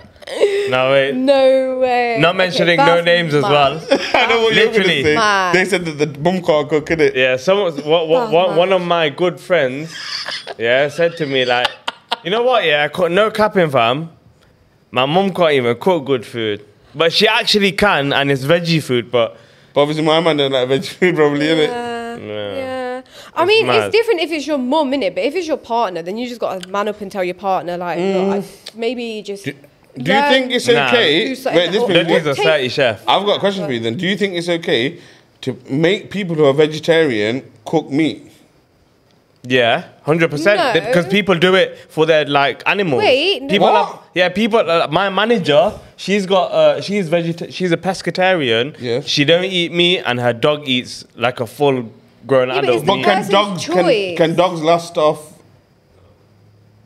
[SPEAKER 2] No wait.
[SPEAKER 3] no way?
[SPEAKER 2] Not
[SPEAKER 3] Okay,
[SPEAKER 2] mentioning no
[SPEAKER 3] that's
[SPEAKER 2] names as
[SPEAKER 3] mad.
[SPEAKER 2] well.
[SPEAKER 1] I know what
[SPEAKER 2] Literally.
[SPEAKER 1] you're gonna
[SPEAKER 3] Mad.
[SPEAKER 1] say they said that the mum can't cook innit
[SPEAKER 2] Yeah, someone, what,
[SPEAKER 3] Oh,
[SPEAKER 2] what, what,
[SPEAKER 3] man.
[SPEAKER 2] one of my good friends, yeah, said to me like, you know what? Yeah, I caught no capping fam. My mum can't even cook good food, but she actually can, and it's veggie food. But
[SPEAKER 1] but obviously my man don't like veg food probably innit
[SPEAKER 3] Yeah.
[SPEAKER 2] Yeah.
[SPEAKER 3] yeah. I mean,
[SPEAKER 2] mad.
[SPEAKER 3] it's different if it's your mum, innit? But if it's your partner, then you just got to man up and tell your partner, like, look, I, maybe just.
[SPEAKER 1] Mm. do you think it's
[SPEAKER 2] Nah.
[SPEAKER 1] okay
[SPEAKER 3] Do something
[SPEAKER 1] wait this
[SPEAKER 3] else.
[SPEAKER 1] bit-
[SPEAKER 3] Don't
[SPEAKER 2] he's
[SPEAKER 3] do
[SPEAKER 2] a
[SPEAKER 3] Take-
[SPEAKER 2] thirty chef.
[SPEAKER 1] I've got a question for you then do you think it's okay to make people who are vegetarian cook meat
[SPEAKER 2] Yeah, hundred percent.
[SPEAKER 3] No.
[SPEAKER 2] Because people do it for their like animals.
[SPEAKER 3] Wait, no.
[SPEAKER 2] people
[SPEAKER 1] What?
[SPEAKER 2] Have, yeah, people. Uh, my manager, She's got uh, she's vegeta- she's a pescatarian.
[SPEAKER 1] Yeah.
[SPEAKER 2] She don't eat meat, and her dog eats like a full grown
[SPEAKER 3] Yeah, but
[SPEAKER 2] adult.
[SPEAKER 3] it's the
[SPEAKER 1] But
[SPEAKER 2] meat.
[SPEAKER 1] can
[SPEAKER 3] Person's
[SPEAKER 1] dogs can,
[SPEAKER 3] choice.
[SPEAKER 1] can dogs last off?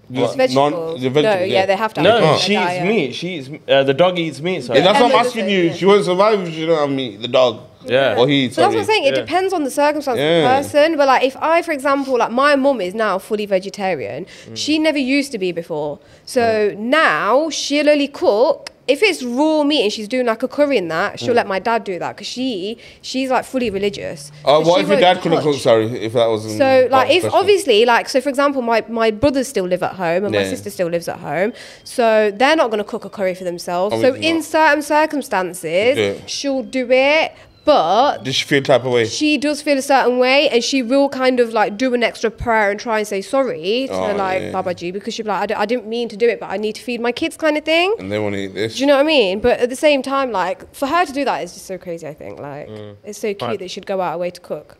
[SPEAKER 3] It's
[SPEAKER 1] What?
[SPEAKER 3] vegetables.
[SPEAKER 1] the
[SPEAKER 3] no,
[SPEAKER 1] vegetable,
[SPEAKER 3] yeah, they have to. have
[SPEAKER 2] no,
[SPEAKER 3] a
[SPEAKER 2] she eats
[SPEAKER 3] diet.
[SPEAKER 2] meat. She eats uh, the dog eats meat. Sorry.
[SPEAKER 1] Yeah, that's what I'm
[SPEAKER 3] Emily
[SPEAKER 1] asking
[SPEAKER 3] does it,
[SPEAKER 1] you.
[SPEAKER 3] yeah.
[SPEAKER 1] She won't survive if she don't have meat. The dog.
[SPEAKER 2] Yeah.
[SPEAKER 1] Or he.
[SPEAKER 3] So that's what I'm
[SPEAKER 1] sorry.
[SPEAKER 3] saying. It
[SPEAKER 2] Yeah.
[SPEAKER 3] depends on the circumstance
[SPEAKER 1] Yeah.
[SPEAKER 3] of the person. But like, if I, for example, like my mum is now fully vegetarian.
[SPEAKER 1] Mm.
[SPEAKER 3] She never used to be before. So now she'll only cook. If it's raw meat and she's doing like a curry in that,
[SPEAKER 1] Mm.
[SPEAKER 3] she'll let my dad do that because she she's like fully religious.
[SPEAKER 1] Uh,
[SPEAKER 3] So
[SPEAKER 1] what if
[SPEAKER 3] she
[SPEAKER 1] your
[SPEAKER 3] won't
[SPEAKER 1] dad couldn't
[SPEAKER 3] touch.
[SPEAKER 1] cook? Sorry, if that wasn't.
[SPEAKER 3] So
[SPEAKER 1] part of
[SPEAKER 3] like
[SPEAKER 1] the
[SPEAKER 3] if
[SPEAKER 1] question.
[SPEAKER 3] obviously like so for example my my brothers still live at home and my
[SPEAKER 1] Yeah.
[SPEAKER 3] sister still lives at home so they're not going to cook a curry for themselves
[SPEAKER 1] Obviously
[SPEAKER 3] so in
[SPEAKER 1] Oh, not.
[SPEAKER 3] certain circumstances
[SPEAKER 1] Yeah.
[SPEAKER 3] she'll do it but
[SPEAKER 1] Does she feel type of way?
[SPEAKER 3] she does feel a certain way and she will kind of like do an extra prayer and try and say sorry to
[SPEAKER 1] Oh,
[SPEAKER 3] like
[SPEAKER 1] yeah.
[SPEAKER 3] Baba Ji because she'll be like I, d- I didn't mean to do it but I need to feed my kids kind of thing
[SPEAKER 1] And they want to eat this.
[SPEAKER 3] do you know what I mean? But at the same time, like for her to do that is just so crazy. I think like
[SPEAKER 1] Mm.
[SPEAKER 3] it's so cute
[SPEAKER 2] Right.
[SPEAKER 3] that she'd go out of her way to cook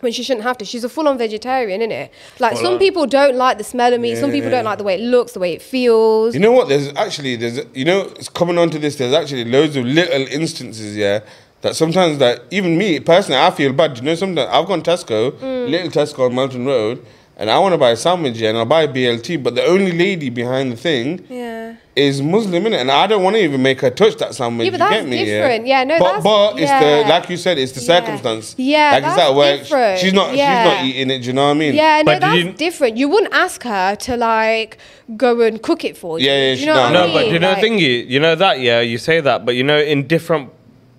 [SPEAKER 3] when she shouldn't have to. She's a full-on vegetarian, isn't it? Like
[SPEAKER 2] Full
[SPEAKER 3] some
[SPEAKER 2] on.
[SPEAKER 3] people don't like the smell of meat. Some people don't
[SPEAKER 1] uh, Yeah.
[SPEAKER 3] like the way it looks, the way it feels.
[SPEAKER 1] You know what? There's actually there's you know it's coming onto this. There's actually loads of little instances, yeah. That sometimes that even me personally, I feel bad. You know, sometimes I've gone Tesco,
[SPEAKER 3] Mm.
[SPEAKER 1] little Tesco on Mountain Road, and I want to buy a sandwich, yeah, and I buy a BLT, but the only lady behind the thing
[SPEAKER 3] yeah.
[SPEAKER 1] is Muslim in it, and I don't want to even make her touch that sandwich.
[SPEAKER 3] Yeah, but
[SPEAKER 1] you
[SPEAKER 3] that's
[SPEAKER 1] get me,
[SPEAKER 3] different.
[SPEAKER 1] Yeah,
[SPEAKER 3] Yeah, no,
[SPEAKER 1] but
[SPEAKER 3] that's-
[SPEAKER 1] but it's the
[SPEAKER 3] yeah.
[SPEAKER 1] like you said, it's the
[SPEAKER 3] Yeah.
[SPEAKER 1] circumstance.
[SPEAKER 3] Yeah,
[SPEAKER 1] like it's
[SPEAKER 3] that's
[SPEAKER 1] at work.
[SPEAKER 3] different.
[SPEAKER 1] She's not she's
[SPEAKER 3] Yeah.
[SPEAKER 1] not eating it. Do you know what I mean?
[SPEAKER 3] Yeah, no,
[SPEAKER 2] But
[SPEAKER 3] that's
[SPEAKER 2] you-
[SPEAKER 3] different. You wouldn't ask her to like go and cook it for you.
[SPEAKER 1] Yeah, yeah,
[SPEAKER 3] Do
[SPEAKER 1] she-
[SPEAKER 3] you know what
[SPEAKER 1] no,
[SPEAKER 3] I
[SPEAKER 2] No,
[SPEAKER 3] mean?
[SPEAKER 2] but you know,
[SPEAKER 3] Like-
[SPEAKER 2] thingy, you know that, yeah, you say that, but you know, in different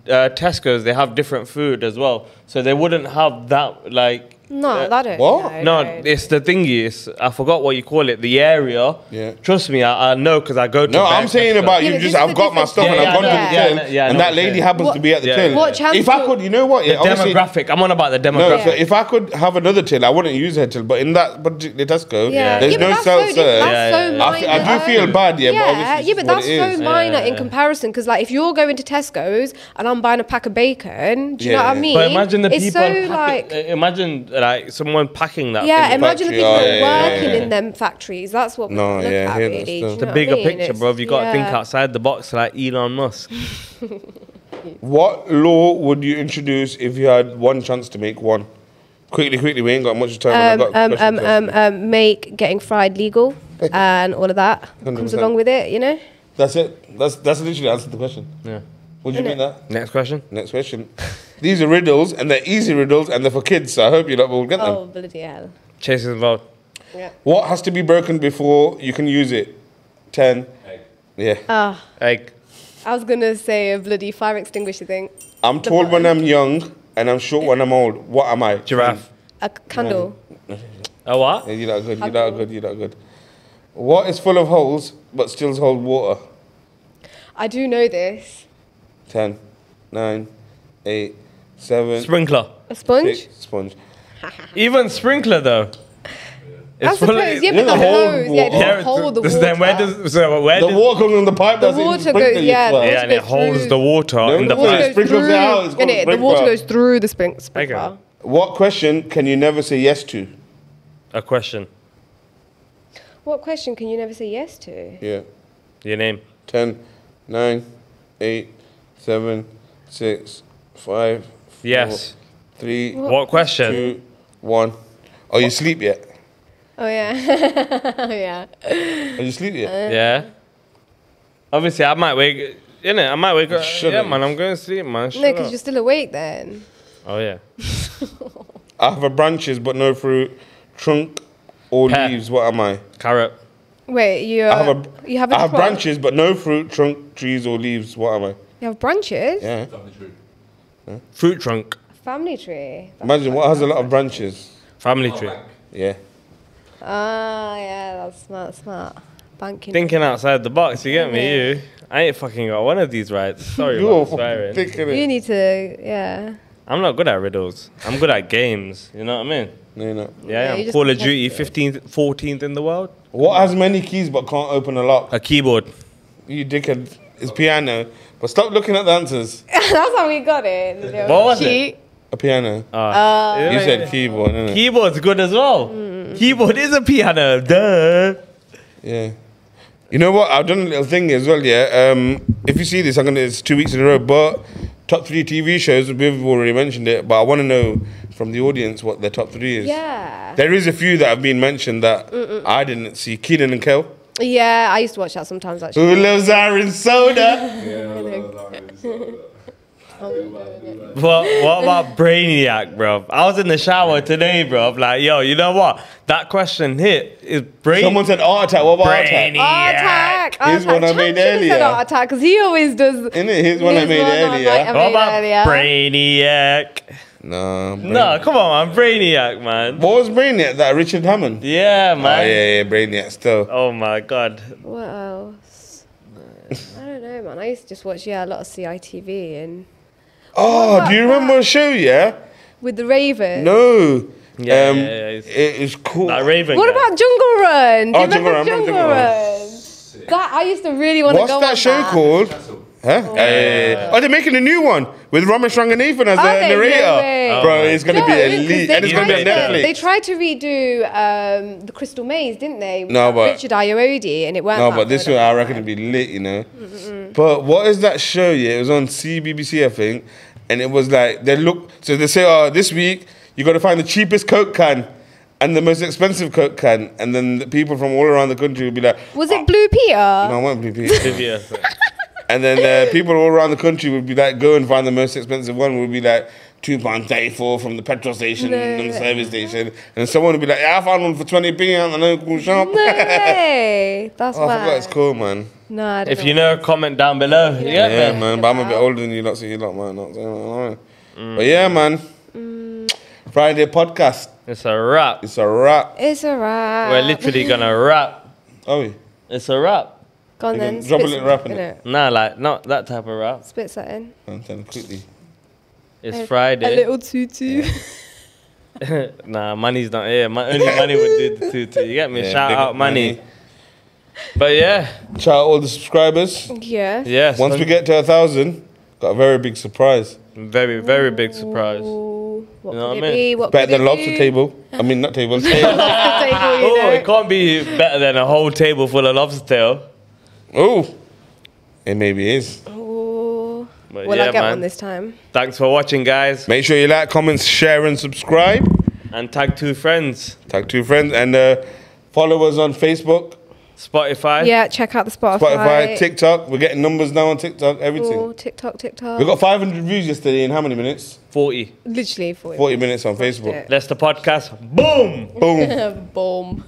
[SPEAKER 2] uh, Tesco's, they have different food as well. So they wouldn't have that, like.
[SPEAKER 3] No,
[SPEAKER 2] uh,
[SPEAKER 3] that don't.
[SPEAKER 1] What?
[SPEAKER 2] No, it's the thingy. It's, I forgot what you call it, the area.
[SPEAKER 1] Yeah.
[SPEAKER 2] Trust me, I, I know because I go to.
[SPEAKER 1] No,
[SPEAKER 2] bare
[SPEAKER 1] I'm saying
[SPEAKER 2] Tesco.
[SPEAKER 1] about
[SPEAKER 3] Yeah,
[SPEAKER 1] you.
[SPEAKER 3] but
[SPEAKER 1] Just
[SPEAKER 3] this is
[SPEAKER 1] I've
[SPEAKER 3] the
[SPEAKER 1] got my
[SPEAKER 3] difference.
[SPEAKER 1] stuff and
[SPEAKER 2] Yeah,
[SPEAKER 1] I've gone
[SPEAKER 3] yeah,
[SPEAKER 1] to the
[SPEAKER 2] yeah.
[SPEAKER 1] till,
[SPEAKER 2] Yeah, yeah, I
[SPEAKER 1] and
[SPEAKER 2] know
[SPEAKER 1] that
[SPEAKER 2] what you're
[SPEAKER 1] lady
[SPEAKER 2] saying.
[SPEAKER 1] happens to be at the
[SPEAKER 2] Yeah.
[SPEAKER 1] till.
[SPEAKER 3] What chance
[SPEAKER 1] if I
[SPEAKER 3] would-
[SPEAKER 1] could, you know what?
[SPEAKER 2] The
[SPEAKER 1] Yeah, obviously.
[SPEAKER 2] demographic. I'm on about the
[SPEAKER 1] No,
[SPEAKER 2] demographic.
[SPEAKER 1] so if I could have another till, I wouldn't use her till. But in that particular Tesco,
[SPEAKER 3] Yeah,
[SPEAKER 1] there's
[SPEAKER 3] yeah,
[SPEAKER 1] no
[SPEAKER 3] but that's so
[SPEAKER 1] self
[SPEAKER 3] different.
[SPEAKER 1] serve.
[SPEAKER 3] That's
[SPEAKER 2] Yeah,
[SPEAKER 3] so
[SPEAKER 2] yeah, yeah.
[SPEAKER 1] I, fe-
[SPEAKER 3] minor.
[SPEAKER 1] I do feel bad, yeah, but
[SPEAKER 3] yeah,
[SPEAKER 1] obviously
[SPEAKER 3] yeah,
[SPEAKER 1] it's
[SPEAKER 3] but
[SPEAKER 1] what
[SPEAKER 3] that's
[SPEAKER 1] it is.
[SPEAKER 3] so minor
[SPEAKER 2] Yeah.
[SPEAKER 3] in comparison because, like, if you're going to Tesco's and I'm buying a pack of bacon, do you know what
[SPEAKER 1] Yeah.
[SPEAKER 3] I mean?
[SPEAKER 2] but imagine the
[SPEAKER 3] it's
[SPEAKER 2] people.
[SPEAKER 3] so
[SPEAKER 2] pack-
[SPEAKER 3] like,
[SPEAKER 2] uh, imagine like someone packing that.
[SPEAKER 3] yeah,
[SPEAKER 2] thing.
[SPEAKER 3] imagine
[SPEAKER 1] factory,
[SPEAKER 3] the people
[SPEAKER 1] oh, yeah, yeah,
[SPEAKER 3] working
[SPEAKER 1] yeah.
[SPEAKER 3] in them factories. That's what we
[SPEAKER 1] No,
[SPEAKER 3] look
[SPEAKER 1] yeah, I
[SPEAKER 3] at,
[SPEAKER 1] hear that
[SPEAKER 3] really. do you
[SPEAKER 1] stuff.
[SPEAKER 3] know
[SPEAKER 2] the
[SPEAKER 3] what I
[SPEAKER 2] bigger
[SPEAKER 3] mean?
[SPEAKER 2] picture,
[SPEAKER 3] It's-
[SPEAKER 2] bro. You got to think
[SPEAKER 3] yeah.
[SPEAKER 2] outside the box, like Elon Musk.
[SPEAKER 1] What law would you introduce if you had one chance to make one? Quickly, quickly, we ain't got much time. and I've
[SPEAKER 3] Um,
[SPEAKER 1] got
[SPEAKER 3] um,
[SPEAKER 1] questions
[SPEAKER 3] um,
[SPEAKER 1] left.
[SPEAKER 3] um, um, make getting fried legal and all of that comes
[SPEAKER 1] 100%.
[SPEAKER 3] along with it, you know?
[SPEAKER 1] That's it. That's that's literally answered the question.
[SPEAKER 2] Yeah.
[SPEAKER 1] Would you do that?
[SPEAKER 2] Next question.
[SPEAKER 1] Next question. These are riddles, and they're easy riddles, and they're for kids. So I hope you lot will get them.
[SPEAKER 3] Oh, bloody hell.
[SPEAKER 2] Chase is involved.
[SPEAKER 1] What has to be broken before you can use it? 10.
[SPEAKER 4] Egg.
[SPEAKER 1] Yeah.
[SPEAKER 3] Ah,
[SPEAKER 2] Like,
[SPEAKER 3] I was going to say a bloody fire extinguisher thing.
[SPEAKER 1] I'm tall when I'm young and I'm short when I'm old. What am I?
[SPEAKER 2] giraffe.
[SPEAKER 3] A c- candle.
[SPEAKER 2] A what?
[SPEAKER 1] Yeah, you're not good, you're not good, you're not good. What is full of holes but still hold water?
[SPEAKER 3] I do know this.
[SPEAKER 1] 10, 9, 8, 7,
[SPEAKER 2] Sprinkler.
[SPEAKER 3] A sponge?
[SPEAKER 1] six, sponge.
[SPEAKER 2] Even sprinkler though.
[SPEAKER 3] I
[SPEAKER 2] full of-
[SPEAKER 3] suppose, yeah,
[SPEAKER 1] you
[SPEAKER 3] but
[SPEAKER 1] know
[SPEAKER 3] the
[SPEAKER 1] the whole
[SPEAKER 3] hose, yeah, it
[SPEAKER 1] wa-
[SPEAKER 2] Yeah,
[SPEAKER 3] doesn't hold the
[SPEAKER 2] th-
[SPEAKER 3] water.
[SPEAKER 2] Then where does so where
[SPEAKER 1] The
[SPEAKER 2] does,
[SPEAKER 1] water comes in the pipe, doesn't
[SPEAKER 3] The
[SPEAKER 1] it?
[SPEAKER 3] water
[SPEAKER 1] Sprinkle
[SPEAKER 3] goes-
[SPEAKER 1] you
[SPEAKER 3] yeah,
[SPEAKER 1] twat.
[SPEAKER 3] the
[SPEAKER 2] yeah, and it
[SPEAKER 3] goes
[SPEAKER 2] holds
[SPEAKER 3] through.
[SPEAKER 2] the water in
[SPEAKER 1] the
[SPEAKER 2] the
[SPEAKER 1] water
[SPEAKER 2] pipe.
[SPEAKER 1] goes sprinkles it out, it's called
[SPEAKER 3] innit?
[SPEAKER 1] a
[SPEAKER 3] The water
[SPEAKER 1] sprinkler.
[SPEAKER 3] goes through the sprink- sprinkler.
[SPEAKER 2] Okay.
[SPEAKER 1] What question can you never say yes to?
[SPEAKER 2] A question.
[SPEAKER 3] What question can you never say yes to?
[SPEAKER 1] Yeah.
[SPEAKER 2] Your name.
[SPEAKER 1] 10, 9, 8, 7, 6, 5,
[SPEAKER 2] Yes.
[SPEAKER 1] 4, 3,
[SPEAKER 2] What, question?
[SPEAKER 1] two, one. Are you asleep yet?
[SPEAKER 3] Oh yeah, oh yeah.
[SPEAKER 1] Are you asleep yet?
[SPEAKER 2] Yeah. Obviously, I might wake. In I might wake up. Yeah,
[SPEAKER 1] shouldn't.
[SPEAKER 2] man, I'm going to sleep, man.
[SPEAKER 3] No,
[SPEAKER 2] Shut
[SPEAKER 3] because
[SPEAKER 2] up.
[SPEAKER 3] you're still awake then.
[SPEAKER 2] oh yeah.
[SPEAKER 1] I have a branches but no fruit, trunk or
[SPEAKER 2] Pear.
[SPEAKER 1] leaves. What am I?
[SPEAKER 2] Carrot.
[SPEAKER 3] Wait, you.
[SPEAKER 1] I have a.
[SPEAKER 3] Uh, you have a.
[SPEAKER 1] I have
[SPEAKER 3] trunk?
[SPEAKER 1] branches but no fruit, trunk, trees or leaves. What am I?
[SPEAKER 3] You have branches.
[SPEAKER 1] Yeah.
[SPEAKER 4] Family tree.
[SPEAKER 2] Fruit trunk.
[SPEAKER 3] Family tree.
[SPEAKER 1] Imagine what has a lot of branches. Oh,
[SPEAKER 2] Family tree.
[SPEAKER 1] Yeah.
[SPEAKER 3] Ah, yeah, that's smart, smart. Banking.
[SPEAKER 2] Thinking outside the box. You get me?
[SPEAKER 3] Yeah.
[SPEAKER 2] You. I ain't fucking got one of these right. Sorry
[SPEAKER 1] You're
[SPEAKER 2] about
[SPEAKER 1] fucking
[SPEAKER 2] swearing.
[SPEAKER 1] thinking
[SPEAKER 3] you
[SPEAKER 1] it.
[SPEAKER 3] need to, yeah.
[SPEAKER 2] I'm not good at riddles. I'm good at games. You know what I mean?
[SPEAKER 1] No, you're not.
[SPEAKER 2] Yeah,
[SPEAKER 3] Yeah,
[SPEAKER 2] I'm
[SPEAKER 3] you just
[SPEAKER 2] Call of
[SPEAKER 3] contest
[SPEAKER 2] Duty
[SPEAKER 3] it.
[SPEAKER 2] 15th, 14th in the world.
[SPEAKER 1] What has many keys but can't open a lock?
[SPEAKER 2] A keyboard.
[SPEAKER 1] You dickhead. It's piano. But stop looking at the answers.
[SPEAKER 3] that's how we got it. the little
[SPEAKER 2] What was it?
[SPEAKER 3] cheat.
[SPEAKER 1] A piano.
[SPEAKER 2] Ah.
[SPEAKER 3] Oh.
[SPEAKER 1] You said keyboard, didn't it?
[SPEAKER 3] Mm.
[SPEAKER 2] Keyboard's good as well. Keyboard is a piano. Duh.
[SPEAKER 1] Yeah. You know what? I've done a little thing as well. Yeah. Um, if you see this, I'm gonna. It's two weeks in a row. But top three TV shows. We've already mentioned it, but I want to know from the audience what their top three is.
[SPEAKER 3] Yeah.
[SPEAKER 1] There is a few that have been mentioned that I didn't see. Keenan and Kel.
[SPEAKER 3] Yeah, I used to watch that sometimes actually.
[SPEAKER 1] Who loves iron soda?
[SPEAKER 4] Yeah, I love that. It's so good.
[SPEAKER 2] What, what about Brainiac, bro? I was in the shower today, bro. Like, yo, you know what? That question hit is Brain.
[SPEAKER 1] Someone said art attack. What about art attack?
[SPEAKER 2] Brainy.
[SPEAKER 3] Art
[SPEAKER 2] Yeah.
[SPEAKER 3] attack. Art
[SPEAKER 1] Here's
[SPEAKER 3] attack.
[SPEAKER 1] one I
[SPEAKER 3] Chuck
[SPEAKER 1] made
[SPEAKER 3] should have said
[SPEAKER 1] earlier.
[SPEAKER 3] Art attack because he always does.
[SPEAKER 1] Innit? Here's one I made earlier.
[SPEAKER 3] I
[SPEAKER 2] what
[SPEAKER 3] made
[SPEAKER 2] about
[SPEAKER 3] earlier.
[SPEAKER 2] Brainiac?
[SPEAKER 1] No.
[SPEAKER 2] No, come on, man. Brainiac, man.
[SPEAKER 1] What was Brainiac? That Richard Hammond.
[SPEAKER 2] Yeah,
[SPEAKER 1] Oh
[SPEAKER 2] man.
[SPEAKER 1] yeah, yeah, Brainiac still.
[SPEAKER 2] Oh my god.
[SPEAKER 3] What else? I don't know, man. I used to just watch yeah a lot of CITV and
[SPEAKER 1] Oh, do you
[SPEAKER 3] about
[SPEAKER 1] remember a show? Yeah.
[SPEAKER 3] with the Ravens.
[SPEAKER 1] No.
[SPEAKER 2] Yeah,
[SPEAKER 1] um,
[SPEAKER 2] yeah, yeah, it's-
[SPEAKER 1] It is cool.
[SPEAKER 2] That Raven.
[SPEAKER 3] What
[SPEAKER 2] guy.
[SPEAKER 3] about Jungle Run? Do
[SPEAKER 1] Oh,
[SPEAKER 3] you remember
[SPEAKER 1] Jungle Run, I remember
[SPEAKER 3] Jungle
[SPEAKER 1] Jungle
[SPEAKER 3] Run? That I used to really want to
[SPEAKER 1] What's
[SPEAKER 3] go. on
[SPEAKER 1] that show called?
[SPEAKER 4] Castle.
[SPEAKER 1] Huh? Oh, they're making a new one with Ramesh Ranganathan as the
[SPEAKER 3] Are they? No
[SPEAKER 1] narrator.
[SPEAKER 3] way. Oh
[SPEAKER 1] Bro,
[SPEAKER 2] my
[SPEAKER 1] it's gonna
[SPEAKER 3] No,
[SPEAKER 1] be
[SPEAKER 3] 'cause
[SPEAKER 1] elite,
[SPEAKER 3] they
[SPEAKER 1] and it's gonna be on
[SPEAKER 3] tried to- They
[SPEAKER 1] Netflix.
[SPEAKER 3] tried to redo um, the Crystal Maze, didn't they? With uh,
[SPEAKER 1] No, but-
[SPEAKER 3] Richard Iodi, and it weren't.
[SPEAKER 1] No,
[SPEAKER 3] that
[SPEAKER 1] but this
[SPEAKER 3] good.
[SPEAKER 1] one I reckon it'd be lit, you know. But what is that show? Yeah, it was on CBBC, I think, and it was like they look. So they say, "Oh, this week you got to find the cheapest Coke can." And the most expensive Coke can, and then the people from all around the country would be like,
[SPEAKER 3] Was it Blue Peter?
[SPEAKER 1] "No, I won't be."
[SPEAKER 2] Olivia.
[SPEAKER 1] And then uh, people all around the country would be like, go and find the most expensive one. Would be like two pound thirty four from the petrol station and the service station. And someone would be like, yeah, I found one for twenty p at the local shop.
[SPEAKER 3] No way. That's
[SPEAKER 1] Oh, I
[SPEAKER 3] mad.
[SPEAKER 1] forgot it's cool, man.
[SPEAKER 3] No, I don't
[SPEAKER 2] If you know, comment down below. Yeah,
[SPEAKER 1] Yeah,
[SPEAKER 2] man.
[SPEAKER 1] man. But I'm a bit older than you lot, so you lot might not. so I don't know.
[SPEAKER 2] Mm.
[SPEAKER 1] But yeah, man. Friday podcast.
[SPEAKER 2] It's a wrap.
[SPEAKER 1] It's a wrap.
[SPEAKER 3] It's a wrap.
[SPEAKER 2] We're literally gonna wrap.
[SPEAKER 1] Oh, yeah.
[SPEAKER 2] It's a wrap.
[SPEAKER 3] Go on
[SPEAKER 1] You
[SPEAKER 3] then.
[SPEAKER 1] can drop a
[SPEAKER 3] spit
[SPEAKER 1] little
[SPEAKER 3] some-
[SPEAKER 1] rap in it.
[SPEAKER 3] innit?
[SPEAKER 2] Nah, like not that type of wrap.
[SPEAKER 3] Spit that in.
[SPEAKER 1] I'm telling you quickly.
[SPEAKER 2] It's
[SPEAKER 3] A
[SPEAKER 2] Friday.
[SPEAKER 3] little tutu.
[SPEAKER 2] nah, money's not here. My only money would do the two two. You get me?
[SPEAKER 1] Yeah,
[SPEAKER 2] Shout
[SPEAKER 1] big
[SPEAKER 2] out
[SPEAKER 1] up
[SPEAKER 2] money.
[SPEAKER 1] Money.
[SPEAKER 2] But yeah,
[SPEAKER 1] Shout out all the subscribers.
[SPEAKER 3] yeah.
[SPEAKER 2] yes.
[SPEAKER 1] Once we get to a thousand, got a very big surprise.
[SPEAKER 2] very very big surprise.
[SPEAKER 3] Ooh, what
[SPEAKER 2] know what
[SPEAKER 3] could
[SPEAKER 2] I
[SPEAKER 3] it
[SPEAKER 2] mean?
[SPEAKER 3] be? What
[SPEAKER 1] Better
[SPEAKER 3] could
[SPEAKER 1] than
[SPEAKER 3] it
[SPEAKER 1] lobster
[SPEAKER 3] be?
[SPEAKER 1] table. I mean, not table. table.
[SPEAKER 3] Lobster table, you
[SPEAKER 2] Oh,
[SPEAKER 3] know.
[SPEAKER 2] it can't be better than a whole table full of lobster tail.
[SPEAKER 1] Oh, it maybe is.
[SPEAKER 3] Ooh.
[SPEAKER 2] But
[SPEAKER 3] Will
[SPEAKER 2] yeah,
[SPEAKER 3] I get
[SPEAKER 2] man.
[SPEAKER 3] one this time?
[SPEAKER 2] Thanks for watching, guys,
[SPEAKER 1] Make sure you like, comment, share, and subscribe.
[SPEAKER 2] and tag two friends.
[SPEAKER 1] Tag two friends and uh, follow us on Facebook,
[SPEAKER 2] Spotify.
[SPEAKER 3] Yeah, check out the Spotify.
[SPEAKER 1] Spotify, TikTok. We're getting numbers now on TikTok. Everything.
[SPEAKER 3] Ooh, TikTok, TikTok.
[SPEAKER 1] We got 500 views yesterday in how many minutes?
[SPEAKER 2] Forty.
[SPEAKER 3] Literally 40.
[SPEAKER 1] 40 minutes on Facebook.
[SPEAKER 2] That's the podcast. Boom.
[SPEAKER 1] Boom.
[SPEAKER 3] Boom.